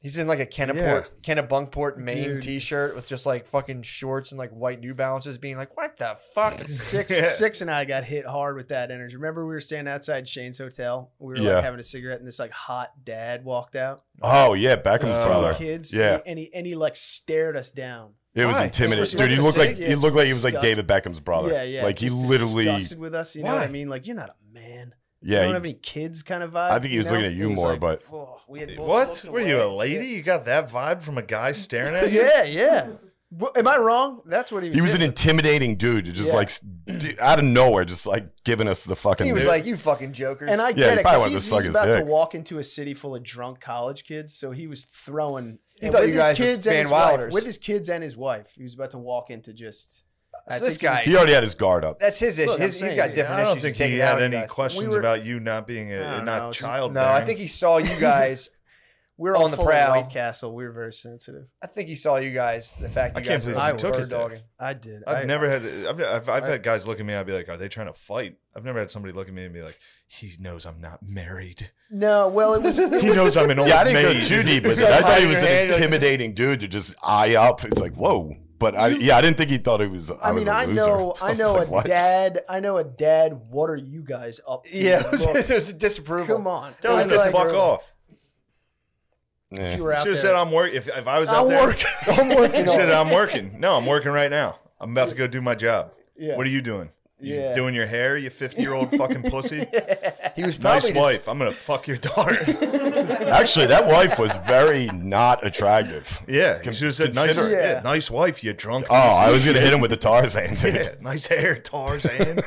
[SPEAKER 2] He's in like a Kenneport, Kennebunkport, Maine
[SPEAKER 4] Dude.
[SPEAKER 2] t-shirt with just like fucking shorts and like white New Balances, being like, "What the fuck?"
[SPEAKER 4] Six, six, and I got hit hard with that energy. Remember, we were standing outside Shane's hotel. We were
[SPEAKER 3] Yeah.
[SPEAKER 4] like having a cigarette, and this like hot dad walked out.
[SPEAKER 3] oh yeah, Beckham's
[SPEAKER 1] Uh,
[SPEAKER 4] Two
[SPEAKER 3] brother.
[SPEAKER 4] kids.
[SPEAKER 3] Yeah.
[SPEAKER 4] and he, and he and he like stared us down.
[SPEAKER 3] It was
[SPEAKER 2] Why?
[SPEAKER 3] intimidating,
[SPEAKER 4] Just
[SPEAKER 3] dude. He
[SPEAKER 4] like-
[SPEAKER 3] looked like
[SPEAKER 4] yeah,
[SPEAKER 3] he looked
[SPEAKER 4] just
[SPEAKER 3] like he was like
[SPEAKER 4] disgusted.
[SPEAKER 3] David Beckham's brother.
[SPEAKER 4] Yeah, yeah.
[SPEAKER 3] Like he
[SPEAKER 4] just
[SPEAKER 3] literally,
[SPEAKER 4] disgusted with us. You know what
[SPEAKER 2] Why?
[SPEAKER 4] I mean? Like you're not a man. you
[SPEAKER 3] yeah.
[SPEAKER 4] don't
[SPEAKER 3] he-
[SPEAKER 4] have any kids, kind of vibe.
[SPEAKER 3] I think he was
[SPEAKER 4] know?
[SPEAKER 3] looking at you
[SPEAKER 4] It was
[SPEAKER 3] more,
[SPEAKER 4] like,
[SPEAKER 3] but
[SPEAKER 4] oh, we had both
[SPEAKER 1] What?
[SPEAKER 4] looked
[SPEAKER 1] Were you a
[SPEAKER 4] away.
[SPEAKER 1] lady? You got that vibe from a guy staring at you?
[SPEAKER 4] Yeah, yeah. Wha- Am I wrong? That's what he was.
[SPEAKER 3] he was an
[SPEAKER 4] hitting.
[SPEAKER 3] intimidating dude, just
[SPEAKER 4] Yeah.
[SPEAKER 3] like s- dude, out of nowhere, just like giving us the fucking.
[SPEAKER 2] He was
[SPEAKER 3] dude.
[SPEAKER 2] like, "You fucking jokers."
[SPEAKER 4] And I
[SPEAKER 3] he
[SPEAKER 4] get it
[SPEAKER 3] probably
[SPEAKER 4] because
[SPEAKER 3] wanted to
[SPEAKER 4] he's,
[SPEAKER 3] suck
[SPEAKER 4] he's
[SPEAKER 3] his
[SPEAKER 4] about to
[SPEAKER 3] dick.
[SPEAKER 4] walk into a city full of drunk college kids, so he was throwing.
[SPEAKER 2] He thought
[SPEAKER 4] with
[SPEAKER 2] you
[SPEAKER 4] his
[SPEAKER 2] guys were
[SPEAKER 4] kids
[SPEAKER 2] Van
[SPEAKER 4] and his wife,
[SPEAKER 2] Wilders.
[SPEAKER 4] with his kids and his wife. He was about to walk into just. I
[SPEAKER 2] so this
[SPEAKER 4] think he was-
[SPEAKER 2] guy,
[SPEAKER 3] he already had his guard up.
[SPEAKER 2] that's his issue.
[SPEAKER 4] Look, I'm
[SPEAKER 2] his, he's
[SPEAKER 4] saying,
[SPEAKER 2] got
[SPEAKER 4] yeah,
[SPEAKER 2] different
[SPEAKER 1] I don't
[SPEAKER 2] issues.
[SPEAKER 1] think
[SPEAKER 2] He's taking
[SPEAKER 1] he
[SPEAKER 2] it out
[SPEAKER 1] had
[SPEAKER 2] on you
[SPEAKER 1] any
[SPEAKER 2] guys.
[SPEAKER 1] questions
[SPEAKER 4] We were-
[SPEAKER 1] about you not being
[SPEAKER 4] I
[SPEAKER 1] a
[SPEAKER 4] don't
[SPEAKER 1] not
[SPEAKER 4] know, it's-
[SPEAKER 1] child.
[SPEAKER 2] No, I think he saw you guys.
[SPEAKER 4] We're
[SPEAKER 2] on
[SPEAKER 4] all
[SPEAKER 2] the
[SPEAKER 4] full of
[SPEAKER 2] prowl.
[SPEAKER 4] White Castle. We were very sensitive.
[SPEAKER 2] I think he saw you guys. The fact
[SPEAKER 1] I
[SPEAKER 2] you
[SPEAKER 1] can't
[SPEAKER 2] guys were
[SPEAKER 1] believe
[SPEAKER 4] you took
[SPEAKER 2] bird
[SPEAKER 1] it there.
[SPEAKER 2] dogging.
[SPEAKER 4] I did.
[SPEAKER 1] I've
[SPEAKER 4] I-
[SPEAKER 1] never had. I've, I've, I've
[SPEAKER 4] I-
[SPEAKER 1] had guys look at me. I'd be like, "Are they trying to fight?" I've never had somebody look at me and be like, "He knows I'm not married.
[SPEAKER 4] No, well, it was. it
[SPEAKER 1] He
[SPEAKER 4] was-
[SPEAKER 1] knows I'm an old
[SPEAKER 3] Yeah, I didn't
[SPEAKER 1] maid."
[SPEAKER 3] go too deep with
[SPEAKER 2] You
[SPEAKER 3] it. I
[SPEAKER 2] gotta
[SPEAKER 3] thought he
[SPEAKER 2] hide
[SPEAKER 3] was
[SPEAKER 2] your hand,
[SPEAKER 3] an
[SPEAKER 2] like-
[SPEAKER 3] intimidating dude to just eye up. It's like whoa, but I yeah, I didn't think he thought he was. I,
[SPEAKER 4] I mean,
[SPEAKER 3] was a
[SPEAKER 4] I
[SPEAKER 3] loser.
[SPEAKER 4] know, I
[SPEAKER 3] was
[SPEAKER 4] know
[SPEAKER 3] like,
[SPEAKER 4] a
[SPEAKER 3] what?
[SPEAKER 4] dad. I know a dad. What are you guys up to?
[SPEAKER 2] Yeah,
[SPEAKER 4] Look,
[SPEAKER 2] there's a disapproval.
[SPEAKER 4] come on.
[SPEAKER 1] Tell
[SPEAKER 4] I
[SPEAKER 1] him
[SPEAKER 4] was
[SPEAKER 1] to
[SPEAKER 4] like,
[SPEAKER 1] fuck off.
[SPEAKER 3] Yeah.
[SPEAKER 4] If you were out
[SPEAKER 1] Should
[SPEAKER 4] there,
[SPEAKER 1] have said I'm working. If, if I was out
[SPEAKER 4] I'll
[SPEAKER 1] there,
[SPEAKER 4] work.
[SPEAKER 2] I'm working on
[SPEAKER 1] should
[SPEAKER 2] it.
[SPEAKER 1] I'm working. No, I'm working right now. I'm about to go do my job.
[SPEAKER 4] Yeah.
[SPEAKER 1] What are you doing? You
[SPEAKER 4] Yeah.
[SPEAKER 1] doing your hair, you 50 year old fucking pussy.
[SPEAKER 2] He was probably
[SPEAKER 1] Nice
[SPEAKER 2] just-
[SPEAKER 1] wife. I'm gonna fuck your daughter.
[SPEAKER 3] Actually, that wife was very not attractive.
[SPEAKER 1] yeah, you should have said nice.
[SPEAKER 3] Consider
[SPEAKER 4] it.
[SPEAKER 1] yeah,
[SPEAKER 4] Yeah.
[SPEAKER 1] nice wife. You drunk.
[SPEAKER 3] Oh, I was gonna hit him with the Tarzan. Dude.
[SPEAKER 1] Yeah, nice hair, Tarzan.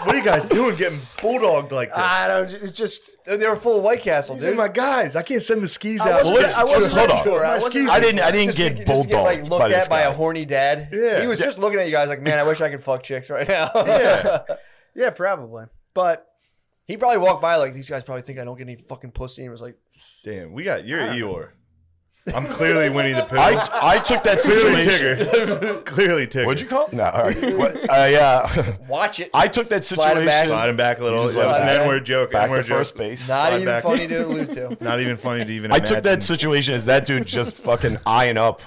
[SPEAKER 1] What are you guys doing getting bulldogged like this?
[SPEAKER 4] I don't. It's just
[SPEAKER 2] They were full of White Castle,
[SPEAKER 1] These are
[SPEAKER 2] Ah, dude.
[SPEAKER 1] my guys. I can't send the skis
[SPEAKER 2] I
[SPEAKER 1] out.
[SPEAKER 2] wasn't,
[SPEAKER 3] Well, let's-
[SPEAKER 2] I wasn't
[SPEAKER 3] hold
[SPEAKER 2] ready
[SPEAKER 3] on.
[SPEAKER 2] for it. I,
[SPEAKER 4] Let's
[SPEAKER 2] wasn't,
[SPEAKER 4] keep-
[SPEAKER 3] I didn't. I didn't
[SPEAKER 2] just to
[SPEAKER 3] get
[SPEAKER 2] just to get, like
[SPEAKER 3] bulldogged
[SPEAKER 2] looked
[SPEAKER 3] by this
[SPEAKER 2] at by
[SPEAKER 3] guy.
[SPEAKER 2] a horny dad.
[SPEAKER 1] Yeah.
[SPEAKER 2] he was
[SPEAKER 3] Yeah.
[SPEAKER 2] just looking at you guys like, man, I wish I could fuck chicks right now.
[SPEAKER 1] Yeah.
[SPEAKER 4] yeah, probably. But
[SPEAKER 2] he probably walked by like these guys probably think I don't get any fucking pussy. And was like,
[SPEAKER 1] Damn, we got you're Eeyore. I'm clearly Winnie the Pooh.
[SPEAKER 3] I, I took that
[SPEAKER 1] clearly
[SPEAKER 3] situation.
[SPEAKER 1] Tigger. clearly Tigger.
[SPEAKER 3] What'd you call? it? No, all right. What, uh, yeah,
[SPEAKER 2] watch it.
[SPEAKER 3] I took that
[SPEAKER 2] Slide
[SPEAKER 3] situation.
[SPEAKER 2] it back.
[SPEAKER 1] slide him back a little?
[SPEAKER 3] You just
[SPEAKER 1] That was an
[SPEAKER 3] slide
[SPEAKER 2] back.
[SPEAKER 1] N-word joke.
[SPEAKER 3] back
[SPEAKER 1] N-word
[SPEAKER 3] to
[SPEAKER 1] joke.
[SPEAKER 3] first base.
[SPEAKER 2] Not
[SPEAKER 1] slide
[SPEAKER 2] even
[SPEAKER 1] back.
[SPEAKER 2] funny to allude to.
[SPEAKER 1] Not even funny to even.
[SPEAKER 3] I
[SPEAKER 1] imagine.
[SPEAKER 3] took that situation as that dude just fucking eyeing up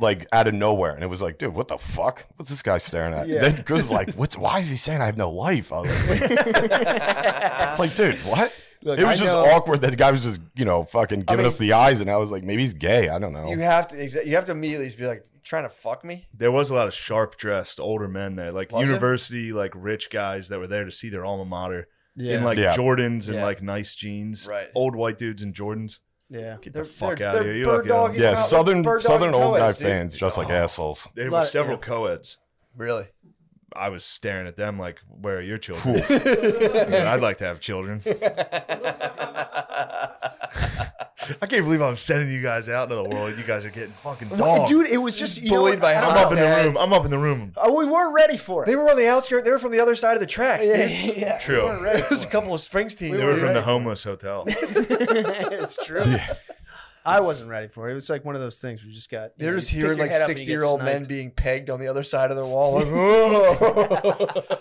[SPEAKER 3] like out of nowhere, and it was like, dude, what the fuck? What's this guy staring at?
[SPEAKER 4] Yeah.
[SPEAKER 3] Then Chris is like, what's? Why is he saying I have no life? I was like, wait. it's like, dude, what?
[SPEAKER 2] Look,
[SPEAKER 3] it was
[SPEAKER 2] I
[SPEAKER 3] just
[SPEAKER 2] know-
[SPEAKER 3] awkward that the guy was just you know fucking giving
[SPEAKER 2] mean-
[SPEAKER 3] us the eyes, and I was like, maybe he's gay. I don't know.
[SPEAKER 2] You have to. exa- You have to immediately be like, "You trying to fuck me.
[SPEAKER 1] There was a lot of sharp dressed older men there, like
[SPEAKER 2] Was it?
[SPEAKER 1] university, like rich guys that were there to see their alma mater
[SPEAKER 4] yeah,
[SPEAKER 1] in like
[SPEAKER 3] Yeah.
[SPEAKER 1] Jordans and
[SPEAKER 2] Yeah.
[SPEAKER 1] like nice jeans.
[SPEAKER 2] Right.
[SPEAKER 1] Old white dudes in Jordans.
[SPEAKER 4] yeah.
[SPEAKER 1] Get
[SPEAKER 2] They're-
[SPEAKER 1] the fuck
[SPEAKER 2] they're-
[SPEAKER 1] out of
[SPEAKER 2] they're
[SPEAKER 1] here. You're
[SPEAKER 2] bird
[SPEAKER 1] lucky. I'm-
[SPEAKER 2] dogging
[SPEAKER 3] yeah,
[SPEAKER 2] out with
[SPEAKER 3] southern
[SPEAKER 2] bird dog
[SPEAKER 3] southern
[SPEAKER 2] and
[SPEAKER 3] old
[SPEAKER 2] co-eds,
[SPEAKER 3] knife
[SPEAKER 2] dude.
[SPEAKER 3] fans just like
[SPEAKER 1] Oh.
[SPEAKER 3] assholes.
[SPEAKER 1] There
[SPEAKER 4] Lot
[SPEAKER 1] were
[SPEAKER 4] of-
[SPEAKER 1] several
[SPEAKER 4] yeah.
[SPEAKER 1] co-eds.
[SPEAKER 2] Really?
[SPEAKER 1] I was staring at them like, where are your children?
[SPEAKER 3] Cool.
[SPEAKER 1] I'd like to have children. I can't believe I'm sending you guys out into the world. You guys are getgetting fucking dogged.
[SPEAKER 4] Dude, it was just you know
[SPEAKER 2] Bullied
[SPEAKER 4] what?
[SPEAKER 2] by
[SPEAKER 4] I don't
[SPEAKER 1] I'm
[SPEAKER 2] hot
[SPEAKER 1] up in the
[SPEAKER 2] dads.
[SPEAKER 1] room. I'm up in the room.
[SPEAKER 4] know. Uh, we weren't ready for it.
[SPEAKER 2] They were on the outskirts. They were from the other side of the tracks.
[SPEAKER 4] yeah,
[SPEAKER 2] Dude.
[SPEAKER 4] yeah, yeah.
[SPEAKER 1] True.
[SPEAKER 4] We weren't ready
[SPEAKER 2] It was a
[SPEAKER 4] for
[SPEAKER 2] couple of Springs teams.
[SPEAKER 4] We
[SPEAKER 1] They
[SPEAKER 4] were
[SPEAKER 1] were from
[SPEAKER 4] ready
[SPEAKER 1] the
[SPEAKER 4] for
[SPEAKER 1] homeless hotel.
[SPEAKER 4] it. it's true.
[SPEAKER 3] Yeah.
[SPEAKER 4] I wasn't ready for it. It was like one of those things where you just got. you
[SPEAKER 2] They're
[SPEAKER 4] know,
[SPEAKER 2] just
[SPEAKER 4] you pick
[SPEAKER 2] hearing
[SPEAKER 4] your
[SPEAKER 2] like
[SPEAKER 4] head up and you get
[SPEAKER 2] sixty-year-old men
[SPEAKER 4] sniped.
[SPEAKER 2] being pegged on the other side of their wall. Like, "Whoa."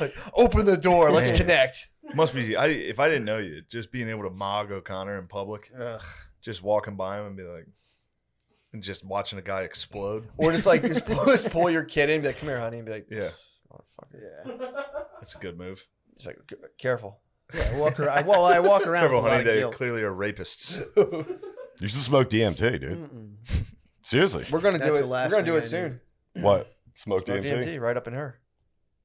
[SPEAKER 2] Like, open the door. Let's connect.
[SPEAKER 1] Must be. I, if I didn't know you, just being able to mog O'Connor in public,
[SPEAKER 4] Ugh.
[SPEAKER 1] just walking by him and be like, and just watching a guy explode.
[SPEAKER 2] Or just like just pull, just pull your kid in, and be like, "Come here, honey," and be like,
[SPEAKER 1] Yeah,
[SPEAKER 2] "Motherfucker."
[SPEAKER 4] Yeah.
[SPEAKER 1] that's a good move.
[SPEAKER 2] It's like, "C- "Careful."
[SPEAKER 4] Yeah. I walk around. Well, I walk around with a
[SPEAKER 1] Careful,
[SPEAKER 4] lot
[SPEAKER 1] honey.
[SPEAKER 4] of
[SPEAKER 1] They
[SPEAKER 4] guilt.
[SPEAKER 1] clearly are rapists.
[SPEAKER 3] You should smoke DMT, dude.
[SPEAKER 4] Mm-mm.
[SPEAKER 3] Seriously,
[SPEAKER 2] We're gonna
[SPEAKER 4] That's
[SPEAKER 2] do
[SPEAKER 4] the
[SPEAKER 2] it.
[SPEAKER 4] last
[SPEAKER 2] We're gonna do
[SPEAKER 4] thing
[SPEAKER 2] it
[SPEAKER 4] I
[SPEAKER 2] soon.
[SPEAKER 3] what? Smoke
[SPEAKER 2] Throw
[SPEAKER 3] DMT?
[SPEAKER 2] DMT right up in her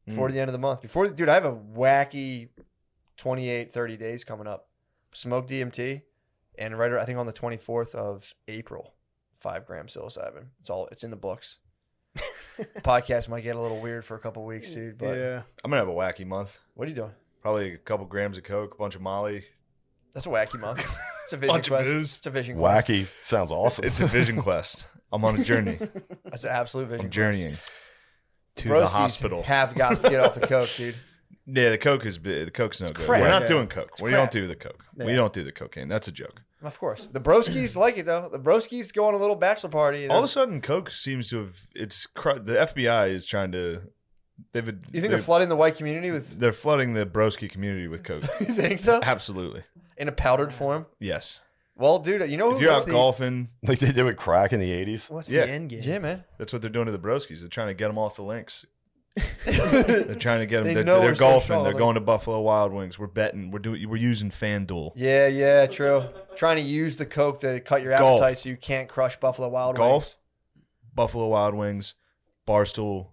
[SPEAKER 2] before
[SPEAKER 1] Mm.
[SPEAKER 2] the end of the month. Before, dude, I have a wacky 28, 30 days coming up. Smoke DMT, and right, ar- I think on the twenty fourth of April, five gram psilocybin. It's all. It's in the books. Podcast might get a little weird for a couple weeks, dude. But
[SPEAKER 4] yeah.
[SPEAKER 1] I'm gonna have a wacky month.
[SPEAKER 2] what are you doing?
[SPEAKER 1] Probably a couple grams of coke, a bunch of Molly.
[SPEAKER 2] That's a wacky month. It's a vision
[SPEAKER 1] Bunch of
[SPEAKER 2] quest.
[SPEAKER 1] booze.
[SPEAKER 2] It's a vision quest.
[SPEAKER 3] Wacky sounds awesome.
[SPEAKER 1] It's a vision quest. I'm on a journey.
[SPEAKER 2] That's an absolute vision.
[SPEAKER 1] I'm
[SPEAKER 2] quest.
[SPEAKER 1] journeying to
[SPEAKER 2] Broskies
[SPEAKER 1] the hospital.
[SPEAKER 2] Have got to get off the coke, dude.
[SPEAKER 1] Yeah, the coke is bi- the coke's no good.
[SPEAKER 2] crap.
[SPEAKER 1] We're not
[SPEAKER 4] Yeah.
[SPEAKER 1] doing coke. we
[SPEAKER 2] crap.
[SPEAKER 1] don't do the coke.
[SPEAKER 4] Yeah.
[SPEAKER 1] We don't do the cocaine. That's a joke.
[SPEAKER 2] Of course, the broskies like it though. The broskies go on a little bachelor party. and
[SPEAKER 1] All of a sudden, coke seems to have. It's cr- the FBI is trying to. They've. You
[SPEAKER 2] You think they're flooding the white community with?
[SPEAKER 1] They're flooding the broski community with coke.
[SPEAKER 2] You think so?
[SPEAKER 1] Absolutely.
[SPEAKER 2] In a powdered form?
[SPEAKER 1] Yes.
[SPEAKER 2] Well, dude, you know who
[SPEAKER 1] If you're
[SPEAKER 2] what's
[SPEAKER 1] out
[SPEAKER 2] the,
[SPEAKER 1] golfing,
[SPEAKER 3] like they did with crack in the '80s.
[SPEAKER 4] What's
[SPEAKER 1] Yeah.
[SPEAKER 4] the end game?
[SPEAKER 2] Yeah, man.
[SPEAKER 1] that's what they're doing to the broskies. They're trying to get them off the links. They're
[SPEAKER 2] yeah,
[SPEAKER 1] trying to get them.
[SPEAKER 2] They
[SPEAKER 1] They are
[SPEAKER 2] know
[SPEAKER 1] they're
[SPEAKER 2] we're so
[SPEAKER 1] golfing.
[SPEAKER 2] strong,
[SPEAKER 1] they're
[SPEAKER 2] like-
[SPEAKER 1] going to Buffalo Wild Wings. We're betting. We're doing. We're using FanDuel.
[SPEAKER 2] yeah, true. Trying to use the coke to cut your
[SPEAKER 1] Golf.
[SPEAKER 2] appetite so you can't crush Buffalo Wild
[SPEAKER 1] Golf,
[SPEAKER 2] Wings.
[SPEAKER 1] Buffalo Wild Wings, Barstool,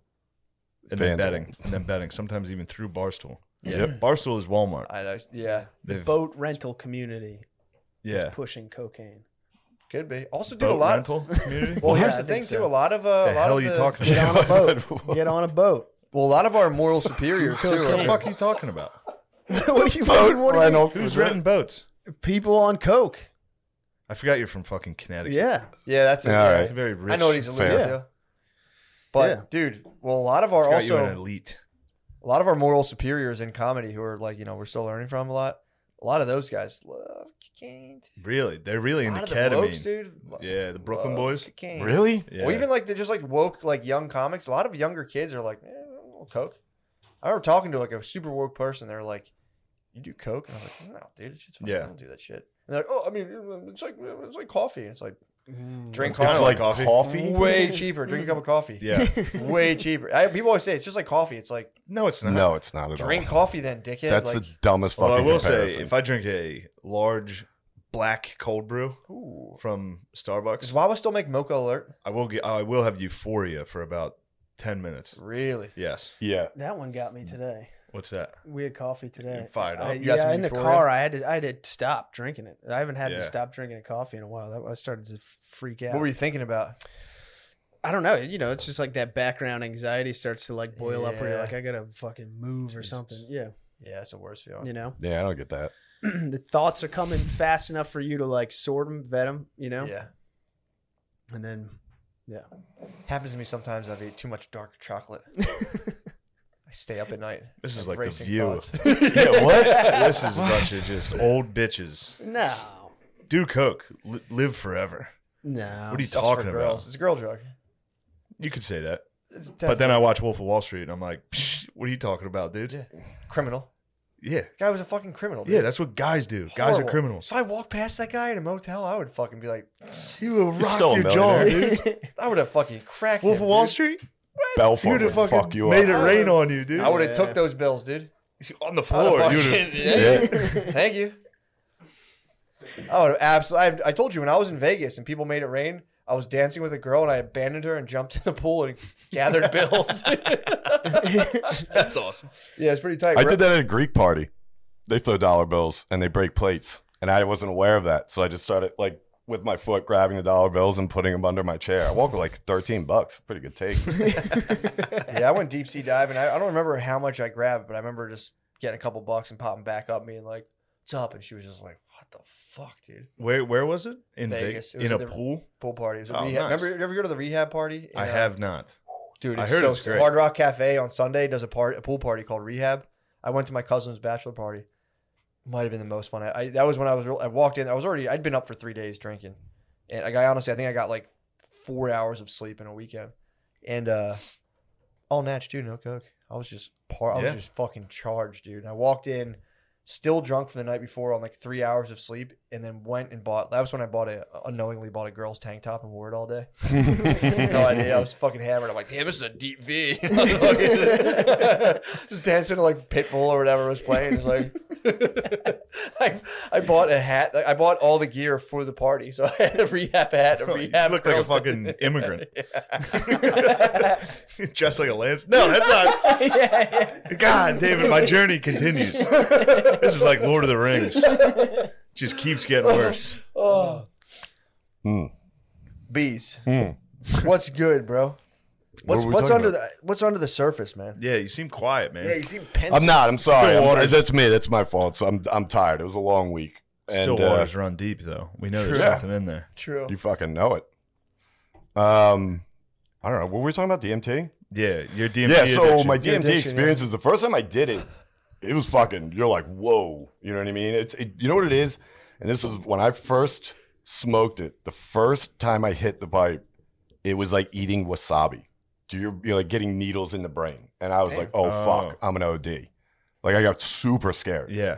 [SPEAKER 1] and
[SPEAKER 3] FanDuel.
[SPEAKER 1] then betting, and then betting. Sometimes even through Barstool.
[SPEAKER 2] Yeah. Uh,
[SPEAKER 1] Barstool is Walmart.
[SPEAKER 2] I know. Yeah,
[SPEAKER 4] The
[SPEAKER 1] They've-
[SPEAKER 4] boat rental community
[SPEAKER 1] Yeah.
[SPEAKER 4] is pushing cocaine.
[SPEAKER 2] could be. Also, dude,
[SPEAKER 1] Boat
[SPEAKER 2] a lot.
[SPEAKER 1] rental community.
[SPEAKER 2] Well,
[SPEAKER 4] Yeah,
[SPEAKER 2] here's
[SPEAKER 4] I
[SPEAKER 2] the thing
[SPEAKER 4] think
[SPEAKER 2] too.
[SPEAKER 4] so.
[SPEAKER 2] A lot of uh,
[SPEAKER 1] The
[SPEAKER 2] a lot
[SPEAKER 1] hell
[SPEAKER 2] of
[SPEAKER 1] you
[SPEAKER 2] the,
[SPEAKER 1] talking
[SPEAKER 4] Get on
[SPEAKER 1] about?
[SPEAKER 4] a boat. Get on a boat.
[SPEAKER 2] Well, a lot of our moral superiors too.
[SPEAKER 1] What the
[SPEAKER 2] are-
[SPEAKER 1] fuck are you talking about?
[SPEAKER 4] what do you,
[SPEAKER 3] Boat
[SPEAKER 4] what, what do you
[SPEAKER 3] rental.
[SPEAKER 1] Who's renting boats?
[SPEAKER 4] people on coke?
[SPEAKER 1] I forgot you're from fucking Connecticut.
[SPEAKER 4] Yeah.
[SPEAKER 2] Yeah, that's
[SPEAKER 3] Yeah, all
[SPEAKER 2] yeah.
[SPEAKER 3] right.
[SPEAKER 1] It's very rich.
[SPEAKER 2] I know what he's alluding
[SPEAKER 3] Fair.
[SPEAKER 2] to. But
[SPEAKER 4] Yeah.
[SPEAKER 2] dude, well, a lot of our
[SPEAKER 1] Forgot you
[SPEAKER 2] also
[SPEAKER 1] were an elite.
[SPEAKER 2] a lot of our moral superiors in comedy who are like you know we're still learning from a lot a lot of those guys love cocaine dude.
[SPEAKER 1] Really, they're
[SPEAKER 2] a
[SPEAKER 1] really into
[SPEAKER 2] lot of the blokes,
[SPEAKER 1] ketamine.
[SPEAKER 2] dude lo-
[SPEAKER 1] Yeah, the Brooklyn
[SPEAKER 2] love
[SPEAKER 1] boys.
[SPEAKER 2] cocaine.
[SPEAKER 3] Really?
[SPEAKER 1] Yeah.
[SPEAKER 2] well even like they're just like woke like young comics a lot of younger kids are like eh, a little coke i remember talking to like a super woke person they're like you do coke and i was like no dude it's just fucking,
[SPEAKER 1] Yeah.
[SPEAKER 2] i don't do that shit and they're like oh i mean it's like mm, it's like coffee it's like drink
[SPEAKER 4] Mm,
[SPEAKER 3] It's like
[SPEAKER 1] coffee.
[SPEAKER 3] coffee.
[SPEAKER 2] way cheaper drink a cup of coffee
[SPEAKER 1] yeah.
[SPEAKER 2] way cheaper I, people always say it's just like coffee it's like
[SPEAKER 1] No, it's not.
[SPEAKER 3] No, it's not at
[SPEAKER 2] drink
[SPEAKER 3] all.
[SPEAKER 2] coffee then dickhead
[SPEAKER 3] That's
[SPEAKER 2] like
[SPEAKER 3] the dumbest fucking
[SPEAKER 1] Although I will
[SPEAKER 3] comparison.
[SPEAKER 1] say, if I drink a large black cold brew
[SPEAKER 2] ooh
[SPEAKER 1] from
[SPEAKER 2] Does
[SPEAKER 1] Starbucks,
[SPEAKER 2] Wawa still make Mocha Alert?
[SPEAKER 1] I will get. I will have euphoria for about ten minutes.
[SPEAKER 2] Really?
[SPEAKER 1] Yes.
[SPEAKER 3] yeah,
[SPEAKER 4] That one got me today.
[SPEAKER 1] What's that?
[SPEAKER 4] We had coffee today.
[SPEAKER 1] You fired up.
[SPEAKER 4] I-
[SPEAKER 2] You got
[SPEAKER 4] yeah,
[SPEAKER 2] some
[SPEAKER 4] in the
[SPEAKER 2] euphoria?
[SPEAKER 4] car, I had to I had to stop drinking it. I haven't had
[SPEAKER 1] Yeah.
[SPEAKER 4] to stop drinking a coffee in a while. That, I started to freak out.
[SPEAKER 2] What were you thinking about?
[SPEAKER 4] I don't know. You know, it's just like that background anxiety starts to like boil up, where you're
[SPEAKER 2] Yeah.
[SPEAKER 4] like, I gotta fucking move or
[SPEAKER 1] Jesus.
[SPEAKER 4] something. Yeah,
[SPEAKER 2] Yeah, it's the worst feeling.
[SPEAKER 4] you know,
[SPEAKER 3] Yeah, I don't get that.
[SPEAKER 4] the thoughts are coming fast enough for you to like sort them, vet them. You know,
[SPEAKER 2] Yeah.
[SPEAKER 4] and then yeah,
[SPEAKER 2] Happens to me sometimes. I've ate too much dark chocolate. I stay up at night.
[SPEAKER 1] This is
[SPEAKER 2] Have
[SPEAKER 1] like The
[SPEAKER 2] racing
[SPEAKER 1] View.
[SPEAKER 2] thoughts.
[SPEAKER 3] Yeah, what?
[SPEAKER 1] this is a bunch of just old bitches.
[SPEAKER 4] no,
[SPEAKER 1] Do coke, li- live forever.
[SPEAKER 4] no.
[SPEAKER 1] What are you
[SPEAKER 2] Stuff's for
[SPEAKER 1] talking
[SPEAKER 2] girls.
[SPEAKER 1] about?
[SPEAKER 2] It's a girl drug.
[SPEAKER 1] You could say that,
[SPEAKER 2] It's
[SPEAKER 1] but then I watch Wolf of Wall Street and I'm like, "Psh, what are you talking about, dude?
[SPEAKER 2] Yeah. criminal.
[SPEAKER 1] Yeah,
[SPEAKER 2] The guy was a fucking criminal. Dude.
[SPEAKER 1] yeah, that's what guys do. Guys are
[SPEAKER 2] Horrible.
[SPEAKER 1] criminals.
[SPEAKER 2] If I walked past that guy in a motel, I would fucking be like, "You will rock
[SPEAKER 3] still a
[SPEAKER 2] your jaw,
[SPEAKER 3] millionaire.
[SPEAKER 2] dude." I would have fucking cracked
[SPEAKER 1] Wolf
[SPEAKER 2] him,
[SPEAKER 1] of Wall
[SPEAKER 2] dude.
[SPEAKER 1] Street.
[SPEAKER 3] Belfort
[SPEAKER 1] You'd
[SPEAKER 3] would
[SPEAKER 1] have fucking
[SPEAKER 3] fuck you
[SPEAKER 1] made
[SPEAKER 3] up.
[SPEAKER 1] it rain on you, dude.
[SPEAKER 2] I would have
[SPEAKER 4] Yeah.
[SPEAKER 2] took those bills, dude.
[SPEAKER 1] on the
[SPEAKER 2] I
[SPEAKER 1] floor.
[SPEAKER 2] would've
[SPEAKER 1] You would've-
[SPEAKER 2] fucking- Thank you. I would have absolutely. I, I told you when I was in Vegas and people made it rain. I was dancing with a girl and I abandoned her and jumped in the pool and gathered bills.
[SPEAKER 5] That's awesome.
[SPEAKER 2] yeah, it's pretty tight.
[SPEAKER 3] I did that at a Greek party. They throw dollar bills and they break plates, and I wasn't aware of that, so I just started like with my foot grabbing the dollar bills and putting them under my chair. I walked with like thirteen bucks. Pretty good take.
[SPEAKER 2] Yeah, I went deep sea diving. I, I don't remember how much I grabbed, but I remember just getting a couple bucks and popping back up, being like, "What's up?" And she was just like, "What the fuck, dude?"
[SPEAKER 1] Where where was it? In Vegas.
[SPEAKER 2] Vegas. It was
[SPEAKER 1] in a
[SPEAKER 2] at the-
[SPEAKER 1] pool?
[SPEAKER 2] Pool party. It was a
[SPEAKER 1] Oh,
[SPEAKER 2] rehab.
[SPEAKER 1] nice.
[SPEAKER 2] Remember, you ever go to the rehab party? uh,
[SPEAKER 1] I
[SPEAKER 2] Yeah.
[SPEAKER 1] have not.
[SPEAKER 2] Dude,
[SPEAKER 1] I
[SPEAKER 2] it's
[SPEAKER 1] heard
[SPEAKER 2] so
[SPEAKER 1] it's great.
[SPEAKER 2] Hard Rock Cafe on Sunday does a party, a pool party called Rehab. I went to my cousin's bachelor party. Might have been the most fun. I, I that was when I was real, I walked in. I was already I'd been up for three days drinking, and like I honestly I think I got like four hours of sleep in a weekend, and uh all natch too, no coke. I was just par- I
[SPEAKER 1] Yeah.
[SPEAKER 2] was just fucking charged, dude. And I walked in still drunk from the night before on like three hours of sleep, and then went and bought. That was when I bought a unknowingly bought a girl's tank top and wore it all day no idea. I was fucking hammered. I'm like, damn, this is a deep V. just dancing to like Pitbull or whatever was playing. It's like, I, I bought a hat. Like, I bought all the gear for the party, so I had a rehab hat, a
[SPEAKER 1] Oh, You
[SPEAKER 2] rehab.
[SPEAKER 1] look like a
[SPEAKER 2] girl's-
[SPEAKER 1] fucking immigrant.
[SPEAKER 2] yeah.
[SPEAKER 1] Dressed like a lance. No, that's not.
[SPEAKER 4] yeah,
[SPEAKER 1] God, David, my journey continues. This is like Lord of the Rings. Just keeps getting worse.
[SPEAKER 2] oh.
[SPEAKER 3] Hmm.
[SPEAKER 2] Bees,
[SPEAKER 3] Hmm.
[SPEAKER 2] what's good, bro? What's
[SPEAKER 3] were we
[SPEAKER 2] what's
[SPEAKER 3] talking
[SPEAKER 2] under
[SPEAKER 3] about?
[SPEAKER 2] the what's under the surface, man?
[SPEAKER 1] Yeah, you seem quiet, man.
[SPEAKER 2] Yeah, you seem pensive.
[SPEAKER 3] I'm not. I'm sorry.
[SPEAKER 1] Still
[SPEAKER 3] I'm-
[SPEAKER 1] waters.
[SPEAKER 3] that's me. That's my fault. So I'm I'm tired. It was a long week.
[SPEAKER 1] Still
[SPEAKER 3] And, uh,
[SPEAKER 1] waters run deep, though. We know there's
[SPEAKER 3] True.
[SPEAKER 1] something in there.
[SPEAKER 2] True.
[SPEAKER 3] You fucking know it. Um, I don't know. Were we talking about DMT?
[SPEAKER 1] Yeah, your DMT.
[SPEAKER 3] yeah. So
[SPEAKER 1] addiction.
[SPEAKER 3] my
[SPEAKER 2] Your
[SPEAKER 3] DMT
[SPEAKER 2] addiction,
[SPEAKER 3] experience is the first time I did it. It was fucking. You're like, whoa. You know what I mean? It's it, you know what it is. And this is when I first smoked it. The first time I hit the pipe, it was like eating wasabi. Do you you're like getting needles in the brain? And I was like, oh,
[SPEAKER 1] Oh.
[SPEAKER 3] fuck, I'm an OD. Like I got super scared.
[SPEAKER 1] yeah,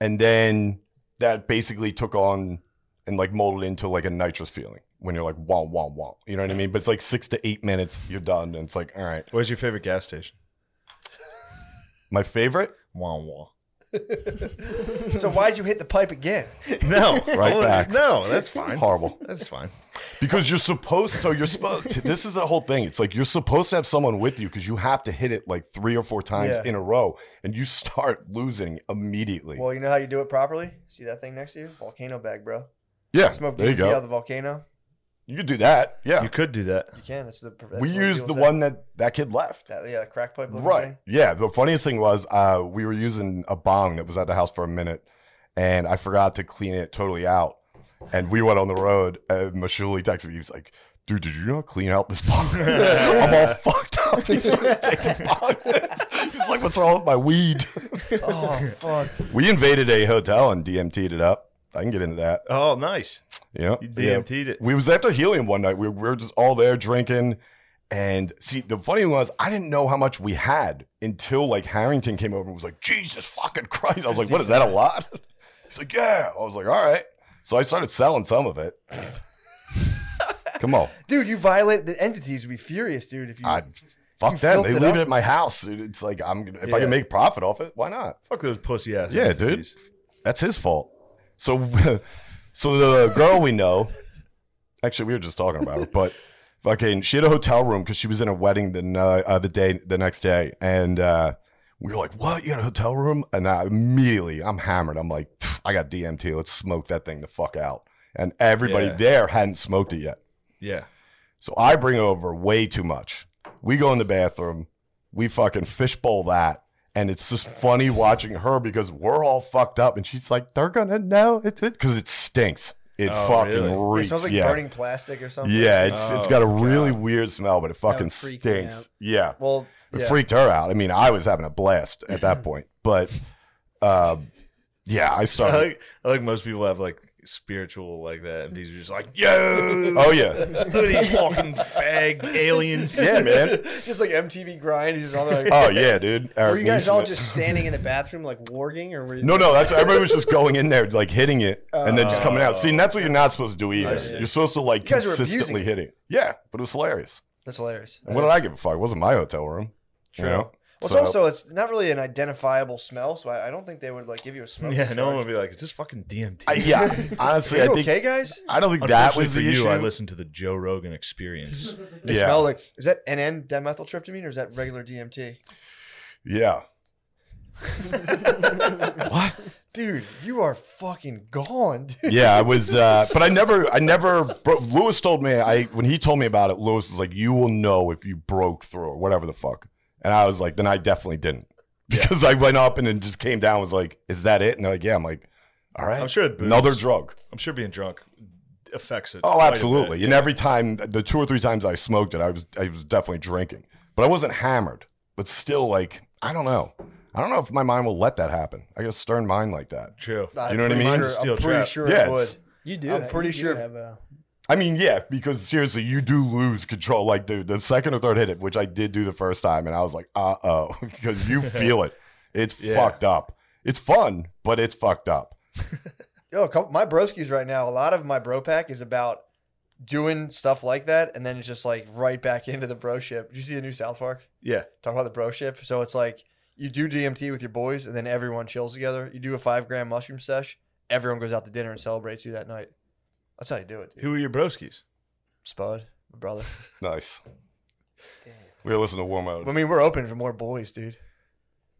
[SPEAKER 3] And then that basically took on and like molded into like a nitrous feeling when you're like wah wah wah. You know what I mean? But it's like six to eight minutes, you're done, and it's like, all right.
[SPEAKER 1] where's your favorite gas station?
[SPEAKER 3] My favorite?
[SPEAKER 1] Wah wah.
[SPEAKER 2] So why'd you hit the pipe again?
[SPEAKER 1] No,
[SPEAKER 3] Right back.
[SPEAKER 1] No, that's fine.
[SPEAKER 3] Horrible.
[SPEAKER 1] That's fine.
[SPEAKER 3] Because you're supposed so you're supposed this is the whole thing. It's like you're supposed to have someone with you because you have to hit it like three or four times
[SPEAKER 2] Yeah.
[SPEAKER 3] in a row and you start losing immediately.
[SPEAKER 2] Well, you know how you do it properly? See that thing next to you? Volcano bag, bro.
[SPEAKER 3] yeah.
[SPEAKER 2] Smoke
[SPEAKER 3] there you
[SPEAKER 2] DMT out
[SPEAKER 3] go.
[SPEAKER 2] of the volcano.
[SPEAKER 3] You could do that. Yeah.
[SPEAKER 1] You could do that.
[SPEAKER 2] You can. It's the that's what
[SPEAKER 3] we
[SPEAKER 2] we
[SPEAKER 3] used
[SPEAKER 2] do
[SPEAKER 3] the
[SPEAKER 2] with
[SPEAKER 3] one that that kid left.
[SPEAKER 2] That, that, yeah, the crack pipe. looking
[SPEAKER 3] Right.
[SPEAKER 2] Thing.
[SPEAKER 3] Yeah. The funniest thing was uh, we were using a bong that was at the house for a minute, and I forgot to clean it totally out. And we went on the road, and Mashuli texted me. He was like, "Dude, did you not clean out this bong? I'm all fucked up." He started taking bong. hits. He's like, "What's wrong with my weed?"
[SPEAKER 2] Oh fuck.
[SPEAKER 3] We invaded a hotel and DMT'd it up. I can get into that.
[SPEAKER 1] Oh, nice.
[SPEAKER 3] Yeah.
[SPEAKER 1] You
[SPEAKER 3] Yeah.
[SPEAKER 1] DMT'd it.
[SPEAKER 3] We was after helium one night. We, we were just all there drinking. And see, the funny thing was, I didn't know how much we had until like Harrington came over and was like, Jesus fucking Christ. I was like, what is that, a lot? He's like, yeah. I was like, all right. So I started selling some of it. Come on.
[SPEAKER 2] Dude, you violate the entities would be furious, dude, if you
[SPEAKER 3] I,
[SPEAKER 2] You
[SPEAKER 3] fuck them.
[SPEAKER 2] filled
[SPEAKER 3] They
[SPEAKER 2] it
[SPEAKER 3] leave
[SPEAKER 2] up?
[SPEAKER 3] it at my house. dude. It's like, I'm gonna if I
[SPEAKER 1] Yeah.
[SPEAKER 3] can make profit off it, why not?
[SPEAKER 1] Fuck those pussy ass.
[SPEAKER 3] Yeah, dude. That's his fault. So, so the girl we know, actually, we were just talking about her, but fucking, she had a hotel room because she was in a wedding the n- uh, the day the next day, and uh, we were like, "What? You got a hotel room?" And I immediately, I'm hammered. I'm like, "Pff, "I got DMT. Let's smoke that thing the fuck out." And everybody
[SPEAKER 1] Yeah.
[SPEAKER 3] there hadn't smoked it yet.
[SPEAKER 1] Yeah.
[SPEAKER 3] So I bring over way too much. We go in the bathroom, we fucking fishbowl that. And it's just funny watching her because we're all fucked up. And she's like, they're going to know it's it. Because it stinks. It
[SPEAKER 1] Oh,
[SPEAKER 3] fucking
[SPEAKER 1] really? It
[SPEAKER 2] It
[SPEAKER 3] reeks.
[SPEAKER 2] smells like
[SPEAKER 3] yeah.
[SPEAKER 2] burning plastic or something.
[SPEAKER 3] Yeah, it's it's
[SPEAKER 1] Oh,
[SPEAKER 3] got a really
[SPEAKER 1] God.
[SPEAKER 3] weird smell, but it fucking
[SPEAKER 4] would freak me
[SPEAKER 3] stinks.
[SPEAKER 4] out.
[SPEAKER 3] Yeah.
[SPEAKER 2] Well,
[SPEAKER 3] It
[SPEAKER 2] yeah.
[SPEAKER 3] freaked her out. I mean, I was having a blast at that point, but um, yeah, I
[SPEAKER 1] I
[SPEAKER 3] started.
[SPEAKER 1] like, I like most people have like spiritual like that, and these are just like, yo,
[SPEAKER 3] Oh yeah,
[SPEAKER 1] look at these fucking fag aliens.
[SPEAKER 3] yeah, man.
[SPEAKER 2] just like MTV grind. He's just all there like,
[SPEAKER 3] Oh yeah, dude.
[SPEAKER 4] Were
[SPEAKER 3] Eric
[SPEAKER 4] you guys all
[SPEAKER 3] Wiesner.
[SPEAKER 4] just standing in the bathroom like warging, or were you,
[SPEAKER 3] No, no. That's everybody was just going in there, like hitting it, and then just coming out. See, and that's what you're not supposed to do either.
[SPEAKER 4] see.
[SPEAKER 3] You're supposed to like
[SPEAKER 2] You guys were
[SPEAKER 3] consistently
[SPEAKER 2] abusing
[SPEAKER 3] hit it. Yeah, but it was hilarious.
[SPEAKER 2] That's hilarious.
[SPEAKER 3] And what did I give a fuck? It wasn't my hotel room. You
[SPEAKER 2] True.
[SPEAKER 3] know?
[SPEAKER 2] Well, it's
[SPEAKER 3] So-
[SPEAKER 2] also it's not really an identifiable smell, so I, I don't think they would like give you a smoke.
[SPEAKER 1] Yeah, no one would
[SPEAKER 2] charge.
[SPEAKER 1] be like, "Is this fucking DMT?"
[SPEAKER 3] I- yeah, honestly,
[SPEAKER 2] Are
[SPEAKER 3] I
[SPEAKER 2] you
[SPEAKER 3] think
[SPEAKER 2] okay, guys?
[SPEAKER 3] I don't think that was
[SPEAKER 1] for
[SPEAKER 3] the
[SPEAKER 1] you.
[SPEAKER 3] issue.
[SPEAKER 1] I listened to the Joe Rogan Experience.
[SPEAKER 2] They
[SPEAKER 3] yeah,
[SPEAKER 2] smell like is that NN dimethyltryptamine or is that regular DMT?
[SPEAKER 3] yeah. What?
[SPEAKER 2] Dude, you are fucking gone, dude.
[SPEAKER 3] yeah, I was, uh, but I never, I never. Bro- Lewis told me, I when he told me about it, Lewis was like, "You will know if you broke through or whatever the fuck," and I was like, "Then I definitely didn't," because I went up and then just came down. and Was like, "Is that it?" And they're like, "Yeah." I'm like, "All right,
[SPEAKER 1] I'm sure it boosts.
[SPEAKER 3] another drug."
[SPEAKER 1] I'm sure being drunk affects it.
[SPEAKER 3] Oh,
[SPEAKER 1] quite a
[SPEAKER 3] absolutely.
[SPEAKER 1] bit.
[SPEAKER 3] And every time, the two or three times I smoked it, I was, I was definitely drinking, but I wasn't hammered. But still, like, I don't know. I don't know if my mind will let that happen. I got a stern mind like that.
[SPEAKER 1] True.
[SPEAKER 2] I'm
[SPEAKER 3] You know what I
[SPEAKER 2] pretty
[SPEAKER 3] mean?
[SPEAKER 2] Sure,
[SPEAKER 1] Steel
[SPEAKER 2] I'm pretty
[SPEAKER 1] trap.
[SPEAKER 2] sure
[SPEAKER 3] Yeah,
[SPEAKER 2] it
[SPEAKER 3] it's-
[SPEAKER 2] would.
[SPEAKER 4] You do.
[SPEAKER 2] I'm
[SPEAKER 4] you
[SPEAKER 2] pretty
[SPEAKER 4] do
[SPEAKER 2] sure-
[SPEAKER 4] Have a,
[SPEAKER 3] I mean, yeah, because seriously, you do lose control. Like the, the second or third hit it, which I did do the first time, and I was like, uh oh, because you feel it. It's
[SPEAKER 1] Yeah.
[SPEAKER 3] fucked up. It's fun, but it's fucked up.
[SPEAKER 2] Yo, a couple, my broskies right now, a lot of my bro pack is about doing stuff like that, and then it's just like right back into the bro ship. Did you see the new South Park?
[SPEAKER 1] Yeah.
[SPEAKER 2] Talk about the bro ship. So it's like you do DMT with your boys, and then everyone chills together. You do a five gram mushroom sesh, everyone goes out to dinner and celebrates you that night. That's how you do it, dude.
[SPEAKER 1] Who are your broskies?
[SPEAKER 2] Spud, my brother.
[SPEAKER 3] Nice. We gotta listen to warm
[SPEAKER 2] I
[SPEAKER 3] out.
[SPEAKER 2] mean, we're open for more boys, dude.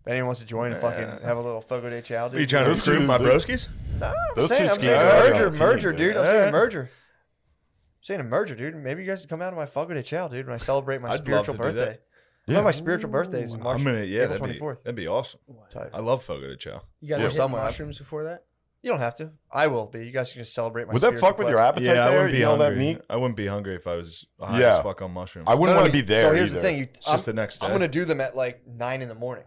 [SPEAKER 2] If anyone wants to join and
[SPEAKER 1] Yeah.
[SPEAKER 2] fucking have a little Fogo de Chow, dude.
[SPEAKER 1] Are you trying to
[SPEAKER 3] Those
[SPEAKER 1] recruit
[SPEAKER 3] two-
[SPEAKER 1] my
[SPEAKER 3] those-
[SPEAKER 1] broskies?
[SPEAKER 2] No, I'm
[SPEAKER 3] Those
[SPEAKER 2] saying,
[SPEAKER 3] two
[SPEAKER 2] I'm
[SPEAKER 3] schemes
[SPEAKER 2] saying a
[SPEAKER 3] are already
[SPEAKER 2] merger,
[SPEAKER 3] on the team,
[SPEAKER 2] merger,
[SPEAKER 3] dude.
[SPEAKER 2] dude. I'm saying a
[SPEAKER 1] Alright.
[SPEAKER 2] merger. I'm saying a merger, dude. Maybe you guys can come out of my Fogo de Chow, dude, when I celebrate my
[SPEAKER 1] I'd love
[SPEAKER 2] spiritual
[SPEAKER 1] to do that.
[SPEAKER 2] birthday. One of my spiritual birthdays in March.
[SPEAKER 1] I'm gonna yeah,
[SPEAKER 2] April
[SPEAKER 1] that'd be,
[SPEAKER 2] 24th.
[SPEAKER 1] that'd be awesome.
[SPEAKER 2] Type.
[SPEAKER 1] I love Fogo de Chao.
[SPEAKER 4] you guys
[SPEAKER 2] Yeah.
[SPEAKER 4] yeah.
[SPEAKER 2] Somewhere.
[SPEAKER 4] mushrooms before that?
[SPEAKER 2] You don't have to. I will be. You guys can just celebrate my
[SPEAKER 3] Would that
[SPEAKER 2] spiritual
[SPEAKER 3] fuck with your
[SPEAKER 2] quest.
[SPEAKER 3] appetite
[SPEAKER 1] yeah, I
[SPEAKER 3] there?
[SPEAKER 1] wouldn't
[SPEAKER 3] You
[SPEAKER 1] be
[SPEAKER 3] know that
[SPEAKER 1] hungry.
[SPEAKER 3] meat?
[SPEAKER 1] I wouldn't be hungry if I was high
[SPEAKER 3] Yeah.
[SPEAKER 1] as fuck on mushrooms.
[SPEAKER 3] I wouldn't
[SPEAKER 2] No, no,
[SPEAKER 3] want to
[SPEAKER 2] you-
[SPEAKER 3] be there.
[SPEAKER 2] So here's the
[SPEAKER 3] either.
[SPEAKER 2] thing. You,
[SPEAKER 1] it's
[SPEAKER 2] I'm,
[SPEAKER 1] just the next day.
[SPEAKER 2] I'm going to do them at like 9 in the morning.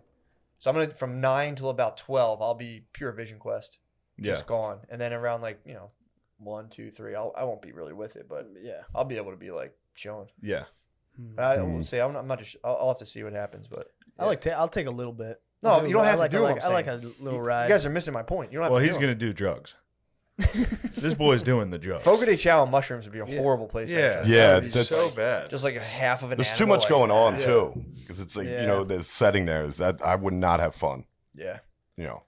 [SPEAKER 2] So I'm going to, from 9 till about 12, I'll be pure vision quest.
[SPEAKER 1] yeah.
[SPEAKER 2] Just gone. And then around like, you know, one, two, three, I'll, I won't be really with it, but
[SPEAKER 4] Yeah.
[SPEAKER 2] I'll be able to be like chilling.
[SPEAKER 1] Yeah.
[SPEAKER 4] Hmm.
[SPEAKER 2] But I
[SPEAKER 3] Hmm.
[SPEAKER 2] will say, I'm not, I'm not just, I'll, I'll have to see what happens, but.
[SPEAKER 4] I like. Ta- I'll take a little bit.
[SPEAKER 2] No,
[SPEAKER 4] I'll do
[SPEAKER 2] you
[SPEAKER 4] a
[SPEAKER 2] don't
[SPEAKER 4] li- I
[SPEAKER 2] have to
[SPEAKER 4] like,
[SPEAKER 2] do
[SPEAKER 4] I
[SPEAKER 2] what
[SPEAKER 4] like,
[SPEAKER 2] I'm
[SPEAKER 4] I like a little ride.
[SPEAKER 2] You guys are missing my point. You don't have
[SPEAKER 1] Well,
[SPEAKER 2] to.
[SPEAKER 1] he's gonna do drugs. this boy's doing the drugs.
[SPEAKER 2] Fogo de Chao and mushrooms would be a
[SPEAKER 4] Yeah.
[SPEAKER 2] horrible place. to
[SPEAKER 1] yeah.
[SPEAKER 2] actually-
[SPEAKER 3] Yeah,
[SPEAKER 1] That would be
[SPEAKER 3] that's-
[SPEAKER 1] so bad.
[SPEAKER 2] Just like a half of an.
[SPEAKER 3] There's too
[SPEAKER 2] animal,
[SPEAKER 3] much
[SPEAKER 2] like-
[SPEAKER 3] going on
[SPEAKER 2] Yeah.
[SPEAKER 3] too, because it's like
[SPEAKER 4] Yeah.
[SPEAKER 3] you know the setting there is that I would not have fun.
[SPEAKER 2] Yeah.
[SPEAKER 3] You know,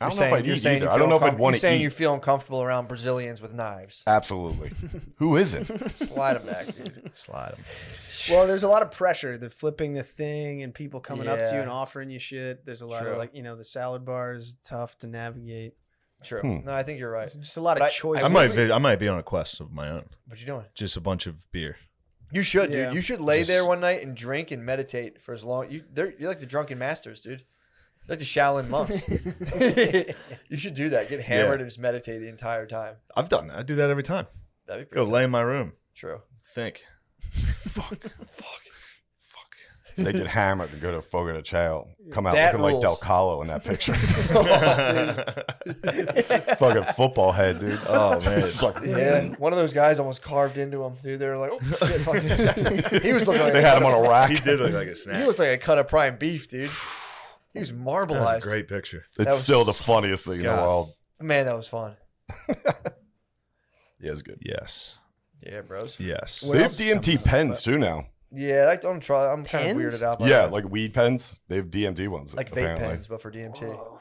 [SPEAKER 3] I
[SPEAKER 2] You're
[SPEAKER 3] don't
[SPEAKER 2] saying-
[SPEAKER 3] know if I'd
[SPEAKER 2] you're
[SPEAKER 3] eat
[SPEAKER 2] saying
[SPEAKER 3] either.
[SPEAKER 2] you
[SPEAKER 3] I don't
[SPEAKER 2] feel
[SPEAKER 3] know if I'd
[SPEAKER 2] uncom-
[SPEAKER 3] want
[SPEAKER 2] You're
[SPEAKER 3] to
[SPEAKER 2] saying
[SPEAKER 3] eat.
[SPEAKER 2] you feel uncomfortable around Brazilians with knives.
[SPEAKER 3] Absolutely. Who isn't?
[SPEAKER 2] Slide them back, dude.
[SPEAKER 1] Slide him.
[SPEAKER 4] well, there's a lot of pressure. The flipping the thing and people coming up to
[SPEAKER 2] Yeah.
[SPEAKER 4] you and offering you shit. There's a lot
[SPEAKER 2] True.
[SPEAKER 4] of like you know the salad bar is tough to navigate.
[SPEAKER 2] True.
[SPEAKER 3] Hmm.
[SPEAKER 2] No, I think you're right.
[SPEAKER 4] It's just a lot
[SPEAKER 2] But I-
[SPEAKER 4] of choices.
[SPEAKER 1] I might be, I might be on a quest of my own.
[SPEAKER 2] What you doing?
[SPEAKER 1] Just a bunch of beer.
[SPEAKER 2] You should,
[SPEAKER 4] Yeah.
[SPEAKER 2] dude. You should lay there
[SPEAKER 1] Just-
[SPEAKER 2] one night and drink and meditate for as long. You, they're, you're like the drunken masters, dude. You're like the Shaolin monks. you should do that. Get hammered and just meditate the entire time.
[SPEAKER 1] I've done that. I do that every time.
[SPEAKER 2] That'd be
[SPEAKER 1] Go
[SPEAKER 2] pretty
[SPEAKER 1] lay in my room.
[SPEAKER 2] true.
[SPEAKER 1] Think. fuck. Fuck.
[SPEAKER 3] they get hammered and go to Fogo de Chao, come out
[SPEAKER 2] That
[SPEAKER 3] looking like Del
[SPEAKER 2] rules.
[SPEAKER 3] Calo in that picture.
[SPEAKER 2] Oh, dude.
[SPEAKER 3] Fucking football head, dude.
[SPEAKER 1] Oh, man.
[SPEAKER 3] It's like-
[SPEAKER 2] Yeah, one of those guys almost carved into him, dude. They were like, oh, shit, fucking. he was looking like
[SPEAKER 3] they had him on a rack.
[SPEAKER 1] he did look like a snack.
[SPEAKER 2] He looked like a cut of prime beef, dude. He was
[SPEAKER 1] That was
[SPEAKER 2] marbleized.
[SPEAKER 1] a great picture.
[SPEAKER 3] It's
[SPEAKER 2] was
[SPEAKER 3] still the funniest thing in the
[SPEAKER 1] God.
[SPEAKER 3] world.
[SPEAKER 2] Man, that was fun.
[SPEAKER 3] Yeah, it's good.
[SPEAKER 1] Yes.
[SPEAKER 2] Yeah, bros.
[SPEAKER 1] Yes.
[SPEAKER 4] What
[SPEAKER 3] they have
[SPEAKER 4] else is
[SPEAKER 3] DMT
[SPEAKER 4] coming out?
[SPEAKER 3] pens too now.
[SPEAKER 2] Yeah, like, I'm trying. I'm kind of
[SPEAKER 4] Pens?
[SPEAKER 2] weirded out. By
[SPEAKER 3] yeah,
[SPEAKER 2] that.
[SPEAKER 3] like weed pens. They have DMT ones.
[SPEAKER 2] like vape
[SPEAKER 3] apparently.
[SPEAKER 2] pens, but for DMT.
[SPEAKER 4] Whoa.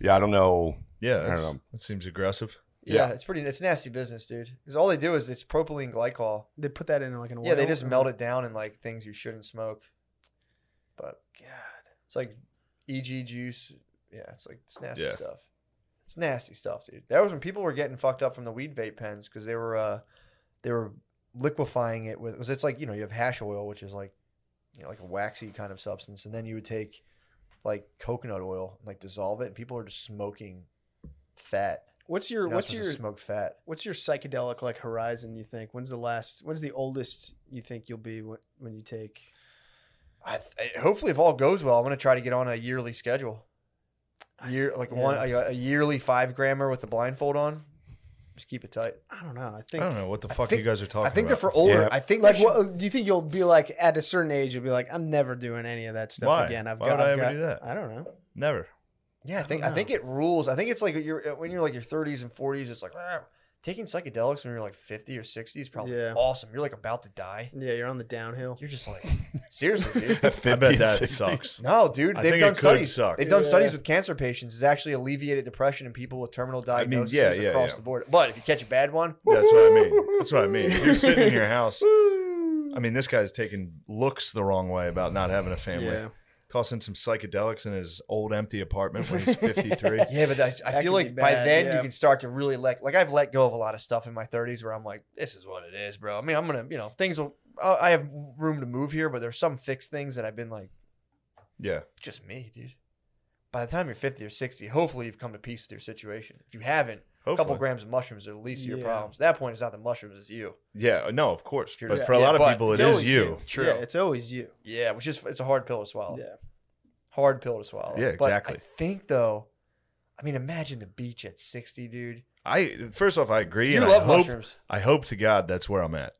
[SPEAKER 3] Yeah, I don't know.
[SPEAKER 1] Yeah.
[SPEAKER 3] I don't
[SPEAKER 1] that's-
[SPEAKER 3] know.
[SPEAKER 1] That seems aggressive.
[SPEAKER 2] Yeah,
[SPEAKER 3] Yeah.
[SPEAKER 2] it's pretty. It's nasty business, dude. Because all they do is it's propylene glycol.
[SPEAKER 4] They put that in like an oil.
[SPEAKER 2] Yeah, they just
[SPEAKER 4] or-
[SPEAKER 2] melt it down in like things you shouldn't smoke. But
[SPEAKER 4] God.
[SPEAKER 2] it's like EG juice. Yeah, it's like it's nasty
[SPEAKER 1] Yeah.
[SPEAKER 2] stuff. It's nasty stuff, dude. That was when people were getting fucked up from the weed vape pens because they were uh they were liquefying it with because it's like you know you have hash oil, which is like you know like a waxy kind of substance, and then you would take like coconut oil and like dissolve it, and people are just smoking fat.
[SPEAKER 4] What's your
[SPEAKER 2] You're not
[SPEAKER 4] what's
[SPEAKER 2] supposed to
[SPEAKER 4] your
[SPEAKER 2] smoke fat?
[SPEAKER 4] what's your psychedelic like horizon? You think when's the last? When's the oldest you think you'll be when, when you take?
[SPEAKER 2] I, th- I- hopefully, if all goes well, I'm gonna try to get on a yearly schedule. Year like
[SPEAKER 4] yeah.
[SPEAKER 2] one a, a yearly five grammer with a blindfold on. Just keep it tight.
[SPEAKER 4] I don't know. I
[SPEAKER 1] I
[SPEAKER 4] think
[SPEAKER 1] don't know what the
[SPEAKER 2] I
[SPEAKER 1] fuck
[SPEAKER 2] think-
[SPEAKER 1] you guys are talking.
[SPEAKER 2] I think they're
[SPEAKER 1] about.
[SPEAKER 2] for older.
[SPEAKER 3] Yeah.
[SPEAKER 2] I think uh,
[SPEAKER 4] Like,
[SPEAKER 2] they should-
[SPEAKER 4] what, do you think you'll be like at a certain age? You'll be like, I'm never doing any of that stuff
[SPEAKER 1] Why?
[SPEAKER 4] again. I've
[SPEAKER 1] Why
[SPEAKER 4] got.
[SPEAKER 1] would I
[SPEAKER 4] I've
[SPEAKER 1] ever
[SPEAKER 4] got-
[SPEAKER 1] do that?
[SPEAKER 4] I don't know.
[SPEAKER 1] never.
[SPEAKER 2] Yeah, I think I
[SPEAKER 4] don't
[SPEAKER 2] think it rules. I think it's like you're when you're like your 30s and 40s. It's like "Ah." taking psychedelics when you're like 50 or 60 is probably
[SPEAKER 4] Yeah.
[SPEAKER 2] awesome. You're like about to die.
[SPEAKER 4] Yeah, you're on the downhill.
[SPEAKER 2] You're just like seriously, dude.
[SPEAKER 1] I
[SPEAKER 3] 50
[SPEAKER 1] bet
[SPEAKER 3] and
[SPEAKER 1] that
[SPEAKER 3] 60.
[SPEAKER 1] sucks.
[SPEAKER 2] No, dude.
[SPEAKER 1] I
[SPEAKER 2] They've
[SPEAKER 1] think it
[SPEAKER 2] done
[SPEAKER 1] could
[SPEAKER 2] studies.
[SPEAKER 1] suck.
[SPEAKER 2] They've done studies
[SPEAKER 4] Yeah.
[SPEAKER 2] with cancer patients. It's actually alleviated depression in people with terminal
[SPEAKER 1] I mean,
[SPEAKER 2] diagnoses
[SPEAKER 1] yeah, yeah,
[SPEAKER 2] across
[SPEAKER 1] yeah.
[SPEAKER 2] the board. But if you catch a bad one,
[SPEAKER 1] That's what I mean. That's what I mean. You're sitting in your house. I mean, this guy's taking looks the wrong way about not having a family.
[SPEAKER 4] Yeah.
[SPEAKER 1] Tossing some psychedelics in his old empty apartment when he's 53.
[SPEAKER 2] yeah. But I, I
[SPEAKER 4] That
[SPEAKER 2] feel
[SPEAKER 4] could
[SPEAKER 2] like
[SPEAKER 4] be
[SPEAKER 2] by
[SPEAKER 4] bad,
[SPEAKER 2] then
[SPEAKER 4] yeah.
[SPEAKER 2] you can start to really let like I've let go of a lot of stuff in my 30s where I'm like, this is what it is, bro. I mean, I'm gonna you know things will. I I have room to move here, but there's some fixed things that I've been like.
[SPEAKER 1] yeah.
[SPEAKER 2] just me, dude. By the time you're 50 or 60, hopefully you've come to peace with your situation. If you haven't, a couple
[SPEAKER 1] Hopefully.
[SPEAKER 2] grams of mushrooms are the least of your
[SPEAKER 4] Yeah.
[SPEAKER 2] problems. At that point, it's not the mushrooms, it's you.
[SPEAKER 1] yeah. No, of course.
[SPEAKER 2] Sure
[SPEAKER 1] But
[SPEAKER 2] does.
[SPEAKER 1] for a
[SPEAKER 2] Yeah,
[SPEAKER 1] lot of
[SPEAKER 2] but
[SPEAKER 1] people, it
[SPEAKER 2] it's
[SPEAKER 1] is
[SPEAKER 2] always
[SPEAKER 1] you.
[SPEAKER 2] True.
[SPEAKER 4] Yeah,
[SPEAKER 2] Yeah,
[SPEAKER 4] it's always you.
[SPEAKER 2] which is it's a hard pill to swallow.
[SPEAKER 4] Yeah.
[SPEAKER 2] Hard pill to swallow.
[SPEAKER 1] Yeah,
[SPEAKER 2] But
[SPEAKER 1] exactly.
[SPEAKER 2] I think though, I mean, imagine the beach at 60, dude.
[SPEAKER 1] I first off, I agree.
[SPEAKER 2] You
[SPEAKER 1] and
[SPEAKER 2] love
[SPEAKER 1] I hope,
[SPEAKER 2] mushrooms.
[SPEAKER 1] I hope to God that's where I'm at.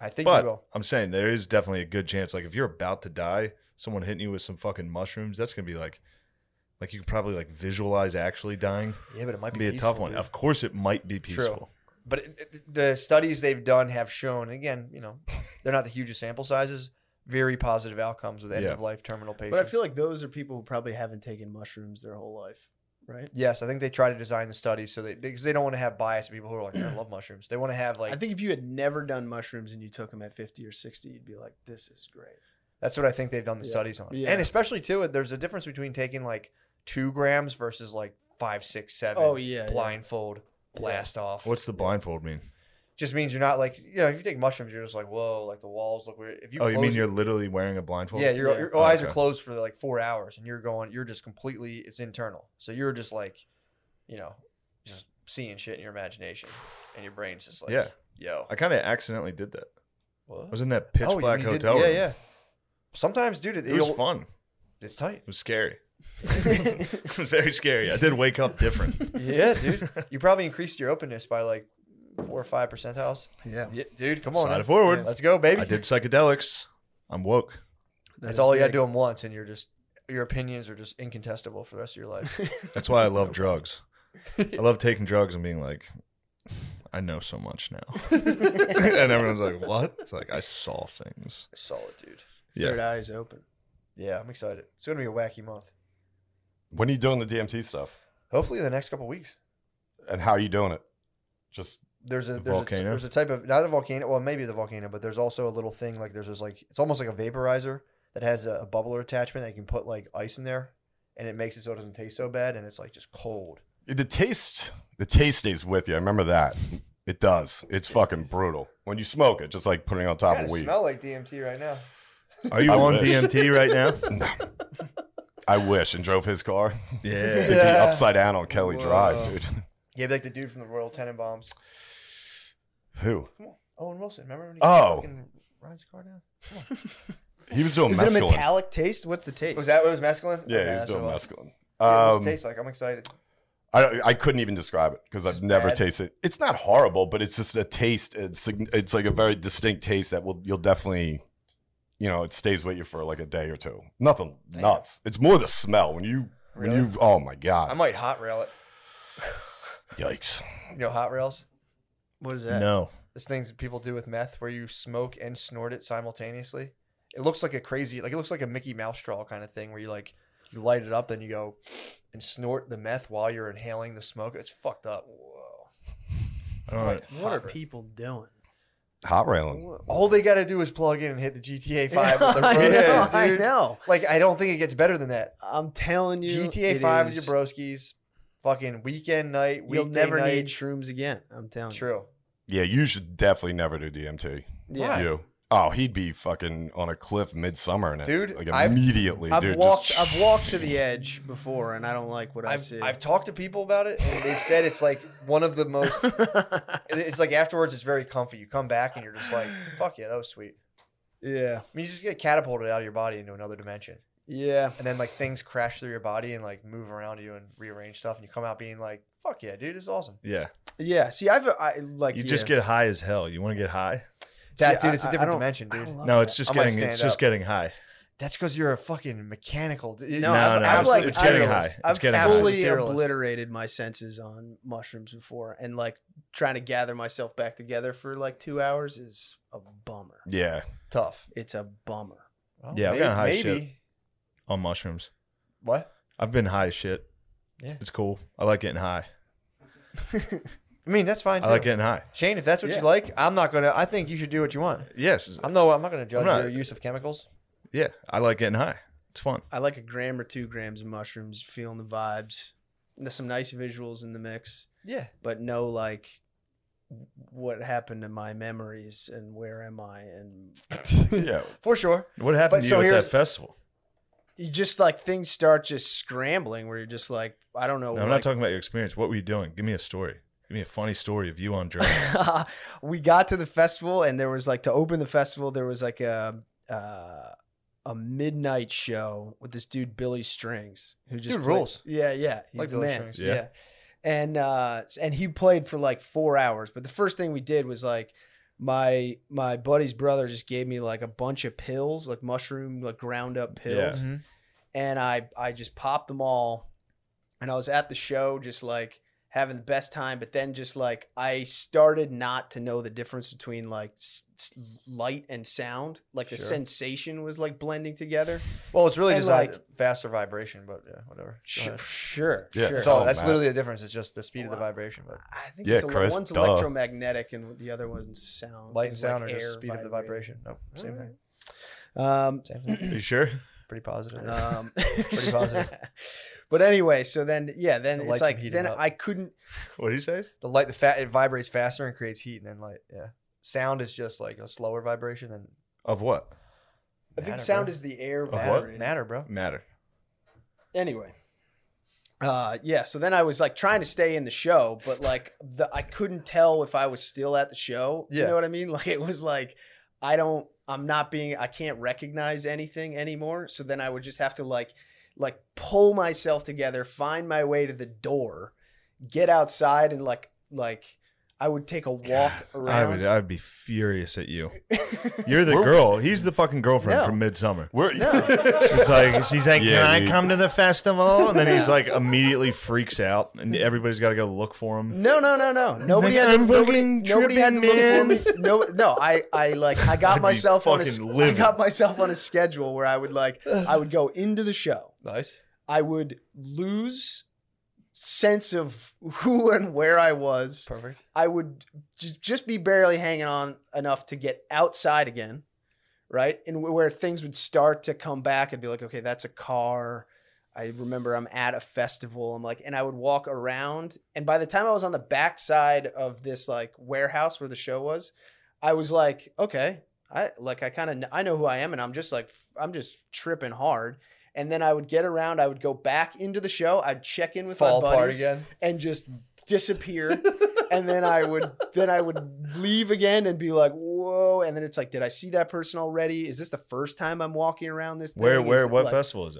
[SPEAKER 2] I think you
[SPEAKER 1] But
[SPEAKER 2] will.
[SPEAKER 1] I'm saying there is definitely a good chance. Like if you're about to die, someone hitting you with some fucking mushrooms, that's gonna be like, like you can probably like visualize actually dying.
[SPEAKER 2] Yeah, but it might
[SPEAKER 1] It'd
[SPEAKER 2] be,
[SPEAKER 1] be a
[SPEAKER 2] peaceful,
[SPEAKER 1] tough one.
[SPEAKER 2] dude.
[SPEAKER 1] Of course, it might be
[SPEAKER 2] True.
[SPEAKER 1] peaceful.
[SPEAKER 2] but it, it- the studies they've done have shown, again, you know, they're not the hugest sample sizes, very positive outcomes with end
[SPEAKER 1] Yeah.
[SPEAKER 2] of life terminal patients.
[SPEAKER 4] But I feel like those are people who probably haven't taken mushrooms their whole life, right?
[SPEAKER 2] Yes, I think they try to design the study so they because they don't want to have biased people who are like, I love mushrooms. They want to have like
[SPEAKER 4] I think if you had never done mushrooms and you took them at 50 or 60, you'd be like, this is great.
[SPEAKER 2] that's what I think they've done the
[SPEAKER 4] Yeah.
[SPEAKER 2] studies on.
[SPEAKER 4] Yeah.
[SPEAKER 2] And especially too, there's a difference between taking like two grams versus like five, six, seven.
[SPEAKER 4] Oh, yeah, yeah.
[SPEAKER 2] blindfold, blast off.
[SPEAKER 1] What's the blindfold mean?
[SPEAKER 2] just means you're not like you know if you take mushrooms, you're just like whoa, like the walls look weird. If you
[SPEAKER 1] oh, you
[SPEAKER 2] close
[SPEAKER 1] mean
[SPEAKER 2] your-
[SPEAKER 1] you're literally wearing a blindfold?
[SPEAKER 2] yeah your,
[SPEAKER 4] Yeah.
[SPEAKER 2] your
[SPEAKER 1] Oh,
[SPEAKER 2] eyes are
[SPEAKER 1] okay.
[SPEAKER 2] closed for like four hours and you're going you're just completely it's internal so you're just like you know just seeing shit in your imagination and your brain's just like
[SPEAKER 1] Yeah.
[SPEAKER 2] yo
[SPEAKER 1] I kind of accidentally did that.
[SPEAKER 2] what?
[SPEAKER 1] I was in that pitch
[SPEAKER 2] Oh, you-
[SPEAKER 1] black
[SPEAKER 2] you did-
[SPEAKER 1] hotel room.
[SPEAKER 2] Yeah, yeah. Sometimes, dude, it,
[SPEAKER 1] It was
[SPEAKER 2] it'll-
[SPEAKER 1] fun.
[SPEAKER 2] It's tight.
[SPEAKER 1] It was scary. it was very scary. I did wake up different.
[SPEAKER 2] Yeah, dude. You probably increased your openness by like four or five percentiles.
[SPEAKER 4] Yeah.
[SPEAKER 2] Yeah, dude, come on.
[SPEAKER 1] Slide
[SPEAKER 2] now.
[SPEAKER 1] it forward.
[SPEAKER 2] Let's go, baby.
[SPEAKER 1] I did psychedelics. I'm woke.
[SPEAKER 2] That's all you got to do them once, and you're just your opinions are just incontestable for the rest of your life.
[SPEAKER 1] That's why I love drugs. I love taking drugs and being like, I know so much now. and everyone's like, what? It's like, I saw things.
[SPEAKER 2] Solid, dude.
[SPEAKER 4] Third
[SPEAKER 1] Yeah.
[SPEAKER 4] eye is open.
[SPEAKER 2] Yeah, I'm excited. It's gonna be a wacky month.
[SPEAKER 3] When are you doing the DMT stuff?
[SPEAKER 2] Hopefully, in the next couple weeks.
[SPEAKER 3] And how are you doing it? Just
[SPEAKER 2] There's a
[SPEAKER 1] The
[SPEAKER 2] there's a
[SPEAKER 1] volcano?
[SPEAKER 2] there's a type of not a volcano. Well, maybe the volcano, but there's also a little thing like there's this like it's almost like a vaporizer that has a, a bubbler attachment that you can put like ice in there, and it makes it so it doesn't taste so bad, and it's like just cold.
[SPEAKER 3] the taste. The taste stays with you. I remember that. It does. It's fucking brutal when you smoke it. Just like putting it on top
[SPEAKER 2] Kinda
[SPEAKER 3] of weed.
[SPEAKER 2] smell like DMT right now.
[SPEAKER 1] Are you
[SPEAKER 3] I
[SPEAKER 1] on
[SPEAKER 3] wish.
[SPEAKER 1] DMT right now?
[SPEAKER 3] I wish. And drove his car. It'd
[SPEAKER 1] Yeah.
[SPEAKER 3] be
[SPEAKER 2] Yeah.
[SPEAKER 3] upside down on Kelly
[SPEAKER 4] Whoa.
[SPEAKER 3] Drive, dude.
[SPEAKER 2] Yeah, like the dude from the Royal Tenenbaums.
[SPEAKER 3] Who?
[SPEAKER 2] Come on, Owen Wilson. Remember when he
[SPEAKER 3] Oh.
[SPEAKER 2] fucking rides car down?
[SPEAKER 3] He was doing
[SPEAKER 4] Is it a
[SPEAKER 3] mescaline.
[SPEAKER 4] metallic taste? What's the taste?
[SPEAKER 2] Was that Oh, what it was masculine?
[SPEAKER 3] yeah,
[SPEAKER 2] Okay,
[SPEAKER 3] he was
[SPEAKER 2] that's
[SPEAKER 3] doing
[SPEAKER 2] what it was.
[SPEAKER 3] mescaline.
[SPEAKER 2] Yeah, what does
[SPEAKER 3] Um,
[SPEAKER 2] it taste like I'm excited.
[SPEAKER 3] I don't- I couldn't even describe it because I've
[SPEAKER 2] It's
[SPEAKER 3] never
[SPEAKER 2] bad.
[SPEAKER 3] tasted. It's not horrible, but it's just a taste. It's sign- it's like a very distinct taste that will you'll definitely, you know, it stays with you for like a day or two. Nothing
[SPEAKER 2] Damn.
[SPEAKER 3] nuts. It's more the smell when you
[SPEAKER 2] Really?
[SPEAKER 3] when you. Oh my god!
[SPEAKER 2] I might hot rail it.
[SPEAKER 3] Yikes!
[SPEAKER 2] You know hot rails?
[SPEAKER 4] What is that?
[SPEAKER 1] No.
[SPEAKER 2] This things that people do with meth where you smoke and snort it simultaneously. It looks like a crazy like it looks like a Mickey Mouse straw kind of thing where you like you light it up and you go and snort the meth while you're inhaling the smoke. It's fucked up. Whoa.
[SPEAKER 1] I don't know.
[SPEAKER 4] What are
[SPEAKER 2] Hot rail.
[SPEAKER 4] people doing?
[SPEAKER 3] Hot railing.
[SPEAKER 4] What-
[SPEAKER 2] All they gotta do is plug in and hit the GTA five with their
[SPEAKER 4] I, know,
[SPEAKER 2] bros,
[SPEAKER 4] I
[SPEAKER 2] dude.
[SPEAKER 4] know.
[SPEAKER 2] Like I don't think it gets better than that.
[SPEAKER 4] I'm telling you.
[SPEAKER 2] GTA
[SPEAKER 4] it
[SPEAKER 2] Five with
[SPEAKER 4] is-
[SPEAKER 2] your broskies, fucking weekend night.
[SPEAKER 4] You'll
[SPEAKER 2] weekday
[SPEAKER 4] never
[SPEAKER 2] night.
[SPEAKER 4] need shrooms again. I'm telling you.
[SPEAKER 2] True.
[SPEAKER 3] Yeah, you should definitely never do DMT.
[SPEAKER 4] Yeah.
[SPEAKER 3] You. Oh, he'd be fucking on a cliff midsummer in it.
[SPEAKER 2] Dude,
[SPEAKER 3] like
[SPEAKER 2] I've-
[SPEAKER 3] immediately,
[SPEAKER 4] I've
[SPEAKER 3] dude.
[SPEAKER 4] walked.
[SPEAKER 3] just-
[SPEAKER 4] I've walked to the edge before, and I don't like what I
[SPEAKER 2] I've,
[SPEAKER 4] see.
[SPEAKER 2] I've talked to people about it, and they've said it's like one of the most. It's like afterwards, it's very comfy. You come back, and you're just like, "Fuck yeah, that was sweet."
[SPEAKER 4] yeah,
[SPEAKER 2] I mean, you just get catapulted out of your body into another dimension,
[SPEAKER 4] yeah,
[SPEAKER 2] and then like things crash through your body and like move around you and rearrange stuff, and you come out being like, "Fuck yeah, dude, it's awesome."
[SPEAKER 1] Yeah.
[SPEAKER 4] yeah. See, I've I, like
[SPEAKER 1] You just
[SPEAKER 4] yeah.
[SPEAKER 1] get high as hell. You want to get high?
[SPEAKER 4] See,
[SPEAKER 2] That dude, it's a
[SPEAKER 4] I- I- I
[SPEAKER 2] different
[SPEAKER 4] don't-
[SPEAKER 2] dimension,
[SPEAKER 4] I
[SPEAKER 2] dude.
[SPEAKER 4] love
[SPEAKER 1] No,
[SPEAKER 4] that.
[SPEAKER 1] it's just
[SPEAKER 2] I might
[SPEAKER 1] getting
[SPEAKER 2] stand
[SPEAKER 1] it's just
[SPEAKER 2] up.
[SPEAKER 1] getting high.
[SPEAKER 2] That's because you're a fucking mechanical. Dude.
[SPEAKER 4] No,
[SPEAKER 1] No,
[SPEAKER 4] I've,
[SPEAKER 1] no,
[SPEAKER 4] I've
[SPEAKER 1] it's-
[SPEAKER 4] like
[SPEAKER 1] it's getting
[SPEAKER 4] I've,
[SPEAKER 1] high. It's
[SPEAKER 4] I've
[SPEAKER 1] getting
[SPEAKER 2] high.
[SPEAKER 4] fully
[SPEAKER 2] Materialist.
[SPEAKER 4] obliterated my senses on mushrooms before, and like trying to gather myself back together for like two hours is a bummer.
[SPEAKER 3] yeah.
[SPEAKER 2] tough.
[SPEAKER 4] It's a bummer.
[SPEAKER 2] Well,
[SPEAKER 1] Yeah, I've
[SPEAKER 2] may-
[SPEAKER 1] gotten high as
[SPEAKER 2] maybe.
[SPEAKER 1] On mushrooms.
[SPEAKER 2] What?
[SPEAKER 1] I've been high as shit.
[SPEAKER 2] Yeah.
[SPEAKER 1] It's cool. I like getting high.
[SPEAKER 2] I mean, that's fine. Too.
[SPEAKER 1] I like getting high.
[SPEAKER 2] Shane, if that's what
[SPEAKER 4] Yeah.
[SPEAKER 2] you like, I'm not gonna. I think you should do what you want.
[SPEAKER 1] Yes.
[SPEAKER 2] I'm no. I'm not gonna judge
[SPEAKER 1] not-
[SPEAKER 2] your use of chemicals.
[SPEAKER 1] Yeah. I like getting high. It's fun.
[SPEAKER 4] I like a gram or two grams of mushrooms, feeling the vibes. There's some nice visuals in the mix,
[SPEAKER 2] Yeah.
[SPEAKER 4] but no like what happened to my memories and where am I and
[SPEAKER 3] Yeah.
[SPEAKER 2] For sure.
[SPEAKER 1] What happened
[SPEAKER 2] But
[SPEAKER 1] to
[SPEAKER 2] so
[SPEAKER 1] you at
[SPEAKER 2] here's-
[SPEAKER 1] that festival?
[SPEAKER 4] you just like things start just scrambling where you're just like I don't know.
[SPEAKER 2] Oh,
[SPEAKER 1] No, I'm
[SPEAKER 4] like-
[SPEAKER 1] not talking about your experience. What were you doing? Give me a story. Give me a funny story of you on drugs.
[SPEAKER 4] we got to the festival and there was like to open the festival there was like a uh, a midnight show with this dude Billy Strings who just
[SPEAKER 2] Dude
[SPEAKER 4] played-
[SPEAKER 2] rules.
[SPEAKER 4] Yeah, yeah, he's
[SPEAKER 2] Like
[SPEAKER 4] the
[SPEAKER 2] Billy
[SPEAKER 4] man.
[SPEAKER 2] Strings.
[SPEAKER 4] Yeah.
[SPEAKER 1] Yeah.
[SPEAKER 4] And uh and he played for like 4 hours, but the first thing we did was like my my buddy's brother just gave me like a bunch of pills, like mushroom like ground up pills
[SPEAKER 1] Yeah.
[SPEAKER 2] Mhm.
[SPEAKER 4] and I I just popped them all, and I was at the show just like having the best time. But then just like I started not to know the difference between like s- s- light and sound, like the
[SPEAKER 2] Sure.
[SPEAKER 4] sensation was like blending together.
[SPEAKER 2] Well, it's really
[SPEAKER 4] And
[SPEAKER 2] just like
[SPEAKER 4] like-
[SPEAKER 2] faster vibration, but yeah, whatever. Go
[SPEAKER 4] Sure,
[SPEAKER 2] ahead.
[SPEAKER 4] sure,
[SPEAKER 3] Yeah.
[SPEAKER 4] sure.
[SPEAKER 2] That's
[SPEAKER 3] So-
[SPEAKER 2] all.
[SPEAKER 3] Oh,
[SPEAKER 2] That's
[SPEAKER 3] Matt.
[SPEAKER 2] literally the difference. It's just the speed of the
[SPEAKER 4] Wow.
[SPEAKER 2] vibration, but
[SPEAKER 4] I think
[SPEAKER 3] Yeah,
[SPEAKER 4] it's a,
[SPEAKER 3] Chris,
[SPEAKER 4] one's
[SPEAKER 3] duh.
[SPEAKER 4] electromagnetic and the other one's sound.
[SPEAKER 2] light and
[SPEAKER 4] It's like
[SPEAKER 2] sound are
[SPEAKER 4] air
[SPEAKER 2] just speed of the
[SPEAKER 4] vibrating.
[SPEAKER 2] vibration. Nope. Same
[SPEAKER 4] All
[SPEAKER 2] thing.
[SPEAKER 4] Um,
[SPEAKER 2] Same thing.
[SPEAKER 1] Are you sure?
[SPEAKER 2] Pretty positive.
[SPEAKER 4] Um,
[SPEAKER 2] Pretty positive.
[SPEAKER 4] but anyway, so then yeah, then
[SPEAKER 2] The lights
[SPEAKER 4] it's
[SPEAKER 2] would
[SPEAKER 4] like
[SPEAKER 2] heat it
[SPEAKER 4] then
[SPEAKER 2] up.
[SPEAKER 4] I couldn't
[SPEAKER 1] What do you say?
[SPEAKER 2] the light, the fat, it vibrates faster and creates heat, and then light. Yeah. Sound is just like a slower vibration than
[SPEAKER 1] Of what?
[SPEAKER 4] I think
[SPEAKER 2] Matter,
[SPEAKER 4] sound
[SPEAKER 2] bro.
[SPEAKER 4] is the air
[SPEAKER 1] what?
[SPEAKER 4] vibrating.
[SPEAKER 2] matter, bro.
[SPEAKER 1] Matter.
[SPEAKER 4] Anyway. Uh yeah, so then I was like trying to stay in the show, but like the I couldn't tell if I was still at the show. You
[SPEAKER 2] Yeah.
[SPEAKER 4] know what I mean? Like it was like I don't I'm not being I can't recognize anything anymore. So then I would just have to like like pull myself together, find my way to the door, get outside and like like I would take a walk
[SPEAKER 1] I would.
[SPEAKER 4] around.
[SPEAKER 1] I'd be furious at you. You're the
[SPEAKER 3] We're-
[SPEAKER 1] girl. He's the fucking girlfriend
[SPEAKER 4] No.
[SPEAKER 1] from Midsummer.
[SPEAKER 3] We're
[SPEAKER 1] It's like she's like,
[SPEAKER 3] Yeah,
[SPEAKER 1] "Can
[SPEAKER 3] dude.
[SPEAKER 1] I come to the festival?" And then he's like, immediately freaks out, and everybody's got to go look for him.
[SPEAKER 4] No, no, no, no. Nobody
[SPEAKER 1] like,
[SPEAKER 4] had to,
[SPEAKER 1] "I'm
[SPEAKER 4] nobody,
[SPEAKER 1] fucking
[SPEAKER 4] nobody had to
[SPEAKER 1] tripping,
[SPEAKER 4] look for me. No, no. I, I like I
[SPEAKER 1] I'd
[SPEAKER 4] got
[SPEAKER 1] be
[SPEAKER 4] myself on a, s-
[SPEAKER 1] fucking
[SPEAKER 4] I
[SPEAKER 1] livid.
[SPEAKER 4] got myself on a schedule where I would like I would go into the show.
[SPEAKER 2] Nice.
[SPEAKER 4] I would lose sense of who and where I was.
[SPEAKER 2] Perfect.
[SPEAKER 4] I would j- just be barely hanging on enough to get outside again, right? And wh- where things would start to come back and be like, okay, that's a car. I remember I'm at a festival. I'm like, and I would walk around. And by the time I was on the backside of this like warehouse where the show was, I was like, okay, I like I kind of I know who I am, and I'm just like f- I'm just tripping hard. And then I would get around. I would go back into the show. I'd check in with
[SPEAKER 2] Fall
[SPEAKER 4] my
[SPEAKER 2] apart
[SPEAKER 4] buddies
[SPEAKER 2] again.
[SPEAKER 4] and just disappear and then i would then i would leave again and be like whoa and then it's like did i see that person already is this the first time i'm walking around this thing?
[SPEAKER 1] Where?
[SPEAKER 4] Is
[SPEAKER 1] Where?
[SPEAKER 4] it
[SPEAKER 1] What
[SPEAKER 4] like-
[SPEAKER 1] festival is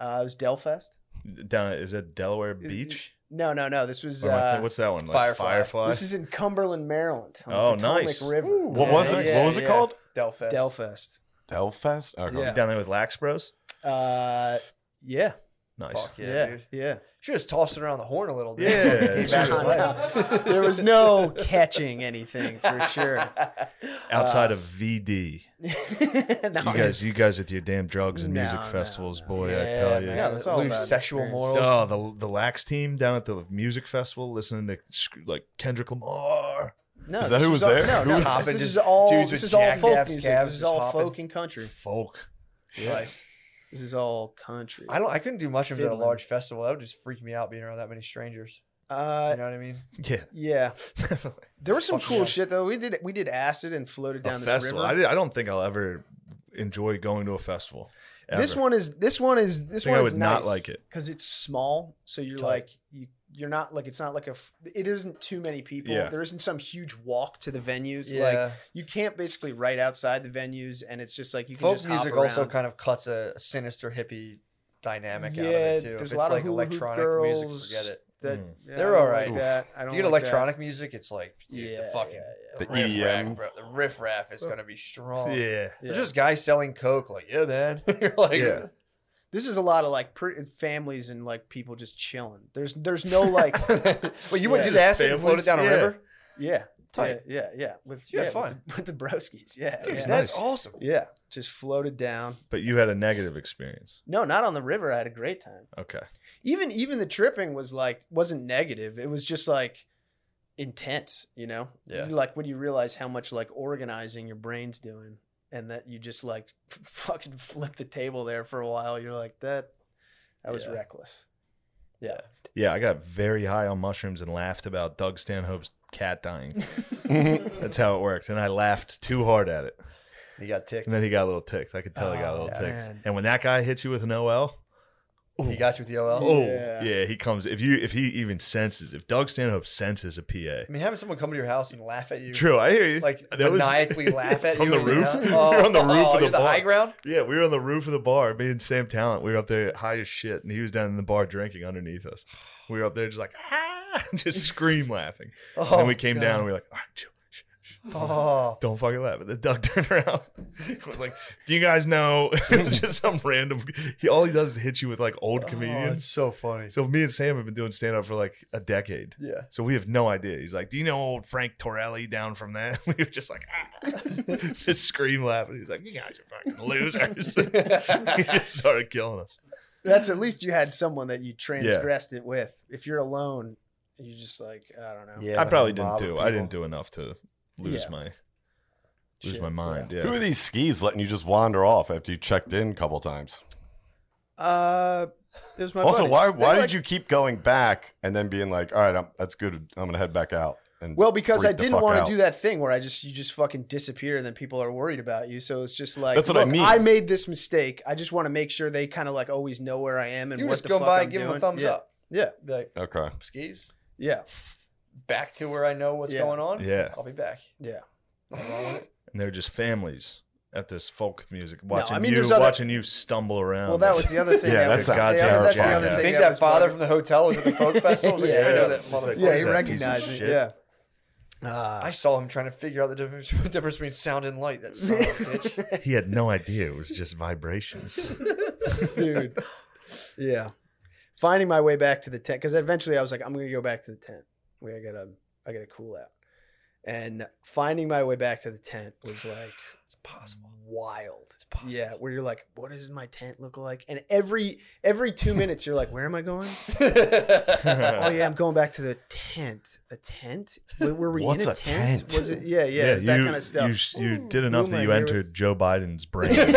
[SPEAKER 4] uh, it was delfest
[SPEAKER 1] it? Down? Is it Delaware
[SPEAKER 4] it-
[SPEAKER 1] Beach?
[SPEAKER 4] no no no this was
[SPEAKER 1] Or am I
[SPEAKER 4] uh,
[SPEAKER 1] thi- What's that one? Like
[SPEAKER 2] Firefly.
[SPEAKER 1] Firefly?
[SPEAKER 4] this is in cumberland maryland on the
[SPEAKER 1] Oh,
[SPEAKER 4] Potomac
[SPEAKER 1] nice.
[SPEAKER 4] river
[SPEAKER 3] What
[SPEAKER 4] Yeah,
[SPEAKER 3] was
[SPEAKER 4] yeah,
[SPEAKER 3] it?
[SPEAKER 4] yeah,
[SPEAKER 3] what was it
[SPEAKER 4] yeah.
[SPEAKER 3] called?
[SPEAKER 2] Delfest.
[SPEAKER 4] delfest
[SPEAKER 3] Hellfest? Okay.
[SPEAKER 4] Yeah.
[SPEAKER 1] down there with Lax Bros.
[SPEAKER 4] uh yeah
[SPEAKER 1] Nice.
[SPEAKER 2] Fuck yeah,
[SPEAKER 4] yeah
[SPEAKER 2] dude.
[SPEAKER 4] yeah
[SPEAKER 2] Should just tossed it around the horn a little. dude.
[SPEAKER 1] Yeah,
[SPEAKER 2] Came back
[SPEAKER 1] sure.
[SPEAKER 2] to life.
[SPEAKER 4] there was no catching anything for sure
[SPEAKER 1] Outside
[SPEAKER 4] Uh,
[SPEAKER 1] of VD,
[SPEAKER 4] No.
[SPEAKER 1] you guys, you guys with your damn drugs and
[SPEAKER 4] No,
[SPEAKER 1] music
[SPEAKER 4] no,
[SPEAKER 1] festivals,
[SPEAKER 4] no.
[SPEAKER 1] boy,
[SPEAKER 2] yeah,
[SPEAKER 1] I tell you.
[SPEAKER 2] man.
[SPEAKER 4] Yeah, that's all
[SPEAKER 2] Lose
[SPEAKER 4] about
[SPEAKER 2] sexual
[SPEAKER 4] experience.
[SPEAKER 2] morals.
[SPEAKER 1] Oh, the the Lax team down at the music festival, listening to sc- like Kendrick Lamar.
[SPEAKER 4] No,
[SPEAKER 3] Is that
[SPEAKER 4] this
[SPEAKER 3] who was
[SPEAKER 4] all-
[SPEAKER 3] there?
[SPEAKER 4] No,
[SPEAKER 3] Who
[SPEAKER 4] no,
[SPEAKER 3] was-
[SPEAKER 4] this,
[SPEAKER 2] Hopping,
[SPEAKER 4] this
[SPEAKER 2] just
[SPEAKER 4] is all
[SPEAKER 2] dudes
[SPEAKER 4] this
[SPEAKER 2] with
[SPEAKER 4] is all
[SPEAKER 2] jack
[SPEAKER 4] folk
[SPEAKER 2] daffs,
[SPEAKER 4] music.
[SPEAKER 2] calves
[SPEAKER 4] This is
[SPEAKER 2] just
[SPEAKER 4] all
[SPEAKER 2] hopping.
[SPEAKER 4] folk and country.
[SPEAKER 1] Folk.
[SPEAKER 2] Nice.
[SPEAKER 4] This is all country.
[SPEAKER 2] I don't. I couldn't do much of it at a
[SPEAKER 4] Fiddling.
[SPEAKER 2] large festival. That would just freak me out being around that many strangers.
[SPEAKER 4] Uh,
[SPEAKER 2] You know what I mean?
[SPEAKER 1] Yeah.
[SPEAKER 4] yeah. There was some
[SPEAKER 2] Fuck
[SPEAKER 4] cool
[SPEAKER 2] yeah.
[SPEAKER 4] shit though. We did we did acid and floated down
[SPEAKER 1] a
[SPEAKER 4] this
[SPEAKER 1] festival.
[SPEAKER 4] river.
[SPEAKER 1] I, did- I don't think I'll ever enjoy going to a festival.
[SPEAKER 4] This
[SPEAKER 1] ever.
[SPEAKER 4] one is this one is this
[SPEAKER 1] think
[SPEAKER 4] one
[SPEAKER 1] I
[SPEAKER 4] is
[SPEAKER 1] would not
[SPEAKER 4] nice
[SPEAKER 1] like it.
[SPEAKER 4] because it's small. So you're
[SPEAKER 2] Tight.
[SPEAKER 4] like you you're not like it's not like a f- it isn't too many people.
[SPEAKER 1] Yeah.
[SPEAKER 4] There isn't some huge walk to the venues. Like you can't basically right outside the venues, and it's just like you can
[SPEAKER 2] Folk
[SPEAKER 4] just hop
[SPEAKER 2] music also
[SPEAKER 4] around.
[SPEAKER 2] kind of cuts a sinister hippie dynamic out of
[SPEAKER 4] Yeah,
[SPEAKER 2] it too.
[SPEAKER 4] There's
[SPEAKER 2] if it's
[SPEAKER 4] a lot
[SPEAKER 2] like
[SPEAKER 4] of hula hoop
[SPEAKER 2] electronic
[SPEAKER 4] girls.
[SPEAKER 2] music, forget it. Hmm.
[SPEAKER 4] That,
[SPEAKER 1] Mm.
[SPEAKER 2] They're
[SPEAKER 4] yeah, I don't
[SPEAKER 2] all
[SPEAKER 4] like
[SPEAKER 2] right.
[SPEAKER 4] that. I don't
[SPEAKER 2] If you get
[SPEAKER 4] like that.
[SPEAKER 2] electronic music, it's like dude,
[SPEAKER 4] Yeah,
[SPEAKER 2] the fucking
[SPEAKER 4] yeah,
[SPEAKER 3] The
[SPEAKER 2] riff
[SPEAKER 3] EDM.
[SPEAKER 2] raff, bro. The riff raff is gonna be strong.
[SPEAKER 1] E Yeah.
[SPEAKER 4] Yeah.
[SPEAKER 2] There's just guys selling coke, like yeah, man. You're like,
[SPEAKER 1] Yeah.
[SPEAKER 4] This is a lot of like pr- families and like people just chilling. There's there's no like
[SPEAKER 2] but you went
[SPEAKER 4] Yeah.
[SPEAKER 2] to the acid and floated
[SPEAKER 1] Families,
[SPEAKER 2] down a
[SPEAKER 1] yeah.
[SPEAKER 2] river.
[SPEAKER 4] yeah yeah
[SPEAKER 2] Tight.
[SPEAKER 4] yeah yeah with
[SPEAKER 2] You
[SPEAKER 4] yeah,
[SPEAKER 2] had
[SPEAKER 4] with
[SPEAKER 2] fun.
[SPEAKER 4] the- with the, broskies yeah
[SPEAKER 2] Dude,
[SPEAKER 4] yeah.
[SPEAKER 1] it's
[SPEAKER 2] that's
[SPEAKER 1] nice.
[SPEAKER 2] awesome.
[SPEAKER 4] yeah just floated down.
[SPEAKER 1] But you had a negative experience.
[SPEAKER 4] No, not on the river. I had a great time.
[SPEAKER 1] Okay.
[SPEAKER 4] Even even the tripping was like wasn't negative. It was just like intense, you know?
[SPEAKER 2] Yeah.
[SPEAKER 4] Like when you realize how much like organizing your brain's doing and that you just like fucking flip the table there for a while, you're like that that was
[SPEAKER 2] Yeah.
[SPEAKER 4] reckless. Yeah.
[SPEAKER 1] Yeah, I got very high on mushrooms and laughed about Doug Stanhope's cat dying. That's how it worked. And I laughed too hard at it.
[SPEAKER 2] You got ticked.
[SPEAKER 1] And then he got a little ticked. I could tell he got a
[SPEAKER 4] Oh,
[SPEAKER 1] little ticked.
[SPEAKER 4] man.
[SPEAKER 1] And when that guy hits you with an OL,
[SPEAKER 2] He got you with the OL.
[SPEAKER 1] oh
[SPEAKER 4] Yeah.
[SPEAKER 1] yeah. he comes. If you if he even senses, if Doug Stanhope senses a PA,
[SPEAKER 2] I mean, having someone come to your house and laugh at you,
[SPEAKER 1] true, I hear you.
[SPEAKER 2] like
[SPEAKER 1] That was-
[SPEAKER 2] maniacally laugh at
[SPEAKER 1] From
[SPEAKER 2] you
[SPEAKER 1] the
[SPEAKER 2] and you're
[SPEAKER 1] roof?
[SPEAKER 2] not-
[SPEAKER 1] We were on the roof of the
[SPEAKER 2] you're the
[SPEAKER 1] bar.
[SPEAKER 2] high ground.
[SPEAKER 1] yeah, we were on the roof of the bar. Me and Sam Talent, we were up there high as shit, and he was down in the bar drinking underneath us. We were up there just like ah, just scream laughing.
[SPEAKER 2] Oh,
[SPEAKER 1] and then we came
[SPEAKER 2] God.
[SPEAKER 1] down, and we were like, all right, chill. shh, shh,
[SPEAKER 2] Oh,
[SPEAKER 1] Don't fucking laugh. But the Doug turned around. I was like, "Do you guys know?" just some random. He all he does is hit you with like old
[SPEAKER 2] oh, it's
[SPEAKER 1] comedians.
[SPEAKER 2] so funny.
[SPEAKER 1] So me and Sam have been doing stand up for like a decade.
[SPEAKER 2] yeah,
[SPEAKER 1] So we have no idea. He's like, "Do you know old Frank Torelli down from that?" We were just like, ah. just scream laughing. He's like, "You guys are fucking losers." he just started killing us.
[SPEAKER 4] That's at least you had someone that you transgressed it with. If you're alone, you're just like, I don't know.
[SPEAKER 2] yeah.
[SPEAKER 1] I probably didn't do. I didn't do enough to lose
[SPEAKER 4] Yeah.
[SPEAKER 1] my lose
[SPEAKER 4] Shit,
[SPEAKER 1] my
[SPEAKER 4] yeah.
[SPEAKER 1] mind. Yeah.
[SPEAKER 3] Who are these skis letting you just wander off after you checked in a couple times?
[SPEAKER 4] Uh it was my
[SPEAKER 3] also, why
[SPEAKER 4] buddies. They
[SPEAKER 3] why
[SPEAKER 4] like-
[SPEAKER 3] did you keep going back and then being like, all right, I'm, that's good. I'm gonna head back out. And
[SPEAKER 4] Well, because I
[SPEAKER 3] freak the
[SPEAKER 4] didn't
[SPEAKER 3] fuck
[SPEAKER 4] want
[SPEAKER 3] out.
[SPEAKER 4] to do that thing where I just you just fucking disappear and then people are worried about you. So it's just like
[SPEAKER 3] That's what I
[SPEAKER 4] look,
[SPEAKER 3] mean.
[SPEAKER 4] I made this mistake. I just want to make sure they kind of like always know where I am and
[SPEAKER 2] You
[SPEAKER 4] what
[SPEAKER 2] just
[SPEAKER 4] the
[SPEAKER 2] go
[SPEAKER 4] fuck
[SPEAKER 2] by
[SPEAKER 4] I'm
[SPEAKER 2] and give
[SPEAKER 4] doing.
[SPEAKER 2] him a thumbs
[SPEAKER 4] yeah.
[SPEAKER 2] up.
[SPEAKER 4] Yeah,
[SPEAKER 2] Be like
[SPEAKER 3] Okay.
[SPEAKER 2] skis.
[SPEAKER 4] yeah,
[SPEAKER 2] Back to where I know what's
[SPEAKER 4] Yeah.
[SPEAKER 2] going on.
[SPEAKER 1] yeah.
[SPEAKER 2] I'll be back.
[SPEAKER 4] yeah.
[SPEAKER 2] Nothing wrong with it.
[SPEAKER 1] And they're just families at this folk music watching
[SPEAKER 4] mean,
[SPEAKER 1] you
[SPEAKER 4] there's other-
[SPEAKER 1] watching you stumble around.
[SPEAKER 4] Well, that was the other thing.
[SPEAKER 3] Oh, Yeah,
[SPEAKER 4] that
[SPEAKER 3] that
[SPEAKER 4] was,
[SPEAKER 3] sounds
[SPEAKER 4] the other, that's the
[SPEAKER 1] terrible.
[SPEAKER 4] other
[SPEAKER 1] Yeah.
[SPEAKER 4] thing.
[SPEAKER 2] I think
[SPEAKER 4] that,
[SPEAKER 2] that,
[SPEAKER 4] was
[SPEAKER 2] father
[SPEAKER 4] bugging-
[SPEAKER 2] from the hotel was at the folk festival. I was like,
[SPEAKER 4] Yeah.
[SPEAKER 2] I know that
[SPEAKER 1] He's like,
[SPEAKER 2] motherfucker.
[SPEAKER 4] yeah, he
[SPEAKER 1] That piece of
[SPEAKER 4] recognized me.
[SPEAKER 1] shit.
[SPEAKER 4] Yeah.
[SPEAKER 2] I saw him trying to figure out the difference, the difference between sound and light. That son of a bitch.
[SPEAKER 1] he had no idea it was just vibrations.
[SPEAKER 4] dude. Yeah, finding my way back to the tent because eventually I was like, I'm gonna go back to the tent. We I gotta I gotta cool out. And finding my way back to the tent was like
[SPEAKER 2] It's possible.
[SPEAKER 4] wild.
[SPEAKER 2] It's possible.
[SPEAKER 4] Yeah, where you're like, what does my tent look like? And every every two minutes, you're like, where am I going? oh yeah, I'm going back to the tent. A tent? Were, were we
[SPEAKER 3] What's
[SPEAKER 4] in a,
[SPEAKER 3] a
[SPEAKER 4] tent?
[SPEAKER 3] tent?
[SPEAKER 4] Was it? Yeah, yeah, it's that
[SPEAKER 1] you-
[SPEAKER 4] kind of stuff.
[SPEAKER 1] You, sh- you
[SPEAKER 4] Ooh,
[SPEAKER 1] did
[SPEAKER 4] who
[SPEAKER 1] enough
[SPEAKER 4] am
[SPEAKER 1] that
[SPEAKER 4] I
[SPEAKER 1] you
[SPEAKER 4] here
[SPEAKER 1] entered Joe Biden's brain. you
[SPEAKER 2] you
[SPEAKER 1] did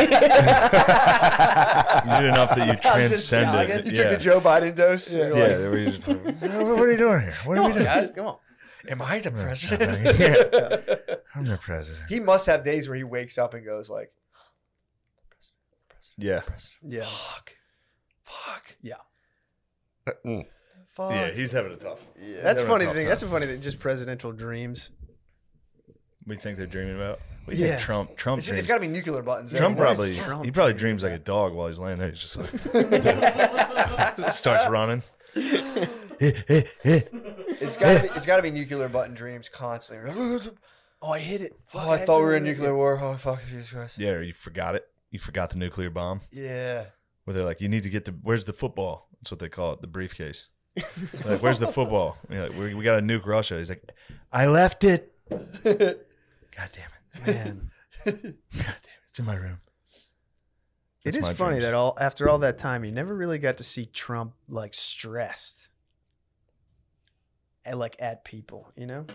[SPEAKER 1] enough that you
[SPEAKER 4] I was just
[SPEAKER 1] transcended.
[SPEAKER 4] jogging.
[SPEAKER 1] yeah.
[SPEAKER 2] took the Joe Biden dose. and
[SPEAKER 1] yeah,
[SPEAKER 2] you're like,
[SPEAKER 1] they were just- what are you doing here? What are we
[SPEAKER 4] Come on,
[SPEAKER 1] doing?
[SPEAKER 4] guys, come on.
[SPEAKER 2] Am I the
[SPEAKER 1] I'm the
[SPEAKER 2] president?
[SPEAKER 1] president. I'm the president.
[SPEAKER 2] he must have days where he wakes up and goes like,
[SPEAKER 1] Yeah,
[SPEAKER 4] Yeah,
[SPEAKER 2] "Fuck, fuck,
[SPEAKER 4] fuck.
[SPEAKER 1] yeah, he's having a tough.
[SPEAKER 2] yeah."
[SPEAKER 4] That's
[SPEAKER 1] having a
[SPEAKER 4] funny
[SPEAKER 1] tough
[SPEAKER 4] thing.
[SPEAKER 1] time.
[SPEAKER 4] That's a funny thing. Just presidential dreams.
[SPEAKER 1] We think they're dreaming about. We think
[SPEAKER 4] Yeah.
[SPEAKER 1] Trump. Trump.
[SPEAKER 2] It's- it's
[SPEAKER 1] dreams.
[SPEAKER 2] got to be nuclear buttons. there.
[SPEAKER 1] Trump
[SPEAKER 2] What is-
[SPEAKER 1] probably.
[SPEAKER 4] Trump
[SPEAKER 1] he probably dreams like a dog while he's laying there. He's just like starts running.
[SPEAKER 2] It's got to be. It's got to be nuclear button dreams constantly.
[SPEAKER 4] Oh, I hit it. Fuck,
[SPEAKER 2] oh, I thought we were in
[SPEAKER 4] actually hit it.
[SPEAKER 2] nuclear war. Oh, fuck, Jesus Christ.
[SPEAKER 1] Yeah, you forgot it. You forgot the nuclear bomb.
[SPEAKER 2] Yeah.
[SPEAKER 1] Where they're like, you need to get the. Where's the football? That's what they call it. The briefcase. They're like, where's the football? And you're like, we, we got to nuke Russia. He's like, I left it. God damn it.
[SPEAKER 4] Man,
[SPEAKER 1] God damn it. It's in my room.
[SPEAKER 4] it
[SPEAKER 1] That's
[SPEAKER 4] is
[SPEAKER 1] my
[SPEAKER 4] funny
[SPEAKER 1] dreams.
[SPEAKER 4] that all after all that time, you never really got to see Trump like stressed, and like at people. You know?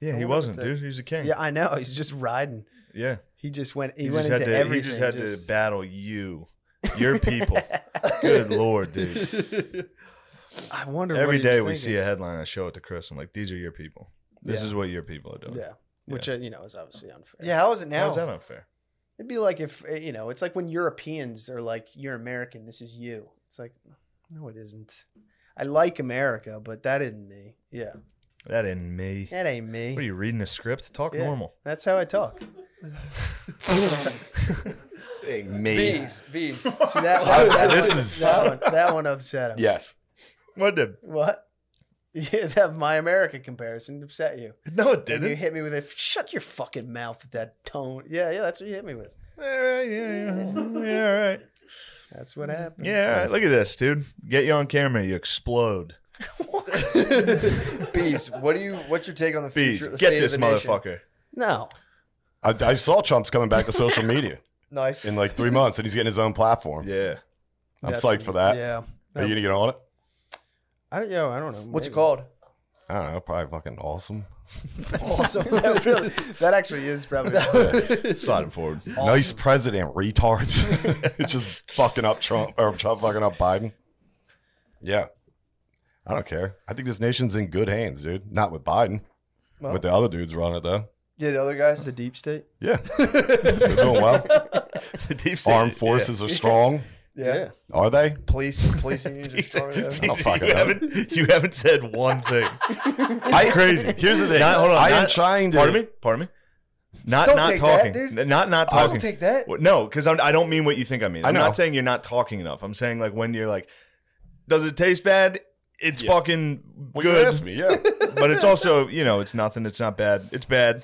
[SPEAKER 1] Yeah,
[SPEAKER 4] I
[SPEAKER 1] he
[SPEAKER 4] wonder if
[SPEAKER 1] wasn't,
[SPEAKER 4] that-
[SPEAKER 1] dude. He was a king.
[SPEAKER 4] Yeah, I know. He's just riding.
[SPEAKER 1] yeah.
[SPEAKER 4] He just went. He,
[SPEAKER 1] He
[SPEAKER 4] went
[SPEAKER 1] just
[SPEAKER 4] into
[SPEAKER 1] had to.
[SPEAKER 4] everything.
[SPEAKER 1] He just had
[SPEAKER 4] just-
[SPEAKER 1] to battle you, your people. Good lord, dude.
[SPEAKER 4] I wonder
[SPEAKER 1] Every
[SPEAKER 4] what he was
[SPEAKER 1] day we
[SPEAKER 4] thinking.
[SPEAKER 1] see a headline, I show it to Chris. I'm like, these are your people. This
[SPEAKER 4] Yeah.
[SPEAKER 1] is what your people are doing.
[SPEAKER 4] Yeah, which uh, you know is obviously unfair.
[SPEAKER 2] Yeah, how is it
[SPEAKER 1] How
[SPEAKER 2] now?
[SPEAKER 1] is that unfair?
[SPEAKER 4] it'd be like if uh, you know, it's like when Europeans are like, "You're American. This is you." It's like, no, it isn't. I like America, but that isn't me. Yeah,
[SPEAKER 1] That ain't me.
[SPEAKER 4] that ain't me.
[SPEAKER 1] What are you reading a script? Talk
[SPEAKER 4] Yeah.
[SPEAKER 1] normal.
[SPEAKER 4] That's how I talk.
[SPEAKER 3] Hey, me.
[SPEAKER 2] Bees, bees.
[SPEAKER 4] See that one? That
[SPEAKER 1] This
[SPEAKER 4] one,
[SPEAKER 1] is-
[SPEAKER 4] that one. That one upset him.
[SPEAKER 3] Yes.
[SPEAKER 1] What the?
[SPEAKER 4] What? Yeah, that my America comparison upset you.
[SPEAKER 1] No, it
[SPEAKER 4] And you
[SPEAKER 1] didn't.
[SPEAKER 4] hit me with a shut your fucking mouth with that tone. Yeah, yeah, that's what you hit me with.
[SPEAKER 1] All right, yeah, yeah, yeah, all right.
[SPEAKER 4] That's what happened.
[SPEAKER 1] Mm, Yeah, all right. look at this, dude. Get you on camera, you explode.
[SPEAKER 2] bees. What do you? What's your take on the
[SPEAKER 1] Bees,
[SPEAKER 2] future? the
[SPEAKER 1] get
[SPEAKER 2] state of
[SPEAKER 1] this
[SPEAKER 2] the nation?
[SPEAKER 1] motherfucker.
[SPEAKER 4] No.
[SPEAKER 3] I, I saw Trump's coming back to social media
[SPEAKER 2] Nice.
[SPEAKER 3] in like three months, and he's getting his own platform.
[SPEAKER 1] Yeah.
[SPEAKER 3] I'm
[SPEAKER 4] That's-
[SPEAKER 3] psyched for that.
[SPEAKER 4] Yeah.
[SPEAKER 3] Are you gonna get on it?
[SPEAKER 4] I don't, yo, I don't know.
[SPEAKER 2] What's it
[SPEAKER 4] maybe.
[SPEAKER 2] called?
[SPEAKER 3] I don't know. Probably fucking awesome.
[SPEAKER 2] Awesome.
[SPEAKER 4] that, really, that actually is probably.
[SPEAKER 1] Slide him forward.
[SPEAKER 3] Nice president, retards. it's just fucking up Trump or Trump fucking up Biden. Yeah. I don't care. I think this nation's in good hands, dude. Not with Biden.
[SPEAKER 2] Well.
[SPEAKER 3] With the other dudes running it though.
[SPEAKER 2] Yeah, the other guys.
[SPEAKER 4] the deep state.
[SPEAKER 3] Yeah. They're doing well.
[SPEAKER 1] The deep state-
[SPEAKER 3] Armed forces are strong.
[SPEAKER 2] Yeah.
[SPEAKER 3] Are they?
[SPEAKER 2] Police, police unions.
[SPEAKER 1] Yeah.
[SPEAKER 2] are strong, yeah.
[SPEAKER 3] don't fucking
[SPEAKER 1] you,
[SPEAKER 3] know.
[SPEAKER 1] haven't, you haven't said one thing.
[SPEAKER 3] I, crazy. Here's the thing.
[SPEAKER 1] Not- hold on,
[SPEAKER 3] I am
[SPEAKER 1] not-
[SPEAKER 3] trying to
[SPEAKER 1] Pardon me? Pardon me? Not
[SPEAKER 2] Don't
[SPEAKER 1] not
[SPEAKER 2] take that,
[SPEAKER 1] talking.
[SPEAKER 2] dude.
[SPEAKER 1] N- Not not
[SPEAKER 2] I
[SPEAKER 1] talking.
[SPEAKER 2] don't take that.
[SPEAKER 1] Well, No, because I don't mean what you think I mean.
[SPEAKER 3] I
[SPEAKER 1] I'm
[SPEAKER 3] know.
[SPEAKER 1] not saying you're not talking enough. I'm saying like when you're like, does it taste bad? It's fucking
[SPEAKER 3] Well, you
[SPEAKER 1] good,
[SPEAKER 3] asked me, yeah.
[SPEAKER 1] but it's also you know it's nothing. It's not bad. It's bad.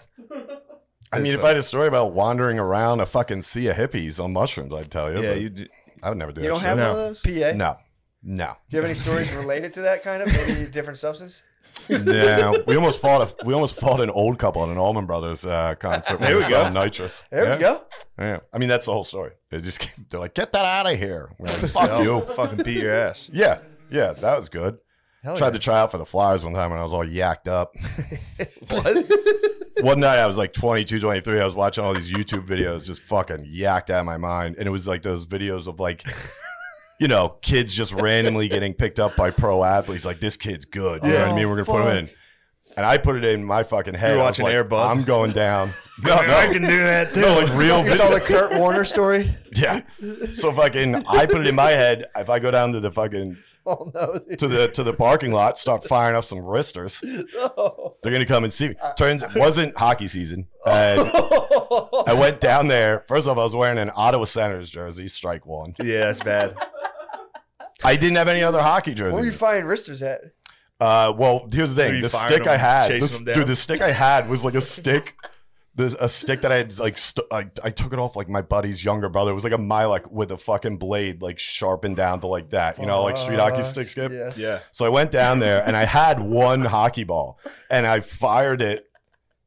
[SPEAKER 3] I mean, if I had a story about wandering around a fucking sea of hippies on mushrooms, I'd tell you.
[SPEAKER 1] yeah,
[SPEAKER 3] but
[SPEAKER 1] you d-
[SPEAKER 3] I would never do
[SPEAKER 4] You
[SPEAKER 3] that
[SPEAKER 4] don't
[SPEAKER 3] shit.
[SPEAKER 4] have
[SPEAKER 1] No.
[SPEAKER 4] one of those?
[SPEAKER 2] PA. Do
[SPEAKER 3] No. No.
[SPEAKER 2] you have any stories related to that kind of maybe a different substance?
[SPEAKER 3] Yeah, we almost fought. A, we almost fought an old couple at an Allman Brothers uh, concert.
[SPEAKER 1] There
[SPEAKER 3] when
[SPEAKER 1] we
[SPEAKER 3] we
[SPEAKER 1] go.
[SPEAKER 3] saw Nitrous.
[SPEAKER 2] There
[SPEAKER 3] yeah.
[SPEAKER 2] we go.
[SPEAKER 3] Yeah, I mean that's the whole story. They just came, they're like, get that out of here. We're like, Fuck
[SPEAKER 1] no,
[SPEAKER 3] you.
[SPEAKER 1] fucking beat your ass.
[SPEAKER 3] Yeah, yeah, that was good.
[SPEAKER 2] Hell
[SPEAKER 3] Tried
[SPEAKER 2] yeah.
[SPEAKER 3] to try out for the Flyers one time when I was all yacked up.
[SPEAKER 1] What?
[SPEAKER 3] one night I was like 22, 23. I was watching all these YouTube videos, just fucking yacked out of my mind, and it was like those videos of like. You know, kids just randomly getting picked up by pro athletes. Like this kid's good. You know what I
[SPEAKER 2] Yeah.
[SPEAKER 3] mean? We're gonna put him in. And I put it in my fucking head.
[SPEAKER 1] You're
[SPEAKER 3] I was
[SPEAKER 1] watching
[SPEAKER 3] like,
[SPEAKER 1] Air Bud?
[SPEAKER 3] I'm going down. No, no.
[SPEAKER 1] I can do that too.
[SPEAKER 3] No, like real
[SPEAKER 2] You saw the
[SPEAKER 3] video.
[SPEAKER 2] Kurt Warner story?
[SPEAKER 3] Yeah. So fucking, I put it in my head. If I go down to the fucking
[SPEAKER 2] Oh no, dude.
[SPEAKER 3] to the to the parking lot, start firing off some wristers. They're gonna come and see me.
[SPEAKER 2] Uh,
[SPEAKER 3] Turns it wasn't hockey season. And I went down there. First off, I was wearing an Ottawa Senators jersey, strike one.
[SPEAKER 1] Yeah, that's bad.
[SPEAKER 3] I didn't have any other hockey
[SPEAKER 2] Where were you
[SPEAKER 3] jerseys.
[SPEAKER 2] firing wristers at?
[SPEAKER 3] Uh, well, here's the
[SPEAKER 1] Were
[SPEAKER 3] thing:
[SPEAKER 1] you
[SPEAKER 3] the
[SPEAKER 1] firing
[SPEAKER 3] stick
[SPEAKER 1] them,
[SPEAKER 3] I had,
[SPEAKER 1] chasing
[SPEAKER 3] this-
[SPEAKER 1] them down?
[SPEAKER 3] dude, the stick I had was like a stick. There's a stick that I had like st- I, I took it off like my buddy's younger brother. It was like a Milek with a fucking blade like sharpened down to like that, you know, like street hockey
[SPEAKER 2] Fuck,
[SPEAKER 3] stick skip.
[SPEAKER 2] Yes.
[SPEAKER 1] Yeah.
[SPEAKER 3] So I went down there and I had one hockey ball and I fired it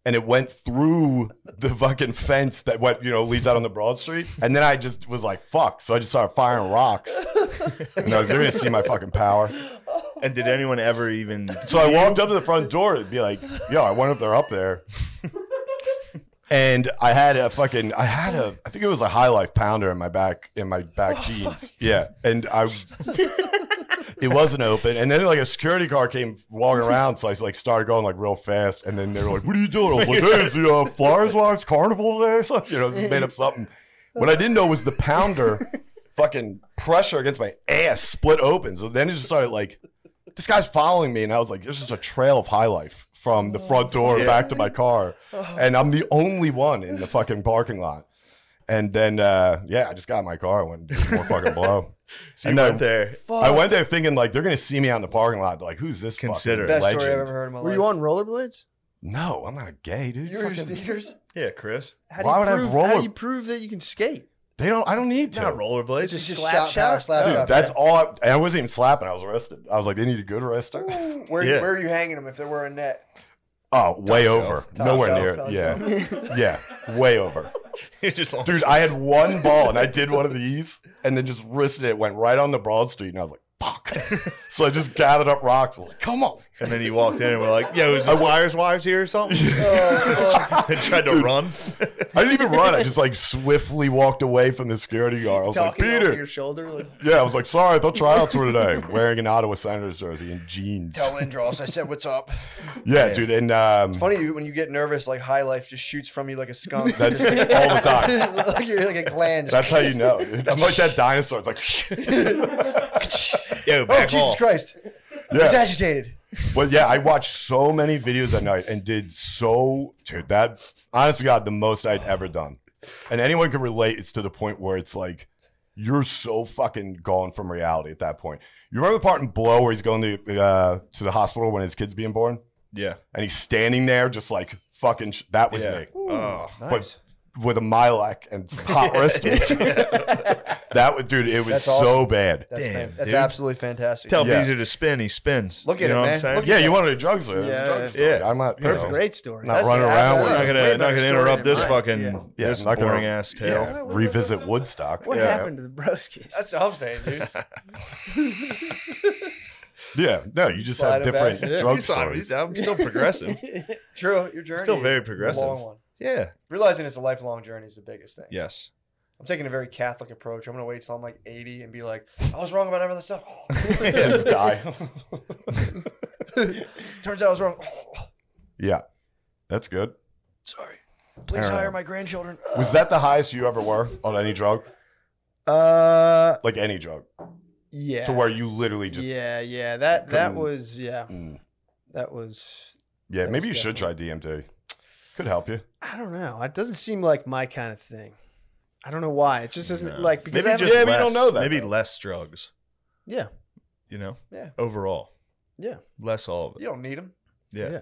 [SPEAKER 3] and it went through the fucking fence that went, you know, leads out on the broad street. And then I just was like, fuck. So I just started firing rocks. And I was, they're gonna see my fucking power.
[SPEAKER 1] And did anyone ever even?
[SPEAKER 3] So I walked up to the front door and be like, yo, I wonder if they're up there. And I had a fucking, I had a, I think it was a high life pounder in my back, in my back jeans. Yeah. And I, it wasn't open. And then like a security car came walking around. So I like started going like real fast. And then they were like, what are you doing? I was like, hey, is the uh, Flyers Watch Carnival today or something? You know, just made up something. What I didn't know was the pounder fucking pressure against my ass split open. So then it just started like, this guy's following me, and I was like, "This is a trail of high life from the front door
[SPEAKER 1] Oh.
[SPEAKER 3] back to my car," and I'm the only one in the fucking parking lot. And then, uh, yeah, I just got in my car and went and did more fucking blow.
[SPEAKER 1] So you
[SPEAKER 3] and then-
[SPEAKER 1] went there.
[SPEAKER 3] I went there thinking like they're gonna see me out in the parking lot. They're like, "Who's this?" fucking
[SPEAKER 1] Consider it.
[SPEAKER 2] Best
[SPEAKER 3] legend?
[SPEAKER 2] story I've ever heard in my
[SPEAKER 4] Were
[SPEAKER 2] life.
[SPEAKER 4] you on rollerblades?
[SPEAKER 3] No, I'm not a gay dude.
[SPEAKER 2] You were
[SPEAKER 3] Fucking-
[SPEAKER 2] just sneakers?
[SPEAKER 1] Yeah, Chris.
[SPEAKER 4] How
[SPEAKER 3] Why
[SPEAKER 4] do
[SPEAKER 3] would I
[SPEAKER 4] you
[SPEAKER 3] have
[SPEAKER 4] prove, How
[SPEAKER 3] roller-
[SPEAKER 4] do you prove that you can skate?
[SPEAKER 3] they don't. I don't need to.
[SPEAKER 1] Not rollerblades.
[SPEAKER 4] Just
[SPEAKER 2] Just
[SPEAKER 4] slap
[SPEAKER 2] shot power,
[SPEAKER 4] shot?
[SPEAKER 2] slap
[SPEAKER 3] Dude,
[SPEAKER 2] shot,
[SPEAKER 3] that's
[SPEAKER 2] yeah.
[SPEAKER 3] all. I, and I wasn't even slapping. I was arrested. I was like, they need a good arrester.
[SPEAKER 2] Where,
[SPEAKER 1] Yeah.
[SPEAKER 2] where are you hanging them if there were a net?
[SPEAKER 3] Oh, way over.
[SPEAKER 2] Top
[SPEAKER 3] Nowhere
[SPEAKER 2] shelf,
[SPEAKER 3] near
[SPEAKER 2] top
[SPEAKER 3] it. Yeah. yeah. Way over.
[SPEAKER 1] You're just long-
[SPEAKER 3] Dude, I had one ball and I did one of these and then just wristed it, went right on the broad street, and I was like, fuck. so I just gathered up rocks. I was like, come on.
[SPEAKER 1] And then you walked in and we're like, yo, is the Flyers wives here or something? and tried to run.
[SPEAKER 3] I didn't even run. I just like swiftly walked away from the security guard. I was
[SPEAKER 4] Talking
[SPEAKER 3] like,
[SPEAKER 4] over
[SPEAKER 3] Peter.
[SPEAKER 4] your shoulder. Like,
[SPEAKER 3] Yeah, I was like, sorry, I thought tryouts were today. Wearing an Ottawa Senators jersey and jeans.
[SPEAKER 2] Tell Lindros, I said, what's up?
[SPEAKER 3] Yeah, dude. And um,
[SPEAKER 2] Funny when you get nervous, like high life just shoots from you like a skunk.
[SPEAKER 3] that's all the time.
[SPEAKER 2] like you're like a gland.
[SPEAKER 3] That's how you know. dude. I'm like that dinosaur. It's like,
[SPEAKER 1] Yo,
[SPEAKER 2] oh,
[SPEAKER 1] back
[SPEAKER 2] Jesus
[SPEAKER 1] off.
[SPEAKER 2] Christ. He's
[SPEAKER 3] yeah.
[SPEAKER 2] agitated.
[SPEAKER 3] But yeah, I watched so many videos that night and did so, dude, that, honest to God, the most I'd ever done. And anyone can relate. It's to the point where it's like, you're so fucking gone from reality at that point. You remember the part in Blow where he's going to, uh, to the hospital when his kid's being born?
[SPEAKER 1] Yeah.
[SPEAKER 3] And he's standing there just like fucking, sh- that was
[SPEAKER 1] yeah.
[SPEAKER 3] me.
[SPEAKER 1] Oh.
[SPEAKER 2] Nice.
[SPEAKER 3] with a Milac and some hot wristbands. that would, dude, it was
[SPEAKER 2] That's
[SPEAKER 3] so
[SPEAKER 2] awesome.
[SPEAKER 3] bad.
[SPEAKER 2] That's,
[SPEAKER 1] Damn,
[SPEAKER 2] fan- that's
[SPEAKER 1] dude.
[SPEAKER 2] absolutely fantastic.
[SPEAKER 1] Tell
[SPEAKER 3] Yeah.
[SPEAKER 1] Beezer to spin, he spins.
[SPEAKER 2] Look at
[SPEAKER 1] you
[SPEAKER 2] it,
[SPEAKER 1] know
[SPEAKER 2] man.
[SPEAKER 1] What I'm saying?
[SPEAKER 2] Look
[SPEAKER 3] Yeah, you wanted a drug store.
[SPEAKER 2] Yeah.
[SPEAKER 3] Yeah,
[SPEAKER 1] Yeah.
[SPEAKER 3] I'm not. you
[SPEAKER 1] Perfect.
[SPEAKER 3] know,
[SPEAKER 4] Great story.
[SPEAKER 3] Not
[SPEAKER 2] That's
[SPEAKER 3] running
[SPEAKER 2] an
[SPEAKER 3] around.
[SPEAKER 2] absolute-
[SPEAKER 1] I'm not
[SPEAKER 2] Way
[SPEAKER 1] gonna,
[SPEAKER 2] better
[SPEAKER 1] not gonna
[SPEAKER 2] story
[SPEAKER 1] interrupt
[SPEAKER 2] than
[SPEAKER 1] this
[SPEAKER 2] mine.
[SPEAKER 1] fucking
[SPEAKER 4] Yeah.
[SPEAKER 3] Yeah,
[SPEAKER 1] this
[SPEAKER 3] not gonna-
[SPEAKER 1] boring ass tale.
[SPEAKER 3] yeah, revisit Woodstock.
[SPEAKER 4] What
[SPEAKER 3] yeah.
[SPEAKER 4] happened to the broskies?
[SPEAKER 2] That's what I'm saying, dude.
[SPEAKER 3] Yeah, no, you just
[SPEAKER 2] Slide
[SPEAKER 3] have
[SPEAKER 2] it back.
[SPEAKER 3] different
[SPEAKER 2] Yeah.
[SPEAKER 3] drug
[SPEAKER 1] He's not-
[SPEAKER 3] stories.
[SPEAKER 1] he's- I'm still progressive.
[SPEAKER 2] True, your journey
[SPEAKER 1] Still very
[SPEAKER 2] is a
[SPEAKER 1] progressive.
[SPEAKER 2] long one.
[SPEAKER 1] yeah.
[SPEAKER 2] Realizing it's a lifelong journey is the biggest thing.
[SPEAKER 1] Yes.
[SPEAKER 2] I'm taking a very Catholic approach. I'm gonna wait till I'm like 80 and be like, I was wrong about everything stuff.
[SPEAKER 3] Just die.
[SPEAKER 2] Turns out I was wrong.
[SPEAKER 3] yeah, that's good.
[SPEAKER 2] Sorry. Please
[SPEAKER 3] Fair
[SPEAKER 2] hire
[SPEAKER 3] enough.
[SPEAKER 2] my grandchildren.
[SPEAKER 3] Was that the highest you ever were on any drug?
[SPEAKER 4] Uh,
[SPEAKER 3] Like any drug,
[SPEAKER 4] yeah.
[SPEAKER 3] to where you literally just. Yeah,
[SPEAKER 4] yeah, yeah. That that
[SPEAKER 3] couldn't-
[SPEAKER 4] was yeah.
[SPEAKER 3] mm,
[SPEAKER 4] That was.
[SPEAKER 3] yeah
[SPEAKER 4] That
[SPEAKER 3] maybe you
[SPEAKER 4] was
[SPEAKER 3] should try DMT. Could help you.
[SPEAKER 4] I don't know. It doesn't seem like my kind of thing. I don't know why. It just isn't
[SPEAKER 1] No.
[SPEAKER 4] like because
[SPEAKER 1] maybe
[SPEAKER 4] I haven't-
[SPEAKER 1] just
[SPEAKER 3] Yeah,
[SPEAKER 1] less,
[SPEAKER 3] we don't know that,
[SPEAKER 1] Maybe
[SPEAKER 3] though.
[SPEAKER 1] less drugs.
[SPEAKER 4] yeah,
[SPEAKER 1] You know.
[SPEAKER 2] Yeah.
[SPEAKER 1] Overall.
[SPEAKER 4] Yeah.
[SPEAKER 1] Less all of it.
[SPEAKER 2] You don't need them.
[SPEAKER 1] Yeah.
[SPEAKER 4] yeah.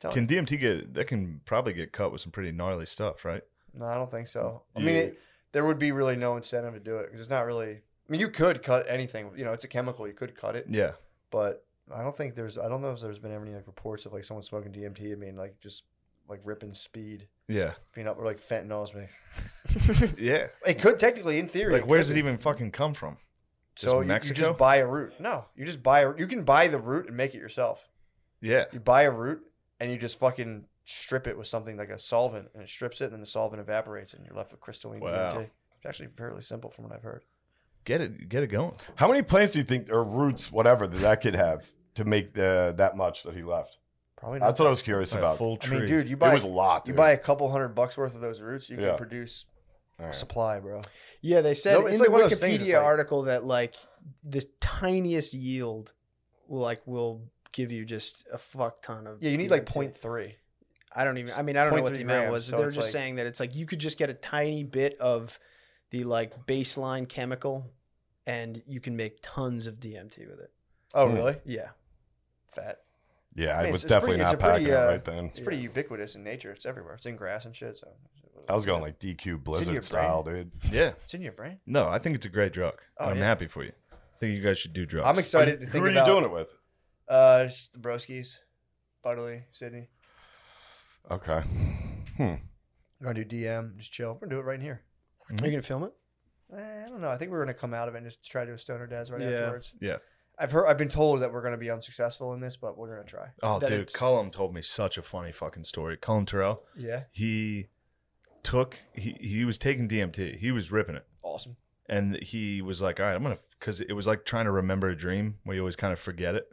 [SPEAKER 2] Tell
[SPEAKER 1] Can DMT get that can probably get cut with some pretty gnarly stuff, right?
[SPEAKER 2] No, I don't think so. I
[SPEAKER 1] You-
[SPEAKER 2] mean, it, there would be really no incentive to do it because it's not really. I mean, you could cut anything. You know, it's a chemical. You could cut it,
[SPEAKER 1] Yeah.
[SPEAKER 2] but I don't think there's. I don't know if there's been any like reports of like someone smoking DMT. I mean, like just like ripping speed,
[SPEAKER 1] Yeah.
[SPEAKER 2] being up or like fentanyl. Is me.
[SPEAKER 1] Yeah.
[SPEAKER 2] It could technically, in theory,
[SPEAKER 1] Like,
[SPEAKER 2] could
[SPEAKER 1] where does it
[SPEAKER 2] be.
[SPEAKER 1] even fucking come from? Just
[SPEAKER 2] So you, you
[SPEAKER 1] Mexico?
[SPEAKER 2] just buy a root. No, you just buy. A, you can buy the root and make it yourself.
[SPEAKER 1] Yeah.
[SPEAKER 2] You buy a root and you just fucking strip it with something like a solvent, and it strips it, and then the solvent evaporates, and you're left with crystalline
[SPEAKER 1] Wow.
[SPEAKER 2] DMT. It's actually fairly simple from what I've heard.
[SPEAKER 1] Get it. Get it going.
[SPEAKER 3] How many plants do you think, or roots, whatever, did that kid have to make the, that much that he left?
[SPEAKER 2] Probably not.
[SPEAKER 3] That's what I was curious
[SPEAKER 1] Like a
[SPEAKER 3] about.
[SPEAKER 1] full
[SPEAKER 2] I
[SPEAKER 1] tree.
[SPEAKER 2] mean, dude, you
[SPEAKER 3] it
[SPEAKER 2] buy
[SPEAKER 3] was a lot.
[SPEAKER 2] you
[SPEAKER 3] dude.
[SPEAKER 2] buy a couple hundred bucks worth of those roots, you
[SPEAKER 3] Yeah.
[SPEAKER 2] can produce
[SPEAKER 3] All right.
[SPEAKER 2] supply, bro.
[SPEAKER 4] Yeah, they said
[SPEAKER 2] No,
[SPEAKER 4] in
[SPEAKER 2] it's
[SPEAKER 4] the
[SPEAKER 2] like one of those things, it's
[SPEAKER 4] Wikipedia
[SPEAKER 2] like-
[SPEAKER 4] article that like the tiniest yield, will, like will give you just a fuck ton of.
[SPEAKER 2] Yeah, you need like
[SPEAKER 4] DMT.
[SPEAKER 2] point three.
[SPEAKER 4] I don't even. I mean, I don't know what
[SPEAKER 2] 0.3
[SPEAKER 4] the amount
[SPEAKER 2] grams,
[SPEAKER 4] was.
[SPEAKER 2] so
[SPEAKER 4] They're
[SPEAKER 2] it's
[SPEAKER 4] just
[SPEAKER 2] like-
[SPEAKER 4] saying that it's like you could just get a tiny bit of the like baseline chemical, and you can make tons of DMT with it.
[SPEAKER 2] Oh,
[SPEAKER 3] Hmm.
[SPEAKER 2] really?
[SPEAKER 4] Yeah,
[SPEAKER 2] Fat.
[SPEAKER 3] Yeah, I,
[SPEAKER 2] mean, it's-
[SPEAKER 3] was
[SPEAKER 2] it's
[SPEAKER 3] definitely
[SPEAKER 2] pretty- it's
[SPEAKER 3] not
[SPEAKER 2] a pretty,
[SPEAKER 3] packing
[SPEAKER 2] uh,
[SPEAKER 3] it right then.
[SPEAKER 2] It's pretty ubiquitous in nature. It's everywhere. It's in grass and shit. So
[SPEAKER 3] I was going like DQ
[SPEAKER 2] your
[SPEAKER 3] Blizzard style, dude.
[SPEAKER 1] yeah.
[SPEAKER 2] it's in your brain.
[SPEAKER 1] No, I think it's a great drug.
[SPEAKER 2] Oh,
[SPEAKER 1] and I'm
[SPEAKER 2] yeah.
[SPEAKER 1] happy for you. I think you guys should do drugs.
[SPEAKER 2] I'm excited to
[SPEAKER 3] Who
[SPEAKER 2] think
[SPEAKER 3] are
[SPEAKER 2] about.
[SPEAKER 3] you doing it with?
[SPEAKER 2] Uh, just the broskies, Butterly, Sydney.
[SPEAKER 3] Okay. Hmm.
[SPEAKER 2] We're gonna do DM. Just chill. We're gonna do it right in here.
[SPEAKER 4] are you gonna film it?
[SPEAKER 2] Eh, I don't know. I think we're gonna come out of it and just try to do a stoner dads right
[SPEAKER 4] Yeah.
[SPEAKER 2] afterwards.
[SPEAKER 1] Yeah.
[SPEAKER 2] I've heard. I've been told that we're gonna be unsuccessful in this, but we're gonna try.
[SPEAKER 1] Oh,
[SPEAKER 4] that
[SPEAKER 1] dude,
[SPEAKER 4] it's-
[SPEAKER 1] Cullum told me such a funny fucking story. Cullum Terrell,
[SPEAKER 2] Yeah.
[SPEAKER 1] he took he he was taking DMT. He was ripping it,
[SPEAKER 2] Awesome.
[SPEAKER 1] and he was like, "All right, I'm gonna," because it was like trying to remember a dream where you always kind of forget it.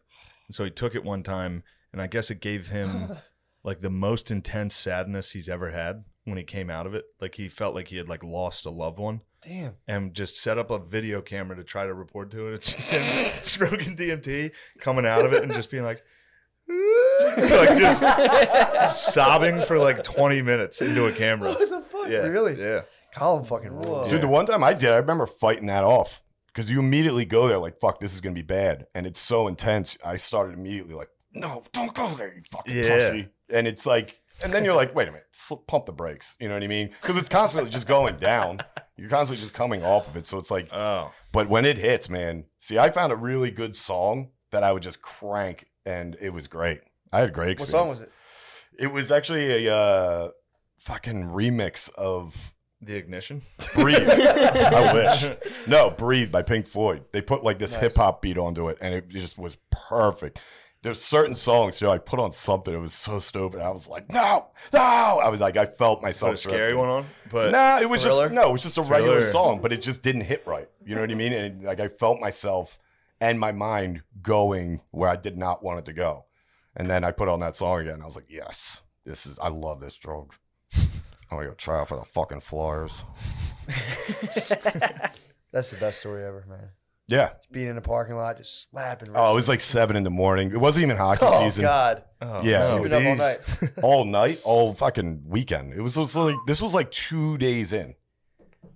[SPEAKER 1] And so he took it one time, and I guess it gave him like the most intense sadness he's ever had when he came out of it. Like he felt like he had like lost a loved one.
[SPEAKER 2] Damn.
[SPEAKER 1] and just set up a video camera to try to report to it. It's just him stroking DMT, coming out of it, and just being like, like just sobbing for like 20 minutes into a camera.
[SPEAKER 2] What the fuck?
[SPEAKER 1] Yeah,
[SPEAKER 2] Really?
[SPEAKER 1] Yeah,
[SPEAKER 2] Colin fucking rules.
[SPEAKER 3] Dude, the one time I did, I remember fighting that off because you immediately go there like, "Fuck, this is gonna be bad," and it's so intense. I started immediately like, "No, don't go there, you fucking
[SPEAKER 1] Yeah.
[SPEAKER 3] pussy!" And it's like, and then you're like, "Wait a minute, sl- pump the brakes." You know what I mean? Because it's constantly just going down. You're constantly just coming off of it, so it's like
[SPEAKER 1] oh,
[SPEAKER 3] But when it hits, man, see, I found a really good song that I would just crank, and it was great. I had a great
[SPEAKER 2] What
[SPEAKER 3] experience.
[SPEAKER 2] song was it?
[SPEAKER 3] It was actually a uh, fucking remix of
[SPEAKER 1] The ignition.
[SPEAKER 3] Breathe. I wish. No, Breathe by Pink Floyd. They put like this
[SPEAKER 2] Nice.
[SPEAKER 3] hip hop beat onto it and it just was perfect. There's certain songs too. I put on something. It was so stupid. I was like, no, no. I was like, I felt myself.
[SPEAKER 1] Put a scary
[SPEAKER 3] drifting.
[SPEAKER 1] one on, but
[SPEAKER 3] nah, it was
[SPEAKER 2] Thriller?
[SPEAKER 3] just no, it was just a regular
[SPEAKER 1] Thriller.
[SPEAKER 3] song, but it just didn't hit right. You know what I mean? And like I felt myself and my mind going where I did not want it to go. And then I put on that song again. I was like, yes, this is I love this drug. I'm gonna go try out for the fucking flyers.
[SPEAKER 2] That's the best story ever, man.
[SPEAKER 3] Yeah.
[SPEAKER 2] Being in a parking lot, just slapping.
[SPEAKER 3] Oh, it was like seven in the morning. It wasn't even hockey
[SPEAKER 2] oh
[SPEAKER 3] season.
[SPEAKER 2] God,
[SPEAKER 1] Oh,
[SPEAKER 3] Yeah.
[SPEAKER 1] no,
[SPEAKER 3] You've
[SPEAKER 2] been up all
[SPEAKER 1] these-
[SPEAKER 2] night.
[SPEAKER 3] All night, all fucking weekend. It was, just like this was like two days in.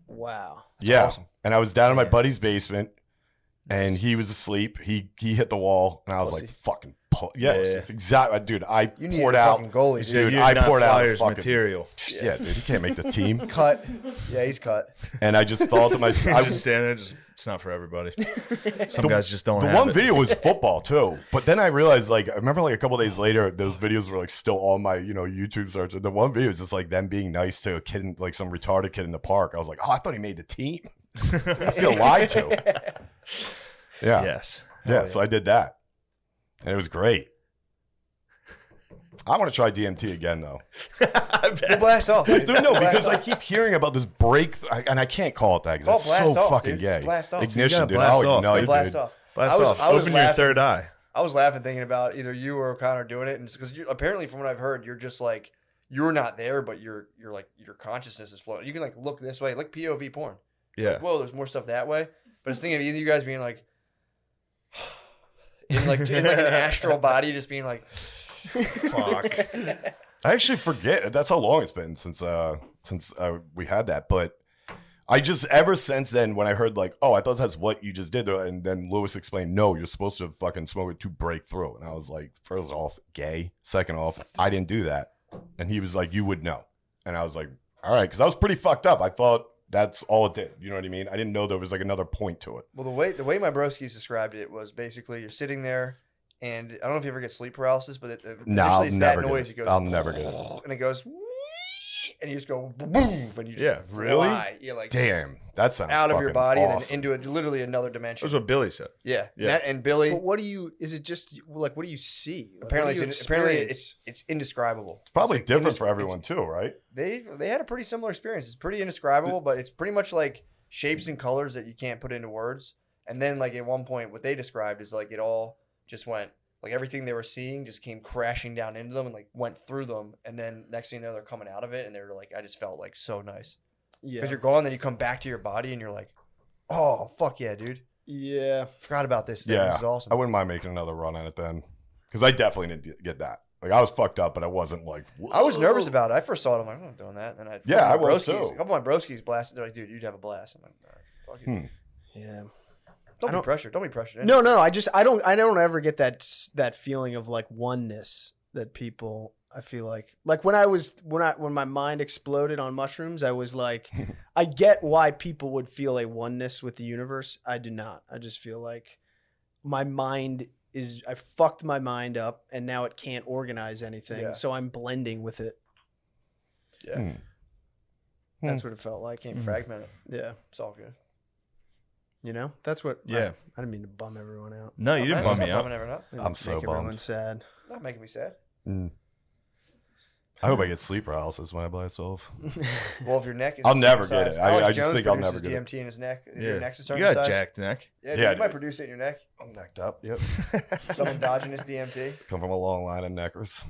[SPEAKER 4] Wow.
[SPEAKER 3] yeah.
[SPEAKER 2] awesome.
[SPEAKER 3] And I was down in my
[SPEAKER 2] Yeah.
[SPEAKER 3] buddy's basement, and he was asleep. He he hit the wall, and I was like,
[SPEAKER 2] Pussy.
[SPEAKER 3] "Fucking pu- yeah,
[SPEAKER 1] Yeah, yeah, yeah.
[SPEAKER 3] exactly, dude." I
[SPEAKER 2] you need
[SPEAKER 3] poured
[SPEAKER 2] a
[SPEAKER 3] out,
[SPEAKER 2] fucking goalie,
[SPEAKER 3] Dude,
[SPEAKER 2] dude.
[SPEAKER 1] Dude,
[SPEAKER 3] Dude,
[SPEAKER 1] you're
[SPEAKER 3] I
[SPEAKER 1] not
[SPEAKER 3] poured out
[SPEAKER 1] Flyers
[SPEAKER 3] fucking-
[SPEAKER 1] material.
[SPEAKER 3] yeah. dude. He can't make the team,
[SPEAKER 2] Cut. Yeah, he's cut.
[SPEAKER 3] and I just thought to myself,
[SPEAKER 1] I
[SPEAKER 3] I
[SPEAKER 1] just
[SPEAKER 3] was.
[SPEAKER 1] stand there. Just it's not for everybody. Some
[SPEAKER 3] The-
[SPEAKER 1] guys just don't.
[SPEAKER 3] The
[SPEAKER 1] have
[SPEAKER 3] one
[SPEAKER 1] it.
[SPEAKER 3] video was football too, but then I realized, like, I remember like a couple days later, those videos were like still on my, you know, YouTube search. And the one video is just like them being nice to a kid, in, like some retarded kid in the park. I was like, oh, I thought he made the team. I feel lied to. Yeah,
[SPEAKER 1] Yes.
[SPEAKER 3] Yeah, so I did that. And it was great. I want to try DMT again though.
[SPEAKER 1] I
[SPEAKER 2] Go
[SPEAKER 1] bet.
[SPEAKER 2] blast off.
[SPEAKER 3] Dude, no,
[SPEAKER 2] Blast
[SPEAKER 3] because
[SPEAKER 2] off.
[SPEAKER 3] I keep hearing about this breakthrough, and I can't call it
[SPEAKER 2] Oh,
[SPEAKER 3] that because it's
[SPEAKER 2] blast
[SPEAKER 3] so
[SPEAKER 2] off,
[SPEAKER 3] fucking
[SPEAKER 2] dude.
[SPEAKER 3] gay.
[SPEAKER 2] Blast off.
[SPEAKER 1] You
[SPEAKER 3] Ignition,
[SPEAKER 1] gotta
[SPEAKER 3] dude.
[SPEAKER 1] blast
[SPEAKER 3] I'll
[SPEAKER 1] off,
[SPEAKER 3] ignite,
[SPEAKER 1] dude.
[SPEAKER 2] blast
[SPEAKER 3] dude.
[SPEAKER 2] off.
[SPEAKER 1] Blast
[SPEAKER 2] I was-
[SPEAKER 1] off.
[SPEAKER 2] I was
[SPEAKER 1] Open your
[SPEAKER 2] laughing.
[SPEAKER 1] third eye.
[SPEAKER 2] I was laughing thinking about either you or O'Connor doing it, and because you apparently, from what I've heard, you're just like you're not there, but you're you're like your consciousness is floating. You can like look this way, like POV porn.
[SPEAKER 1] Yeah.
[SPEAKER 2] Like, whoa, there's more stuff that way. But it's thinking of either you guys being like in like in like an astral body, just being like,
[SPEAKER 1] Fuck.
[SPEAKER 3] I actually forget. That's how long it's been since uh since uh, we had that. But I just ever since then, when I heard like, oh, I thought that's what you just did, and then Lewis explained, no, you're supposed to fucking smoke it to break through. And I was like, first off, gay. Second off, I didn't do that. And he was like, you would know. And I was like, all right, because I was pretty fucked up. I thought that's all it did. You know what I mean? I didn't know there was like another point to it.
[SPEAKER 2] well, the way the way my broskies described it was basically you're sitting there, and I don't know if you ever get sleep paralysis, but it, it,
[SPEAKER 3] No, I'll
[SPEAKER 2] initially it's that
[SPEAKER 3] never get
[SPEAKER 2] noise.
[SPEAKER 3] it.
[SPEAKER 2] It goes,
[SPEAKER 3] I'll never get it.
[SPEAKER 2] and it goes, and you just go boom, and you just
[SPEAKER 1] Yeah,
[SPEAKER 3] really?
[SPEAKER 2] fly. You're like
[SPEAKER 3] Damn, that sounds
[SPEAKER 2] out of your
[SPEAKER 3] fucking
[SPEAKER 2] body and
[SPEAKER 3] awesome.
[SPEAKER 2] then into a, literally another dimension.
[SPEAKER 1] That's what Billy said.
[SPEAKER 2] yeah,
[SPEAKER 1] Yeah.
[SPEAKER 2] That- and Billy
[SPEAKER 4] But what do you? Is it just like what do you see? Like, what
[SPEAKER 2] apparently
[SPEAKER 4] do you
[SPEAKER 2] it's, apparently
[SPEAKER 4] experience?
[SPEAKER 2] it's it's indescribable.
[SPEAKER 3] It's probably
[SPEAKER 2] It's like
[SPEAKER 3] different
[SPEAKER 2] indes-
[SPEAKER 3] for
[SPEAKER 2] it's-
[SPEAKER 3] everyone too, right?
[SPEAKER 2] They they had a pretty similar experience. It's pretty indescribable, but it's pretty much like shapes and colors that you can't put into words. And then like at one point, what they described is like it all just went like everything they were seeing just came crashing down into them and like went through them. And then next thing you know, they're coming out of it and they're like, I just felt like so nice
[SPEAKER 4] yeah,
[SPEAKER 2] because you're gone. Then you come back to your body and you're like, oh fuck yeah, dude,
[SPEAKER 4] yeah.
[SPEAKER 2] forgot about this. Thing.
[SPEAKER 3] Yeah,
[SPEAKER 2] this is awesome.
[SPEAKER 3] I wouldn't mind making another run at it then, because I definitely didn't get that. Like I was fucked up, but I wasn't like.
[SPEAKER 2] I was nervous
[SPEAKER 3] "Whoa."
[SPEAKER 2] about it. I first saw it. I'm like, I'm not doing that. And I
[SPEAKER 3] Yeah,
[SPEAKER 2] a couple
[SPEAKER 3] I
[SPEAKER 2] of my broskies-
[SPEAKER 3] was too.
[SPEAKER 2] A couple of my broskies blasted. They're like, dude, you'd have a blast. I'm like, all right, fuck it.
[SPEAKER 3] Hmm.
[SPEAKER 4] Yeah.
[SPEAKER 2] Don't, be
[SPEAKER 4] I don't-
[SPEAKER 2] pressured. Don't be pressured.
[SPEAKER 4] No, no, I just I don't I don't ever get that s- that feeling of like oneness that people I feel like like when I was when I when my mind exploded on mushrooms I was like I get why people would feel a oneness with the universe I do not I just feel like my mind is I fucked my mind up and now it can't organize anything
[SPEAKER 2] Yeah.
[SPEAKER 4] so I'm blending with it
[SPEAKER 2] Yeah.
[SPEAKER 3] Hmm.
[SPEAKER 4] that's what it felt
[SPEAKER 2] I
[SPEAKER 4] like
[SPEAKER 2] can't
[SPEAKER 1] Mhm.
[SPEAKER 2] fragment it.
[SPEAKER 4] yeah
[SPEAKER 2] It's all good.
[SPEAKER 4] you know that's what I-
[SPEAKER 1] Yeah.
[SPEAKER 4] I, didn't mean to bum everyone out
[SPEAKER 1] No, you didn't
[SPEAKER 2] Not
[SPEAKER 1] bum me
[SPEAKER 2] bumming
[SPEAKER 1] out.
[SPEAKER 2] everyone up.
[SPEAKER 4] I didn't
[SPEAKER 3] I'm so
[SPEAKER 4] make everyone
[SPEAKER 3] bummed.
[SPEAKER 4] sad
[SPEAKER 2] Not making me sad.
[SPEAKER 3] Mm. I hope I get sleep paralysis when I blast off.
[SPEAKER 2] Well, if your neck is,
[SPEAKER 3] I'll
[SPEAKER 2] a
[SPEAKER 3] never
[SPEAKER 2] certain
[SPEAKER 3] get
[SPEAKER 2] size-
[SPEAKER 3] it. I-
[SPEAKER 2] Alex
[SPEAKER 3] I just
[SPEAKER 2] Jones
[SPEAKER 3] think I'll
[SPEAKER 2] produces
[SPEAKER 3] never get it.
[SPEAKER 2] DMT in his neck. If
[SPEAKER 1] Yeah.
[SPEAKER 2] Your neck's a
[SPEAKER 1] You
[SPEAKER 2] certain
[SPEAKER 1] got
[SPEAKER 2] size.
[SPEAKER 1] jacked neck.
[SPEAKER 2] Yeah, dude,
[SPEAKER 3] Yeah,
[SPEAKER 2] you might
[SPEAKER 3] dude.
[SPEAKER 2] produce it in your neck.
[SPEAKER 3] I'm necked up. Yep.
[SPEAKER 2] Some endogenous DMT.
[SPEAKER 3] Come from a long line of neckers.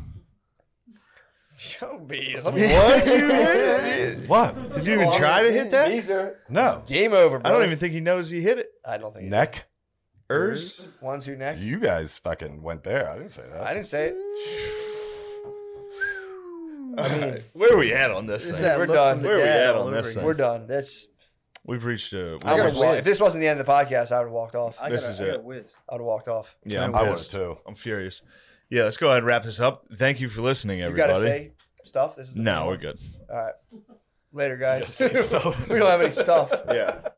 [SPEAKER 2] Show me.
[SPEAKER 1] What you did?
[SPEAKER 3] What?
[SPEAKER 1] Did you even try to hit that?
[SPEAKER 2] These are
[SPEAKER 3] No.
[SPEAKER 2] game over.
[SPEAKER 1] I
[SPEAKER 2] Bro.
[SPEAKER 1] don't even think he knows he hit it.
[SPEAKER 2] I don't think
[SPEAKER 3] Neck?
[SPEAKER 1] Ers.
[SPEAKER 2] One, two, neck.
[SPEAKER 3] You guys fucking went there. I didn't say that.
[SPEAKER 2] I didn't say it. I mean,
[SPEAKER 1] Where are we at on this?
[SPEAKER 2] Is
[SPEAKER 1] Thing?
[SPEAKER 2] that
[SPEAKER 4] We're
[SPEAKER 2] look from
[SPEAKER 4] done.
[SPEAKER 2] the
[SPEAKER 1] Where are we
[SPEAKER 2] dad
[SPEAKER 1] at
[SPEAKER 4] all
[SPEAKER 1] on
[SPEAKER 4] over
[SPEAKER 1] this
[SPEAKER 4] again.
[SPEAKER 1] thing?
[SPEAKER 2] We're done. That's
[SPEAKER 1] We've reached a.
[SPEAKER 2] I
[SPEAKER 1] we've
[SPEAKER 2] gotta
[SPEAKER 1] reached-
[SPEAKER 2] walk. If this wasn't the end of the podcast, I would have walked off. I
[SPEAKER 4] I
[SPEAKER 1] This
[SPEAKER 4] gotta,
[SPEAKER 1] is
[SPEAKER 4] I
[SPEAKER 1] it.
[SPEAKER 4] gotta whiz.
[SPEAKER 2] would have walked off.
[SPEAKER 1] yeah, I'm
[SPEAKER 3] I
[SPEAKER 1] pissed.
[SPEAKER 3] was too.
[SPEAKER 1] I'm furious. Yeah, let's go ahead and wrap this up. Thank you for listening,
[SPEAKER 2] You
[SPEAKER 1] everybody.
[SPEAKER 2] gotta say stuff. This is the
[SPEAKER 1] no,
[SPEAKER 2] final.
[SPEAKER 1] we're good.
[SPEAKER 2] All right, later, guys.
[SPEAKER 3] say stuff.
[SPEAKER 2] we don't have any stuff.
[SPEAKER 1] Yeah.